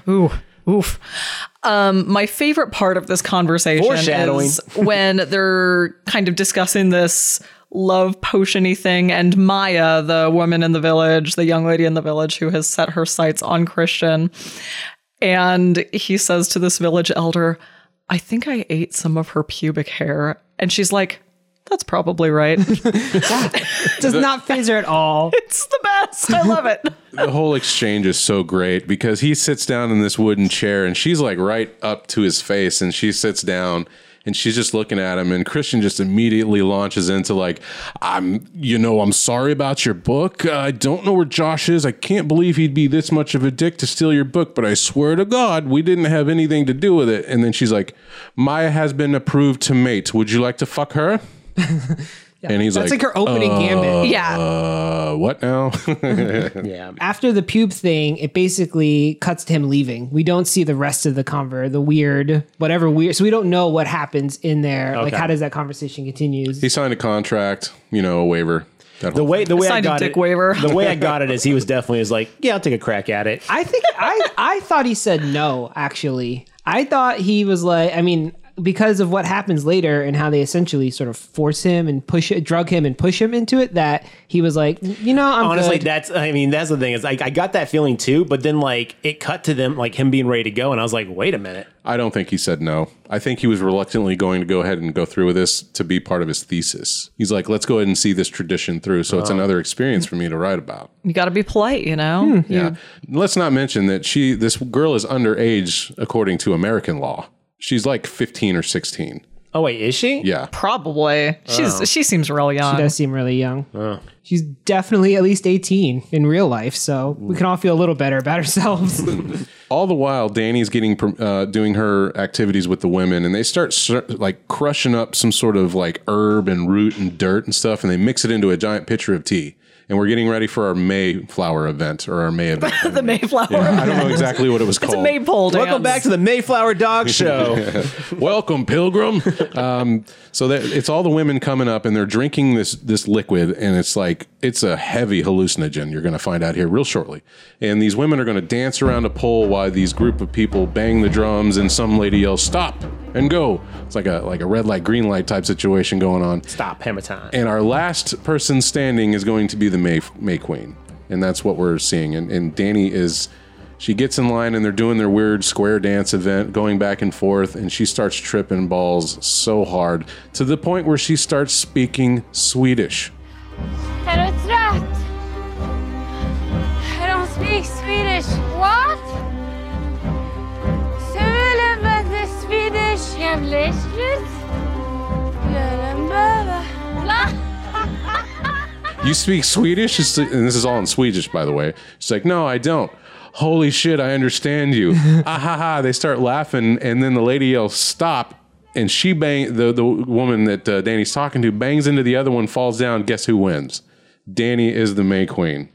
D: Ooh, oof. Um, my favorite part of this conversation
B: Foreshadowing.
D: is when they're kind of discussing this love potiony thing, and Maya, the woman in the village, the young lady in the village who has set her sights on Christian, and he says to this village elder, "I think I ate some of her pubic hair," and she's like. That's probably right. it's
C: Does not phase her at all.
D: the best. I love it.
A: The whole exchange is so great because he sits down in this wooden chair and she's like right up to his face and she sits down and she's just looking at him and Christian just immediately launches into like I'm you know I'm sorry about your book. I don't know where Josh is. I can't believe he'd be this much of a dick to steal your book, but I swear to God, we didn't have anything to do with it. And then she's like, "Maya has been approved to mate. Would you like to fuck her?" and he's
C: That's
A: like,
C: like her opening gambit.
D: Yeah.
A: "Uh, what now?"
C: After the pube thing, it basically cuts to him leaving. We don't see the rest of the conver, the weird, whatever weird. So we don't know what happens in there. Like,
B: Okay.
C: how does that conversation continues?
A: he signed a contract, you know, a waiver. That
B: the
A: whole-
B: way the way I
D: Signed a
B: got
D: dick
B: it,
D: waiver.
B: the way I got it is he was definitely is like, yeah, I'll take a crack at it.
C: I think I I thought he said no. Actually, I thought he was like. I mean, because of what happens later and how they essentially sort of force him and push it, drug him and push him into it. That he was like, you know, I'm
B: honestly
C: good."
B: that's i mean that's the thing is like i got that feeling too but then like it cut to them like him being ready to go and i was like wait a minute
A: I don't think he said no. I think he was reluctantly going to go ahead and go through with this to be part of his thesis. He's like, let's go ahead and see this tradition through. So it's another experience for me to write about.
D: You got to be polite, you know?
C: hmm.
A: Yeah. Let's not mention that she, this girl is underage according to American law. She's like 15 or 16.
B: oh wait is she
A: Yeah.
D: Probably. She's she seems real young.
C: Oh. She does seem really young. She's definitely at least 18 in real life, so we can all feel a little better about ourselves.
A: All the while, Danny's getting per- uh, doing her activities with the women, and they start cer- like crushing up some sort of like herb and root and dirt and stuff, and they mix it into a giant pitcher of tea. And we're getting ready for our Mayflower event or our May event.
D: the Mayflower.
A: I don't know exactly what it was
D: It's a
A: called.
D: maypole dance.
B: welcome back to the mayflower dog show
A: Welcome, Pilgrim. um, so that, it's all the women coming up, and they're drinking this this liquid, and it's like it's a heavy hallucinogen. You're going to find out here real shortly. And these women are going to dance around a pole while these group of people bang the drums, and some lady yells "Stop!" and go. It's like a like a red light, green light type situation going on.
B: stop hammer time
A: And our last person standing is going to be the May, May Queen. And that's what we're seeing. And, and Danny is, she gets in line and they're doing their weird square dance event, going back and forth. And she starts tripping balls so hard to the point where she starts speaking Swedish.
I: Är du trött? De speak Swedish. What? Sulen behöver Swedish. Jävla slut. Lönen behöver...
A: You speak Swedish? It's- and this is all in Swedish, by the way. She's like, no, I don't. Holy shit, I understand you. ah ha ha. They start laughing, and then the lady yells, stop. And she bang the, the woman that uh, Danny's talking to bangs into the other one, falls down. Guess who wins? Danny is the May Queen.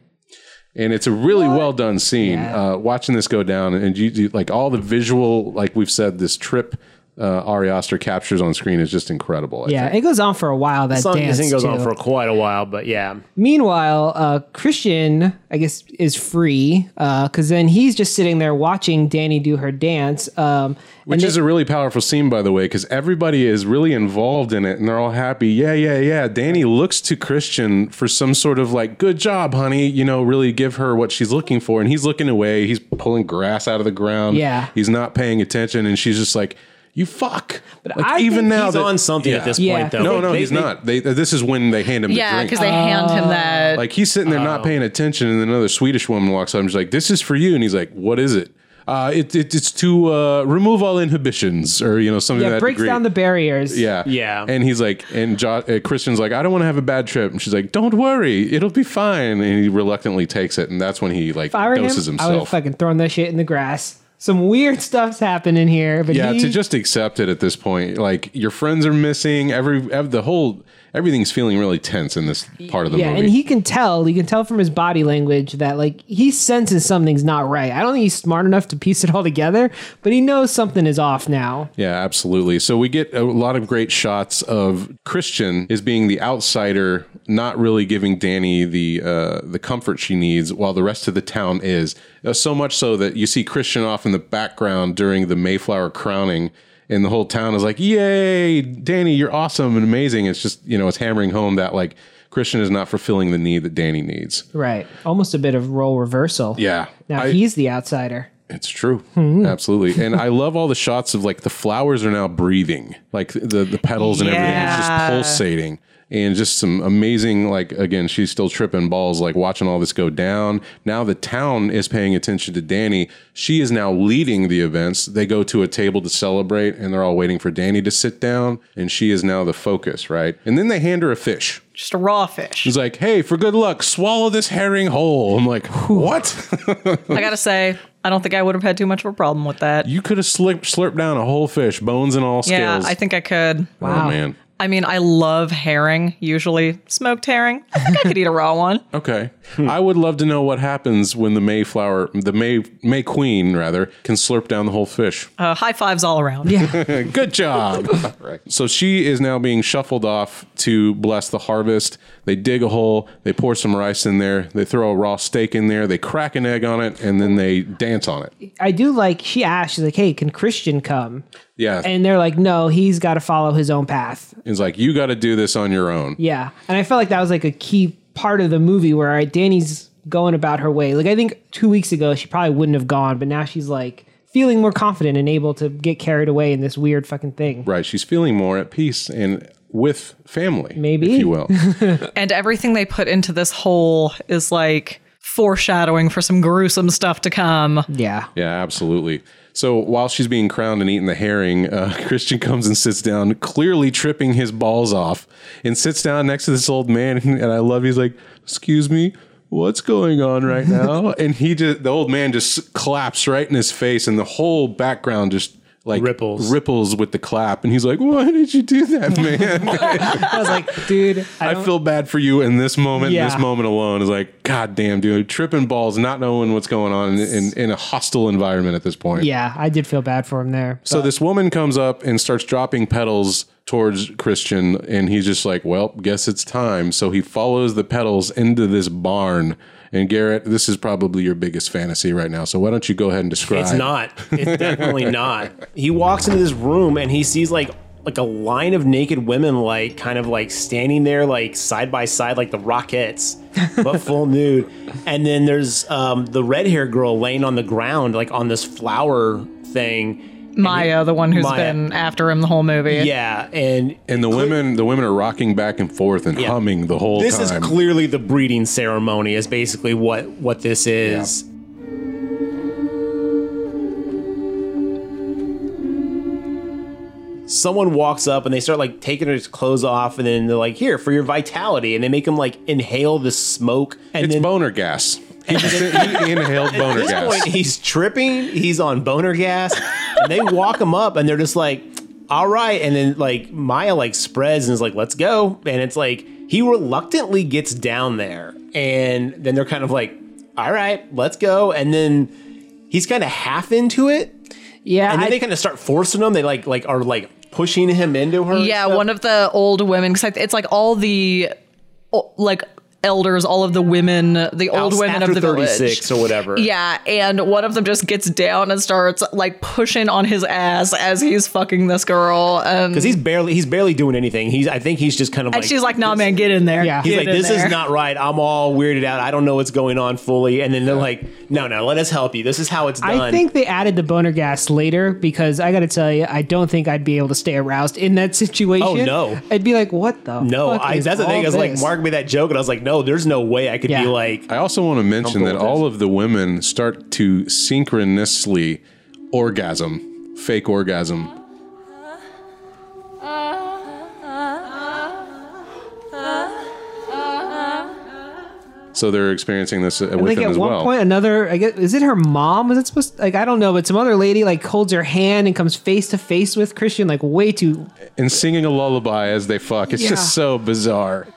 A: And it's a really well done scene. Uh, watching this go down, and you, you like all the visual, like we've said, this trip uh, Ari Aster captures on screen is just incredible. I
C: yeah, it goes on for a while. That
B: Song- this
C: dance
B: thing goes on
C: too.
B: for quite a while but yeah
C: Meanwhile, uh, Christian, I guess, is free because then he's just sitting there watching Danny do her dance. Um,
A: Which is a really powerful scene, by the way, because everybody is really involved in it and they're all happy. Yeah, yeah, yeah. Danny looks to Christian for some sort of like, good job, honey, you know, really give her what she's looking for. And he's looking away. He's pulling grass out of the ground.
C: Yeah.
A: He's not paying attention. And she's just like, you fuck. Oh, But
C: I think
B: he's on something at this point
C: Yeah.
B: though
A: No, no,
B: They-
A: he's
B: they-
A: not. They, this is when they hand him the
D: Yeah,
A: drink.
D: because they hand him that.
A: Like he's sitting there not paying attention, and another Swedish woman walks up and she's like, "This is for you," and he's like, "What is it?" uh, it, it, it's to uh, remove all inhibitions or you know something
C: Yeah,
A: that
C: breaks
A: degree.
C: down the barriers.
A: yeah
B: Yeah.
A: and he's like and jo- uh, Christian's like I don't want to have a bad trip and she's like don't worry it'll be fine and he reluctantly takes it and that's when he like
C: If I were him,
A: doses
C: I would have
A: himself
C: fucking thrown that shit in the grass. Some weird stuff's happening here, but
A: yeah
C: he,
A: to just accept it at this point like your friends are missing every, ev the whole everything's feeling really tense in this part of the
C: yeah,
A: movie
C: and he can tell. You can tell from his body language that like he senses something's not right. I don't think he's smart enough to piece it all together, but he knows something is off now.
A: Yeah, absolutely. So we get a lot of great shots of Christian as being the outsider, not really giving Danny the uh, the comfort she needs, while the rest of the town is. Uh, so much so that you see Christian off in the background during the Mayflower crowning, and the whole town is like, "Yay, Danny, you're awesome and amazing!" It's just you know, it's hammering home that like Christian is not fulfilling the need that Danny needs.
C: Right, almost a bit of role reversal.
A: Yeah,
C: now
A: I-
C: he's the outsider.
A: it's true, absolutely, and I love all the shots of like the flowers are now breathing, like the the petals and everything is just pulsating, and just some amazing like again she's still tripping balls like watching all this go down. Now the town is paying attention to Danny. She is now leading the events. They go to a table to celebrate, and they're all waiting for Danny to sit down, and she is now the focus, right? And then they hand her a fish.
D: Just a raw fish.
A: She's like, "Hey, for good luck, swallow this herring whole." I'm like, "What?"
D: I gotta say, I don't think I would have had too much of a problem with that.
A: You could have slurped, slurped down a whole fish, bones and all
D: yeah,
A: scales.
D: I think I could.
A: Oh man.
D: I mean, I love herring, usually smoked herring. I think I could eat a raw one.
A: Okay. I would love to know what happens when the Mayflower, the May May Queen rather, can slurp down the whole fish.
D: Uh, high fives all around. Yeah.
A: Good job. So she is now being shuffled off to bless the harvest. They dig a hole, they pour some rice in there, they throw a raw steak in there, they crack an egg on it, and then they dance on it.
C: I do like she asked. She's like, "Hey, can Christian come?"
A: Yeah.
C: And they're like, "No, he's got to follow his own path."
A: it's like you got to do this on your own.
C: Yeah, and I felt like that was like a key part of the movie where uh, Danny's going about her way. Like I think two weeks ago she probably wouldn't have gone, but now she's like feeling more confident and able to get carried away in this weird fucking thing.
A: Right. She's feeling more at peace and with family,
C: Maybe.
A: if you will.
D: And everything they put into this hole is like foreshadowing for some gruesome stuff to come.
C: Yeah,
A: Yeah, absolutely. So while she's being crowned and eating the herring, uh, Christian comes and sits down, clearly tripping his balls off, and sits down next to this old man. And I love, he's like, Excuse me, what's going on right now? and he just, the old man just claps right in his face, and the whole background just like
B: Ripples.
A: ripples with the clap. And he's like, Why did you do that, man?
C: I was like, dude, I,
A: I
C: don't-
A: feel bad for you in this moment,
C: Yeah.
A: this moment alone. Is like, God damn, dude, tripping balls, not knowing what's going on in, in, in a hostile environment at this point.
C: yeah, I did feel bad for him there.
A: So this woman comes up and starts dropping petals towards Christian, and he's just like, "Well, guess it's time." So he follows the petals into this barn. And Garrett, this is probably your biggest fantasy right now. So why don't you go ahead and describe?
B: It's not. It's definitely not. He walks into this room and he sees like like a line of naked women like kind of like standing there like side by side like the Rockettes, but full nude. And then there's um, the red haired girl laying on the ground like on this flower thing.
D: Maya, the one who's
B: Maya.
D: been after him the whole movie.
B: Yeah, and
A: And the women, the women are rocking back and forth and
B: Yeah.
A: humming the whole
B: this
A: time.
B: is clearly the breeding ceremony is basically what what this is. Someone walks up and they start like taking his clothes off, and then they're like, "Here for your vitality," and they make him like inhale the smoke. And
A: It's
B: then
A: boner gas. He, just, he inhaled boner
B: at this
A: gas.
B: point, he's tripping. He's on boner gas, and they walk him up, and they're just like, "All right." And then like Maya like spreads and is like, "Let's go." And it's like he reluctantly gets down there, and then they're kind of like, "All right, let's go." And then he's kind of half into it,
C: yeah,
B: and then
C: I,
B: they kind of start forcing him. They like like are like pushing him into her. and
D: Yeah,
B: stuff.
D: one of the old women. Cause I- it's like all the o- like elders, all of the women, the old
B: After
D: women of the village.
B: 36 or whatever.
D: Yeah, and one of them just gets down and starts like pushing on his ass as he's fucking this girl. And,
B: Because he's barely he's barely doing anything. He's I think he's just kind of
D: and
B: like
D: she's like, nah, man, get in there.
C: Yeah.
B: He's
D: Get
B: like,
D: in
B: this
D: there."
B: is not right. I'm all weirded out. I don't know what's going on fully. And then they're like, no, no, let us help you. This is how it's done.
C: I think they added the boner gas later because I got to tell you, I don't think I'd be able to stay aroused in that situation.
B: no.
C: I'd be like, what the?
B: Oh, no,
C: fuck
B: I,
C: is
B: that's the
C: all
B: thing. I was like,
C: this?
B: Mark made that joke, and I was like, no, there's no way I could
C: Yeah.
B: be like,
A: I also want to mention
B: cool
A: that
B: with
A: all
B: this.
A: of the women start to synchronously orgasm, fake orgasm. So they're experiencing this uh, with
C: like
A: him
C: at
A: as
C: one
A: well.
C: point, another I guess is it her mom? Was it supposed like I don't know, but some other lady like holds her hand and comes face to face with Christian like way too.
A: and singing a lullaby as they fuck. It's
C: Yeah.
A: just so bizarre.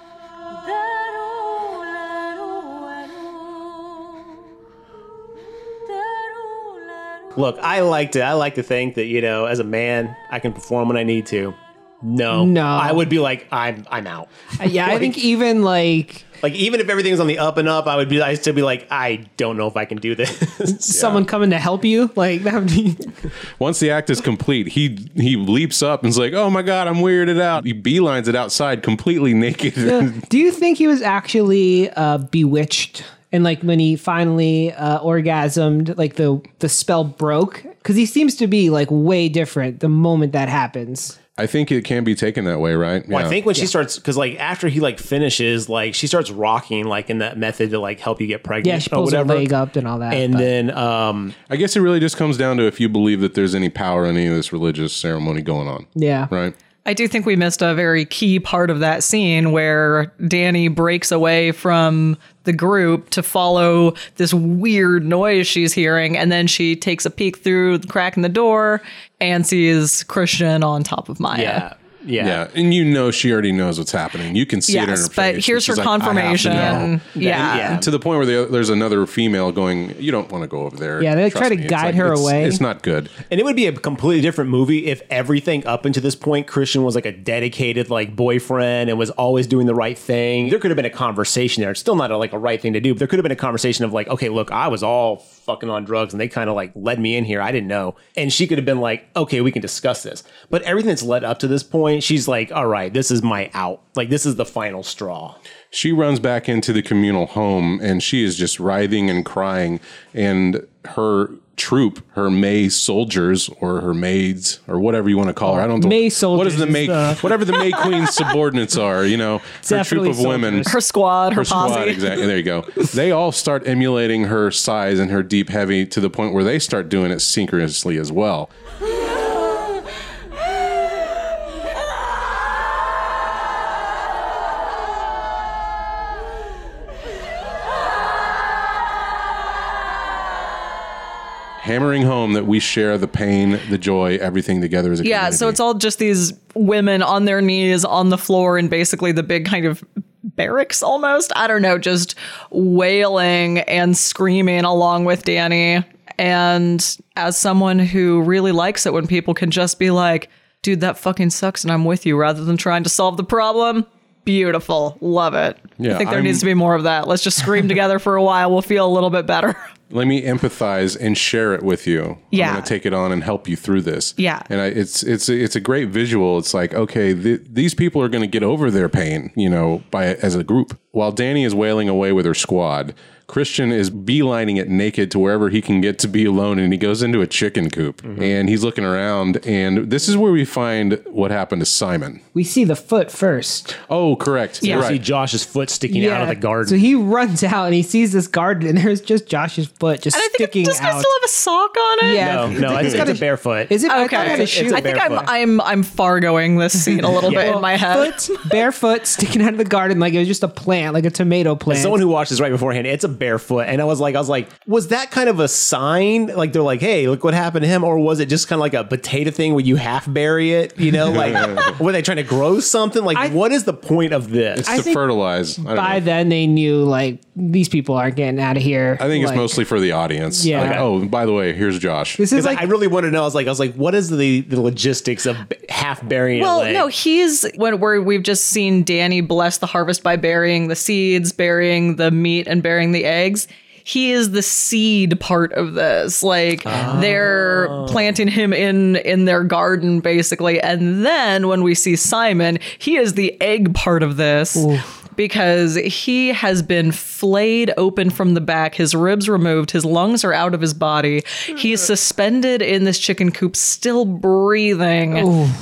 B: look, I liked it. I like to think that you know, as a man, I can perform when I need to. No,
C: No.
B: I would be like, I'm, I'm out.
C: Uh, Yeah, I think even like
B: Like even if everything's on the up and up, I would be, I would still be like, I don't know if I can do this.
C: someone coming to help you like that would be
A: Once the act is complete, he he leaps up and's like, "Oh my god, I'm weirded out." He beelines it outside completely naked.
C: Do you think he was actually uh, bewitched? And like when he finally uh, orgasmed, like the the spell broke because he seems to be like way different the moment that happens.
A: I think it can be taken that way, right?
B: Well,
A: Yeah.
B: I think when she starts, because like after he like finishes, like she starts rocking like in that method to like help you get pregnant
C: Yeah, she
A: Oh,
B: or
C: pulls her
B: whatever.
C: leg up and all that.
B: and
C: but-
B: then um
A: I guess it really just comes down to if you believe that there's any power in any of this religious ceremony going on.
C: yeah,
A: Right?
D: I do think we missed a very key part of that scene where Danny breaks away from the group to follow this weird noise she's hearing, and then she takes a peek through the crack in the door and sees Christian on top of Maya.
B: yeah yeah,
A: Yeah. And you know she already knows what's happening. You can see it in her
D: Yes,
A: face.
D: but
A: that
D: here's her
A: she's like, "I have to
D: confirmation.
A: know."
D: yeah.
B: yeah.
A: To the point where the, there's another female going, "You don't want to go over there."
C: Yeah, they
A: Trust
C: try to
A: me." It's
C: guide
A: like,
C: her
A: it's-
C: away.
A: It's not good.
B: and it would be a completely different movie if everything up until this point christian was like a dedicated like boyfriend and was always doing the right thing there could have been a conversation there it's still not a, like a right thing to do but there could have been a conversation of like okay look i was all fucking on drugs and they kind of like led me in here i didn't know and she could have been like okay we can discuss this but everything that's led up to this point she's like all right this is my out like this is the final straw
A: She runs back into the communal home and she is just writhing and crying. And her troop, her May soldiers or her maids or whatever you want to call her, I don't know.
C: May
A: What is
C: soldiers
A: the May,
C: is the-
A: whatever the May Queen's subordinates are, you know, her troop
C: Definitely
A: of women.
C: soldiers.
D: Her squad, her,
A: Her
D: posse.
A: squad, exactly. There you go. They all start emulating her size and her deep heavy to the point where they start doing it synchronously as well. Hammering home that we share the pain, the joy, everything together as a
D: Yeah,
A: community.
D: so it's all just these women on their knees on the floor in basically the big kind of barracks almost. I don't know, just wailing and screaming along with Danny. And as someone who really likes it when people can just be like, dude, that fucking sucks and I'm with you rather than trying to solve the problem. Beautiful. Love it.
A: Yeah,
D: I think there
A: I'm-
D: needs to be more of that. Let's just scream together for a while. We'll feel a little bit better.
A: let me empathize and share it with you. I'm
D: Yeah.
A: going to take it on and help you through this.
D: Yeah.
A: And I, it's it's it's a great visual. It's like okay, th- these people are going to get over their pain, you know, by as a group. While Danny is wailing away with her squad, Christian is beelining it naked to wherever he can get to be alone, and he goes into a chicken coop and he's looking around. And this is where we find what happened to Simon.
C: we see the foot first.
A: Oh, correct.
D: Yeah.
A: You're
B: I see
A: Right.
B: josh's foot sticking out of the garden
C: So he runs out and he sees this garden and there's just Josh's foot just
D: And I think
C: sticking
D: does this guy still
C: out.
D: have a sock on it?
C: Yeah.
B: no Oh, no it's, it's a barefoot
C: Is it? I
D: Okay.
C: thought it had a
D: It's a-
C: shoe.
B: it's a
D: I think I'm
B: barefoot.
D: I'm I'm fargoing this scene a little bit in my head.
C: Foot, barefoot, sticking out of the garden like it was just a plant, like a tomato plant.
B: Someone who watched this right beforehand, it's a barefoot, and I was like, I was like, was that kind of a sign? Like they're like, hey, look what happened to him, or was it just kind of like a potato thing where you half bury it? You know, like were they trying to grow something? Like,
C: I-
B: what is the point of this?
A: It's to
C: think
A: fertilize. I don't
C: by
A: know.
C: then they knew like these people aren't getting out of here.
A: I think it's
C: Like,
A: mostly for the audience.
C: Yeah.
A: Like, oh, by the way, here's Josh.
C: this is
B: Because
C: like
B: I really wanted to know. I was like, I was like, what is the, the logistics of b- half burying? a
D: Well,
B: leg?
D: no, he's when we're, we've just seen Danny bless the harvest by burying the seeds, burying the meat, and burying the eggs. He is the seed part of this. Like they're planting him in in their garden, basically. And then when we see Simon, he is the egg part of this. because he has been flayed open from the back, his ribs removed, his lungs are out of his body. He's suspended in this chicken coop, still breathing.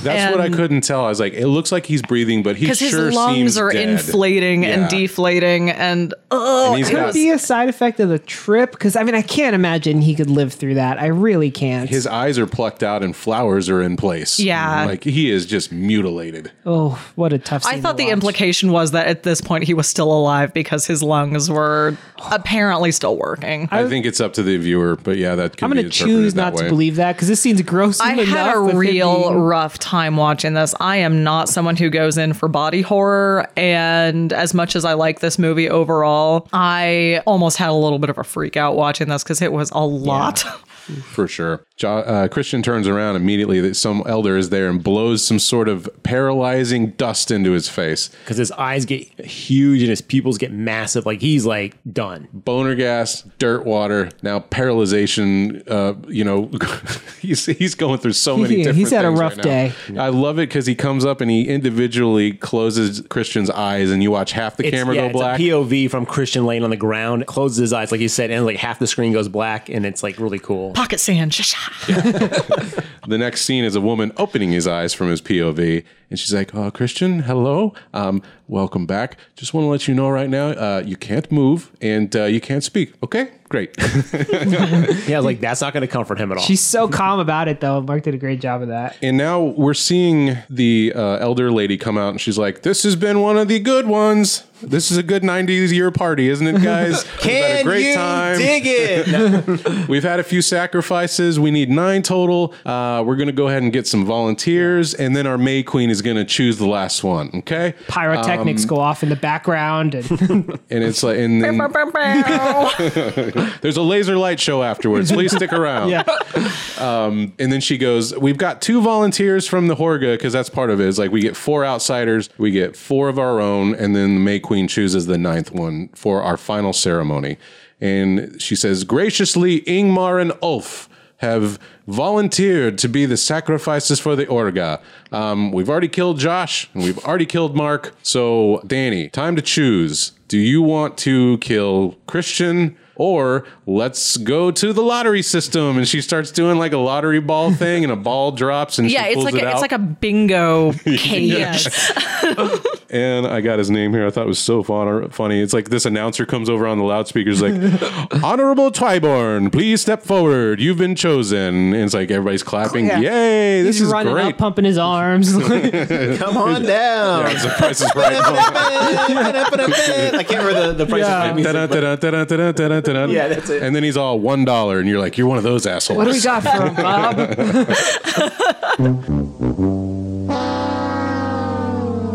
A: That's what I
D: And-
A: couldn't tell. I was like, it looks like he's breathing, but he
D: because his
A: sure seems
D: lungs are
A: dead.
D: inflating
A: Yeah.
D: and deflating and oh
A: And he's
D: it
A: got-
C: Could
D: was-
C: be a side effect of the trip because I mean I can't imagine he could live through that. I really can't.
A: His eyes are plucked out and flowers are in place.
D: Yeah.
A: like he is just mutilated.
C: oh, what a tough. Scene
D: I thought
C: to
D: the
C: watch.
D: implication was that at this point he was still alive because his lungs were apparently still working.
A: I, think it's up to the viewer, but yeah, that could
C: I'm
A: be
C: going to
A: interpreted
C: choose
A: that
C: not to
A: way.
C: believe that because this scene's gross.
D: I had
C: enough
D: a
C: with it
D: real
C: being-
D: rough time watching this. I am not someone who goes in for body horror, and as much as I like this movie overall, I almost had a little bit of a freak out watching this because it was a lot.
A: for sure. Jo- uh, Christian turns around immediately that some elder is there and blows some sort of paralyzing dust into his face.
B: because his eyes get huge and his pupils get massive. Like he's like done.
A: Boner gas, dirt water, now paralyzation. Uh, you know, he's he's going through so many.
C: Yeah,
A: different
C: he's had a
A: things
C: rough
A: right now. I love it because he comes up and he individually closes Christian's eyes, and you watch half the
B: It's,
A: camera
B: yeah,
A: go
B: it's
A: black.
B: a POV from Christian laying on the ground, closes his eyes, like you said, and like half the screen goes black, and it's like really cool.
D: Pocket sand.
A: The next scene is a woman opening his eyes from his POV, and she's like, "Oh, Christian, hello, um, welcome back. Just want to let you know right now, uh, you can't move and uh, you can't speak. Okay, great.
B: Yeah, I was like that's not going to comfort him at all.
C: She's so calm about it though. Mark did a great job of that.
A: and now we're seeing the uh, elder lady come out, and she's like, "This has been one of the good ones. This is a good '90s year party, isn't it, guys? We've had a great time.
B: it?
A: We've had a few sacrifices. We need nine total. Uh, we're gonna go ahead and get some volunteers, and then our May Queen is gonna choose the last one. Okay." um,
C: Pyrotechnics go off in the background and
A: and it's like and then there's a laser light show afterwards please stick around
C: Yeah.
A: um, and then she goes we've got two volunteers from the horga because that's part of it is like we get four outsiders we get four of our own and then the may queen chooses the ninth one for our final ceremony and she says graciously ingmar and ulf have volunteered to be the sacrifices for the Orga. Um, we've already killed Josh and we've already killed Mark. So, Danny, time to choose. Do you want to kill Christian or let's go to the lottery system? And she starts doing like a lottery ball thing and a ball drops and
D: yeah,
A: she
D: it's
A: pulls
D: like
A: it
D: a,
A: out.
D: it's like a bingo cage.
A: and I got his name here. I thought it was so fun- funny. It's like this announcer comes over on the loudspeakers, like, Honorable Twyborn, please step forward. You've been chosen. And it's like everybody's clapping. Yay, this
C: he's
A: is
C: running
A: great.
C: up, pumping his arms.
B: Come on down.
A: Yeah, it's a Price is Right moment.
B: I can't remember the, the price
C: Yeah.
B: of music.
A: Da-da, da-da, da-da, da-da, da-da, da-da.
B: Yeah, that's it.
A: And then he's all one dollar, and you're like, you're one of those assholes.
C: what do we got for him, Bob?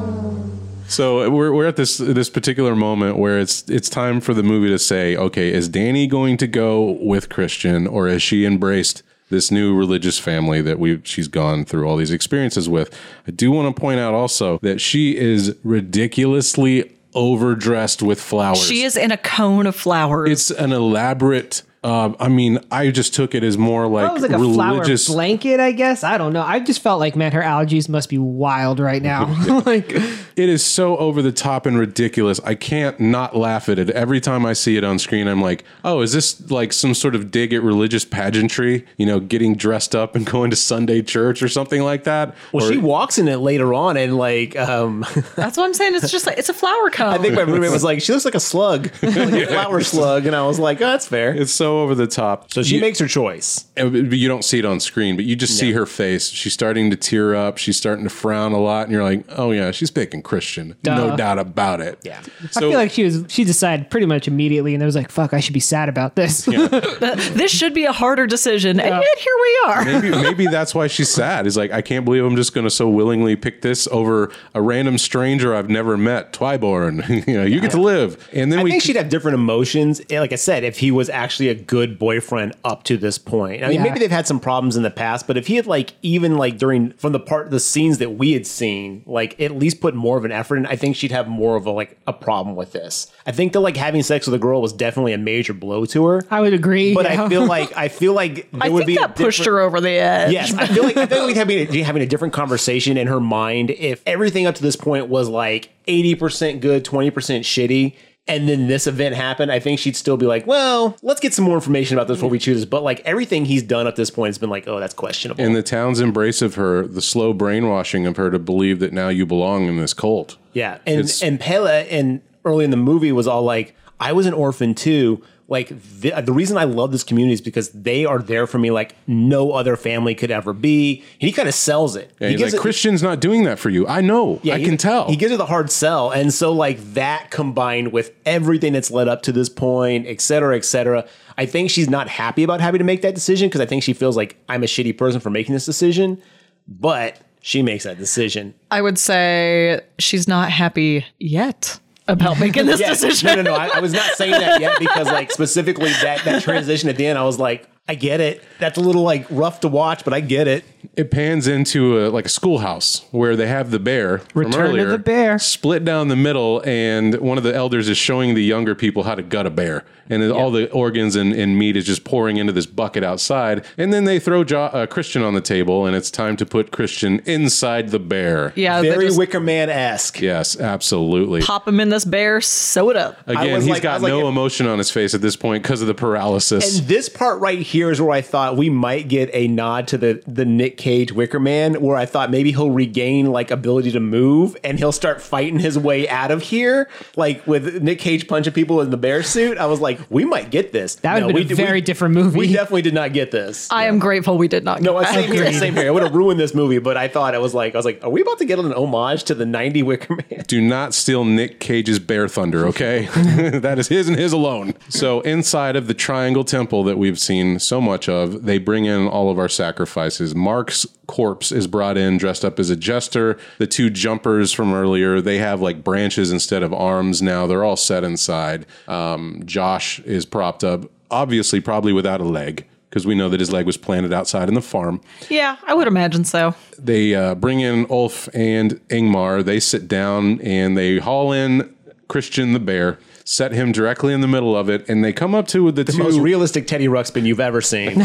A: So we're, we're at this this particular moment where it's it's time for the movie to say, okay, is Danny going to go with Christian, or has she embraced this new religious family that we she's gone through all these experiences with? I do want to point out also that she is ridiculously overdressed with flowers.
D: She is in a cone of flowers.
A: It's an elaborate. Uh, I mean, I just took it as more like,
C: That was like a
A: religious.
C: flower blanket, I guess. I don't know. I just felt like, man, her allergies must be wild right now. like,
A: It is so over the top and ridiculous. I can't not laugh at it. Every time I see it on screen, I'm like, oh, is this like some sort of dig at religious pageantry? You know, getting dressed up and going to Sunday church or something like that?
B: Well,
A: Or-
B: she walks in it later on, and like, um,
D: That's what I'm saying. It's just like it's a flower cone.
B: I think my roommate was like, she looks like a slug, like a flower slug, and I was like, oh, that's fair.
A: it's so over the top.
B: So she
A: You-
B: makes her choice.
A: Uh, but you don't see it on screen, but you just see her face. She's starting to tear up. She's starting to frown a lot, and you're like, "Oh yeah, she's picking Christian, no
C: Duh.
A: doubt about it."
B: Yeah.
A: So
C: I feel like she was, she decided pretty much immediately and there was like, fuck, I should be sad about this.
D: this should be a harder decision, and yet here we are.
A: maybe maybe that's why she's sad. Is like, I can't believe I'm just going to so willingly pick this over a random stranger I've never met, Twyborn. you know, you get to live, and then
B: I
A: we
B: Eh, think she'd have different emotions. And like I said, if he was actually a good boyfriend up to this point. I mean,
C: Yeah.
B: maybe they've had some problems in the past, but if he had like even like during from the part the scenes that we had seen, like at least put more of an effort in, I think she'd have more of a like a problem with this. I think that like having sex with a girl was definitely a major blow to her.
C: I would agree.
B: but
C: yeah.
B: I feel like I feel like there
D: I
B: would be
D: think
B: a
D: that pushed
B: different-
D: her over the edge.
B: Yes, I feel like I think we'd have been having a different conversation in her mind if everything up to this point was like eighty percent good, twenty percent shitty, and then this event happened. I think she'd still be like, "Well, let's get some more information about this before we choose." this." But like everything he's done up to this point has been like, "Oh, that's questionable."
A: And the town's embrace of her, the slow brainwashing of her to believe that now you belong in this cult.
B: yeah, and
A: It's-
B: and Pella and early in the movie was all like, "I was an orphan too." Like the, the reason I love this community is because they are there for me like no other family could ever be. And he kind of sells it.
A: And
B: he
A: he's
B: gives
A: like,
B: it-
A: Christian's not doing that for you. I know. I
B: he-
A: can tell.
B: He gives her the hard sell. And so, like, that combined with everything that's led up to this point, et cetera, et cetera, I think she's not happy about having to make that decision because I think she feels like I'm a shitty person for making this decision. But she makes that decision.
D: I would say she's not happy yet about making this
B: Yes.
D: decision.
B: No, no, no. I, I was not saying that yet because, like, specifically that, that transition at the end, I was like, I get it. That's a little, like, rough to watch, but I get it.
A: it pans into a, like a schoolhouse where they have the bear
C: Return
A: from
C: of
A: earlier,
C: the bear.
A: split down the middle, and one of the elders is showing the younger people how to gut a bear, and then all the organs and, and meat is just pouring into this bucket outside, and then they throw jo- uh, Christian on the table, and it's time to put Christian inside the bear.
D: yeah, they
B: Very
D: just
B: Wicker Man esque.
A: Yes, absolutely.
D: pop him in this bear, sew it up.
A: Again,
B: was
A: he's
B: like- I
A: got
B: was like,
A: no
B: if-
A: emotion on his face at this point because of the paralysis.
B: And this part right here is where I thought we might get a nod to the the Nick Cage Wicker Man, where I thought maybe he'll regain like ability to move and he'll start fighting his way out of here, like with Nick Cage punching people in the bear suit. I was like, we might get this.
C: That would've been a
B: we-
C: very
B: we-
C: different movie.
B: We definitely did not get this.
D: I am grateful we did not.
B: no,
D: get
B: I same
D: that.
B: here, same here. It would have ruined this movie, but I thought I was like, I was like, are we about to get an homage to the '90 Wicker Man?
A: Do not steal Nick Cage's bear thunder, okay? that is his and his alone. So, inside of the Triangle Temple that we've seen so much of, they bring in all of our sacrifices. Mark's corpse is brought in dressed up as a jester. The two jumpers from earlier, they have like branches instead of arms now. They're all set inside. Um, Josh is propped up, obviously, probably without a leg. Because we know that his leg was planted outside in the farm
D: Yeah, I would imagine so.
A: they uh, bring in Ulf and Ingmar. They sit down and they haul in Christian the bear, set him directly in the middle of it, and they come up to the, two
B: Most realistic Teddy Ruxpin you've ever seen.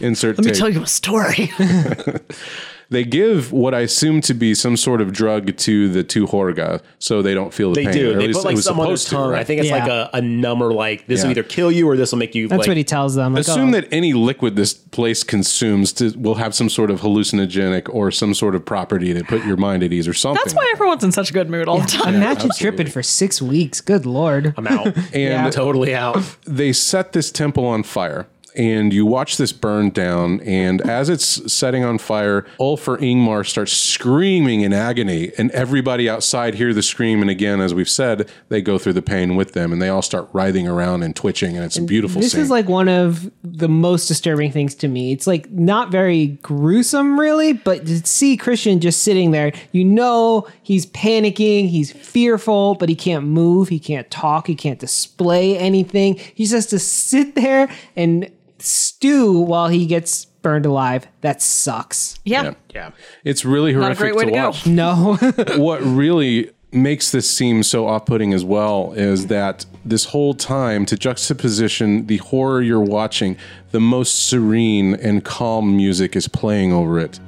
A: insert
D: Let me
A: tape.
D: tell you a story.
A: They give what I assume to be some sort of drug to the two Horga, so they don't feel the
B: They
A: pain.
B: do.
A: or at
B: They
A: least
B: put
A: it
B: like
A: was
B: some on their
A: supposed to,
B: tongue.
A: right?
B: I think it's
C: Yeah.
B: like a, a number. Like this will
A: Yeah.
B: either kill you or this will make you.
C: That's
B: like,
C: what he tells them. Like,
A: Assume
C: oh,
A: that any liquid this place consumes to, will have some sort of hallucinogenic or some sort of property that put your mind at ease or something.
D: That's why everyone's in such a good mood all the time.
C: Imagine tripping for six weeks. Good lord.
B: I'm out. and
A: And
B: totally out.
A: they set this temple on fire and you watch this burn down and as it's setting on fire ulf or ingmar starts screaming in agony and everybody outside hear the scream and again as we've said they go through the pain with them and they all start writhing around and twitching and it's a beautiful
C: This
A: scene
C: is like one of the most disturbing things to me. It's like not very gruesome, really, but to see Christian just sitting there, you know he's panicking, he's fearful, but he can't move, he can't talk, he can't display anything. He just has to sit there and stew while he gets burned alive. That sucks.
D: Yeah.
B: Yeah.
A: it's really
D: Not a
A: horrific
D: great way to,
A: to
D: go.
A: watch
C: No.
A: what really makes this seem so off-putting as well is that this whole time to juxtaposition the horror you're watching the most serene and calm music is playing over it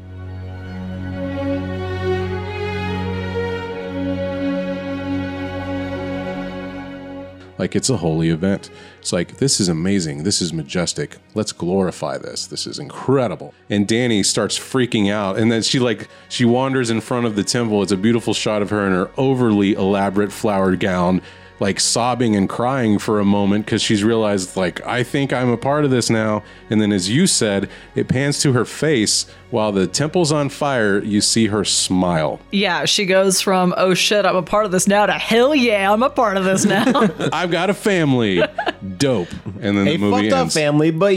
A: like it's a holy event. It's like this is amazing, this is majestic. Let's glorify this. This is incredible. And Danny starts freaking out and then she like she wanders in front of the temple. It's a beautiful shot of her in her overly elaborate flowered gown like sobbing and crying for a moment cuz she's realized like I think I'm a part of this now. And then as you said, it pans to her face while the temple's on fire, you see her smile.
D: Yeah, she goes from, oh shit, I'm a part of this now to hell yeah, I'm a part of this now.
A: I've got a family. Dope. And then
B: They
A: the movie
B: fucked up
A: ends.
B: family, but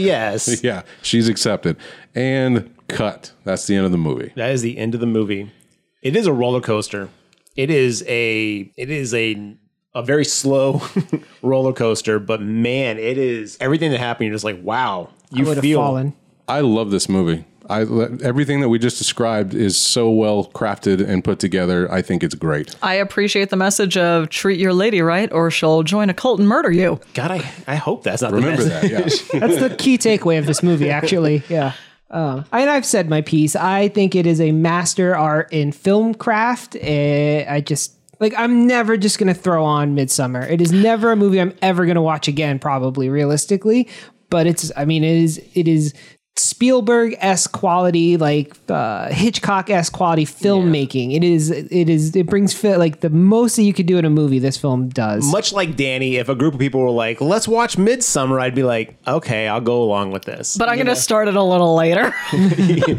B: yes.
A: yeah, she's accepted. And cut. That's the end of the movie.
B: that is the end of the movie. It is a roller coaster. It is a it is a a very slow roller coaster, but man, it is everything that happened. You're just like, wow, you
C: would have
B: feel
C: fallen.
A: I love this movie. I everything that we just described is so well crafted and put together. I think it's great.
D: I appreciate the message of treat your lady right or she'll join a cult and murder you.
B: God, I, I hope that's not
A: Remember
B: the
A: that, yeah.
C: That's the key takeaway of this movie, actually. Yeah. Um, and I've said my piece. I think it is a master art in film craft. Eh, I just like I'm never just gonna throw on Midsummer. It is never a movie I'm ever gonna watch again, probably realistically. But it's I mean it is it is Spielberg esque quality, like uh, Hitchcock esque quality filmmaking. It is it is it brings fit like the most that you could do in a movie. This film does.
B: Much like Danny, if a group of people were like, let's watch Midsummer, I'd be like, okay, I'll go along with this.
D: But I'm going to start it a little later.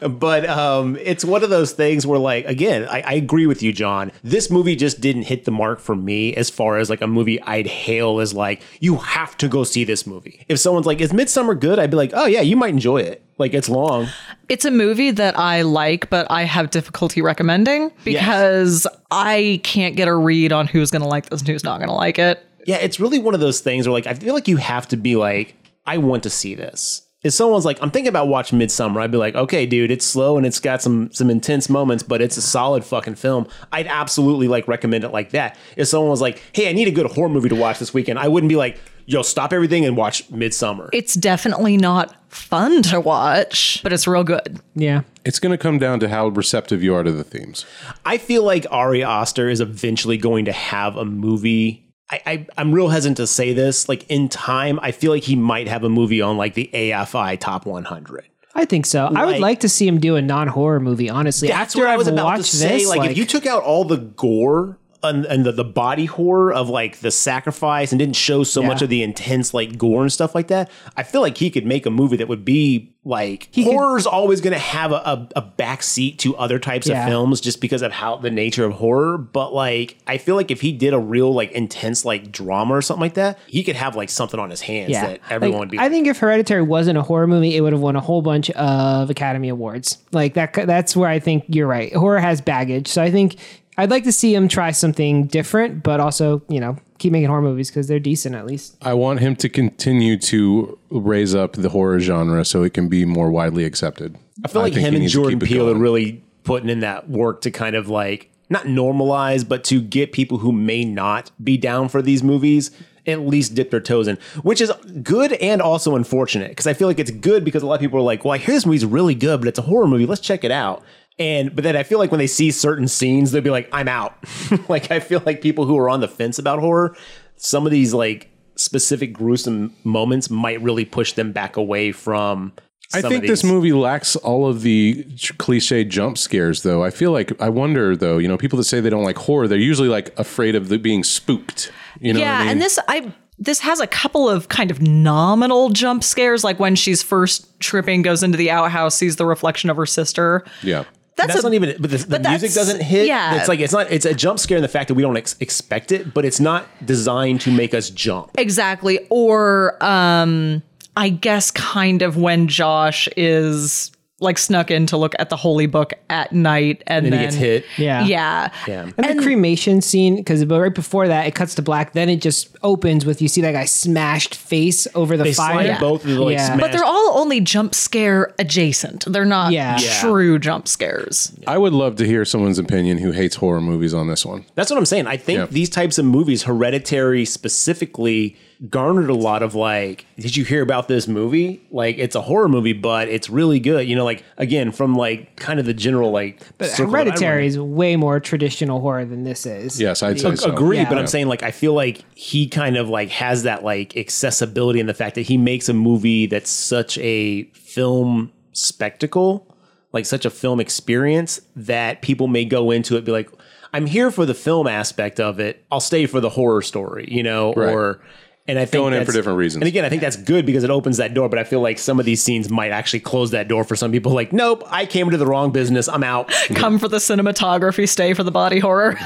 B: but um, it's one of those things where, like, again, I, I agree with you, John. This movie just didn't hit the mark for me as far as like a movie I'd hail as like, you have to go see this movie. If someone's like, is Midsummer good? I'd be like, oh yeah, you might enjoy it. Like it's long.
D: it's a movie that I like, but I have difficulty recommending because I can't get a read on who's going to like this and who's not going to like it.
B: Yeah, it's really one of those things where like I feel like you have to be like, I want to see this. If someone's like, I'm thinking about watching Midsummer, I'd be like, okay, dude, it's slow and it's got some some intense moments, but it's a solid fucking film. I'd absolutely like recommend it like that. If someone was like, hey, I need a good horror movie to watch this weekend, I wouldn't be like, yo, stop everything and watch Midsummer.
D: It's definitely not fun to watch, but it's real good.
C: yeah.
A: It's going to come down to how receptive you are to the themes.
B: I feel like Ari Oster is eventually going to have a movie. I, I, I'm real hesitant to say this. Like in time, I feel like he might have a movie on like the AFI Top 100.
C: I think so. I would
B: Like-
C: like to see him do a non-horror movie. Honestly,
B: That's
C: after
B: what I
C: I've
B: was about to
C: watched
B: say.
C: this,
B: like, if you took out all the gore and, and the, the body horror of like the sacrifice and didn't show so
C: Yeah.
B: much of the intense like gore and stuff like that, I feel like he could make a movie that would be like
C: could-
B: horror's always going to have a, a, a backseat to other types
C: Yeah.
B: of films just because of how the nature of horror. But like, I feel like if he did a real like intense like drama or something like that, he could have like something on his hands
C: yeah,
B: that everyone
C: Like,
B: would be.
C: I think if Hereditary wasn't a horror movie, it would have won a whole bunch of Academy Awards. Like that. That's where I think you're right. Horror has baggage, so I think I'd like to see him try something different, but also you know keep making horror movies because they're decent at least.
A: I want him to continue to raise up the horror genre so it can be more widely accepted.
B: I feel like
A: think
B: him
A: he
B: and
A: needs to
B: Jordan
A: keep it
B: Peele are
A: going.
B: really putting in that work to kind of like not normalize, but to get people who may not be down for these movies at least dip their toes in, which is good and also unfortunate because I feel like it's good because a lot of people are like, well, I hear this movie's really good, but it's a horror movie. Let's check it out. And but then I feel like when they see certain scenes, they'll be like, I'm out. like I feel like people who are on the fence about horror, some of these like specific gruesome moments might really push them back away from.
A: I
B: some of
A: think this
B: these.
A: movie lacks all of the ch- cliche jump scares, though. I feel like I wonder, though. You know, people that say they don't like horror, they're usually like afraid of the being spooked. You know, what
D: yeah,
A: I mean?
D: and this I this has a couple of kind of nominal jump scares, like when she's first tripping, goes into the outhouse, sees the reflection of her sister.
A: yeah.
D: That's,
B: that's
D: a,
B: not even but the, the
D: but
B: music
D: that's-
B: doesn't hit
D: yeah.
B: it's like it's not it's a jump scare in the fact that we don't ex- expect it but it's not designed to make us jump
D: Exactly. Or um I guess kind of when Josh is like snuck in to look at the holy book at night and,
B: and
D: then
B: he gets hit
C: Yeah,
D: Yeah.
C: And, the cremation scene, because right before that, it cuts to black. Then it just opens with you see that guy smashed face over the
B: they
C: fire.
B: slide both of the like
C: Yeah.
B: smash.
D: But they're all only jump scare adjacent. They're not
C: Yeah.
B: Yeah.
D: true jump scares.
A: I would love to hear someone's opinion who hates horror movies on this one.
B: that's what i'm saying i think
A: Yeah.
B: these types of movies hereditary specifically garnered a lot of like did you hear about this movie like it's a horror movie but it's really good you know like again from like kind of the general like circle that I run in.
C: Hereditary is way more traditional horror than this is.
A: Yes, I'd say so.
B: agree, but
C: Yeah.
B: I'm saying like I feel like he kind of like has that like accessibility and the fact that he makes a movie that's such a film spectacle, like such a film experience that people may go into it and be like, I'm here for the film aspect of it. I'll stay for the horror story, you know,
A: Right.
B: or And I think
A: Going in
B: that's-
A: for different reasons.
B: And again, I think that's good because it opens that door. But I feel like some of these scenes might actually close that door for some people. Like, nope, I came into the wrong business. I'm out.
D: Come for the cinematography, stay for the body horror.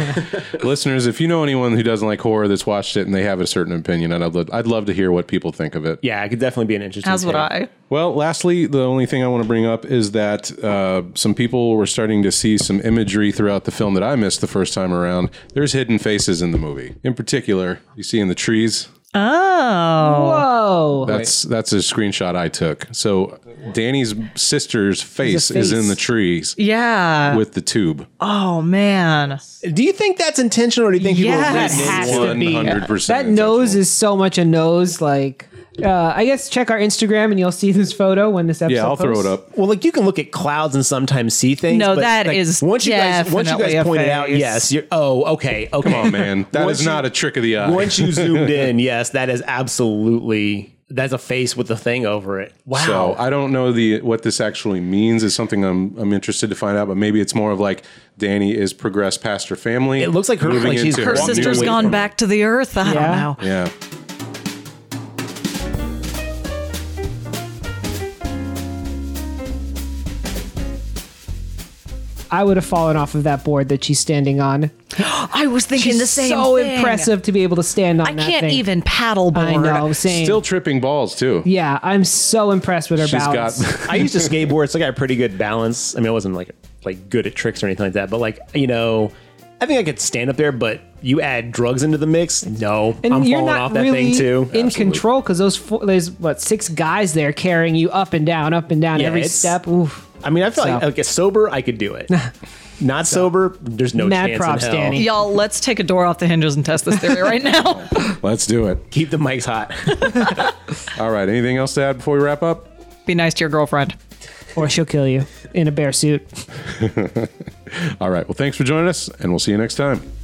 A: Listeners, if you know anyone who doesn't like horror that's watched it and they have a certain opinion, I'd love, I'd love to hear what people think of it.
B: Yeah, it could definitely be an interesting.
D: As would
B: take.
D: I.
A: Well, lastly, the only thing I want to bring up is that uh, some people were starting to see some imagery throughout the film that I missed the first time around. There's hidden faces in the movie. In particular, you see in the trees.
C: Whoa.
D: Oh.
A: That's that's a screenshot I took. So Danny's sister's face, is
C: face.
A: in the trees
D: Yeah.
A: with the tube.
D: Oh, man.
B: Do you think that's intentional, or do you think people?
D: Yes.
B: Are
C: Has to be.
A: 100%.
C: That nose is so much a nose. Like, uh, I guess check our Instagram and you'll see this photo when this episode.
A: Yeah, I'll throw it
C: posts.
A: up.
B: well, like you can look at clouds and sometimes see things.
D: No,
B: but,
D: that
B: like,
D: is
B: once you guys once you guys
D: definitely a
B: pointed out.
D: face.
B: Yes, you're. Oh, okay, okay.
A: Come on, man. That
B: Once
A: is
B: you-
A: not a trick of the eye.
B: Once you zoomed in, yes, that is absolutely that's a face with a thing over it. Wow.
A: So I don't know the what this actually means is something I'm I'm interested to find out, but maybe it's more of like Danny is progressed past her family.
B: It looks like her-
A: moving
B: like she's-
A: into
D: Her
B: Walk
A: new
D: sister's
A: way
D: gone
A: from-
D: back to the earth.
C: Yeah.
D: I don't know.
A: Yeah.
C: I would have fallen off of that board that she's standing on.
D: I was thinking
C: She's
D: the same
C: so
D: thing.
C: impressive to be able to stand on
D: I
C: that
D: can't
C: thing.
D: even paddleboard.
C: I know. Same.
A: Still tripping balls too.
C: yeah, I'm so impressed with her
A: She's
C: balance.
A: got
B: I used to skateboard, so I got a pretty good balance. I mean, I wasn't like like good at tricks or anything like that, but like you know, I think I could stand up there. But you add drugs into the mix, no,
C: and
B: I'm
C: you're
B: falling
C: not
B: off that
C: really
B: thing too.
C: in control because those four, there's what six guys there carrying you up and down, up and down
B: Yeah,
C: every
B: it's-
C: step. Oof.
B: I mean, I feel like,
C: So.
B: like a sober, I could do it. Not sober, there's no
C: Mad
B: chance.
C: props,
B: in hell.
C: Danny.
D: Y'all, let's take a door off the hinges and test this theory right now.
A: Let's do it.
B: Keep the mics hot.
A: All right. Anything else to add before we wrap up?
D: Be nice to your girlfriend.
C: Or she'll kill you in a bear suit.
A: All right. Well, thanks for joining us, and we'll see you next time.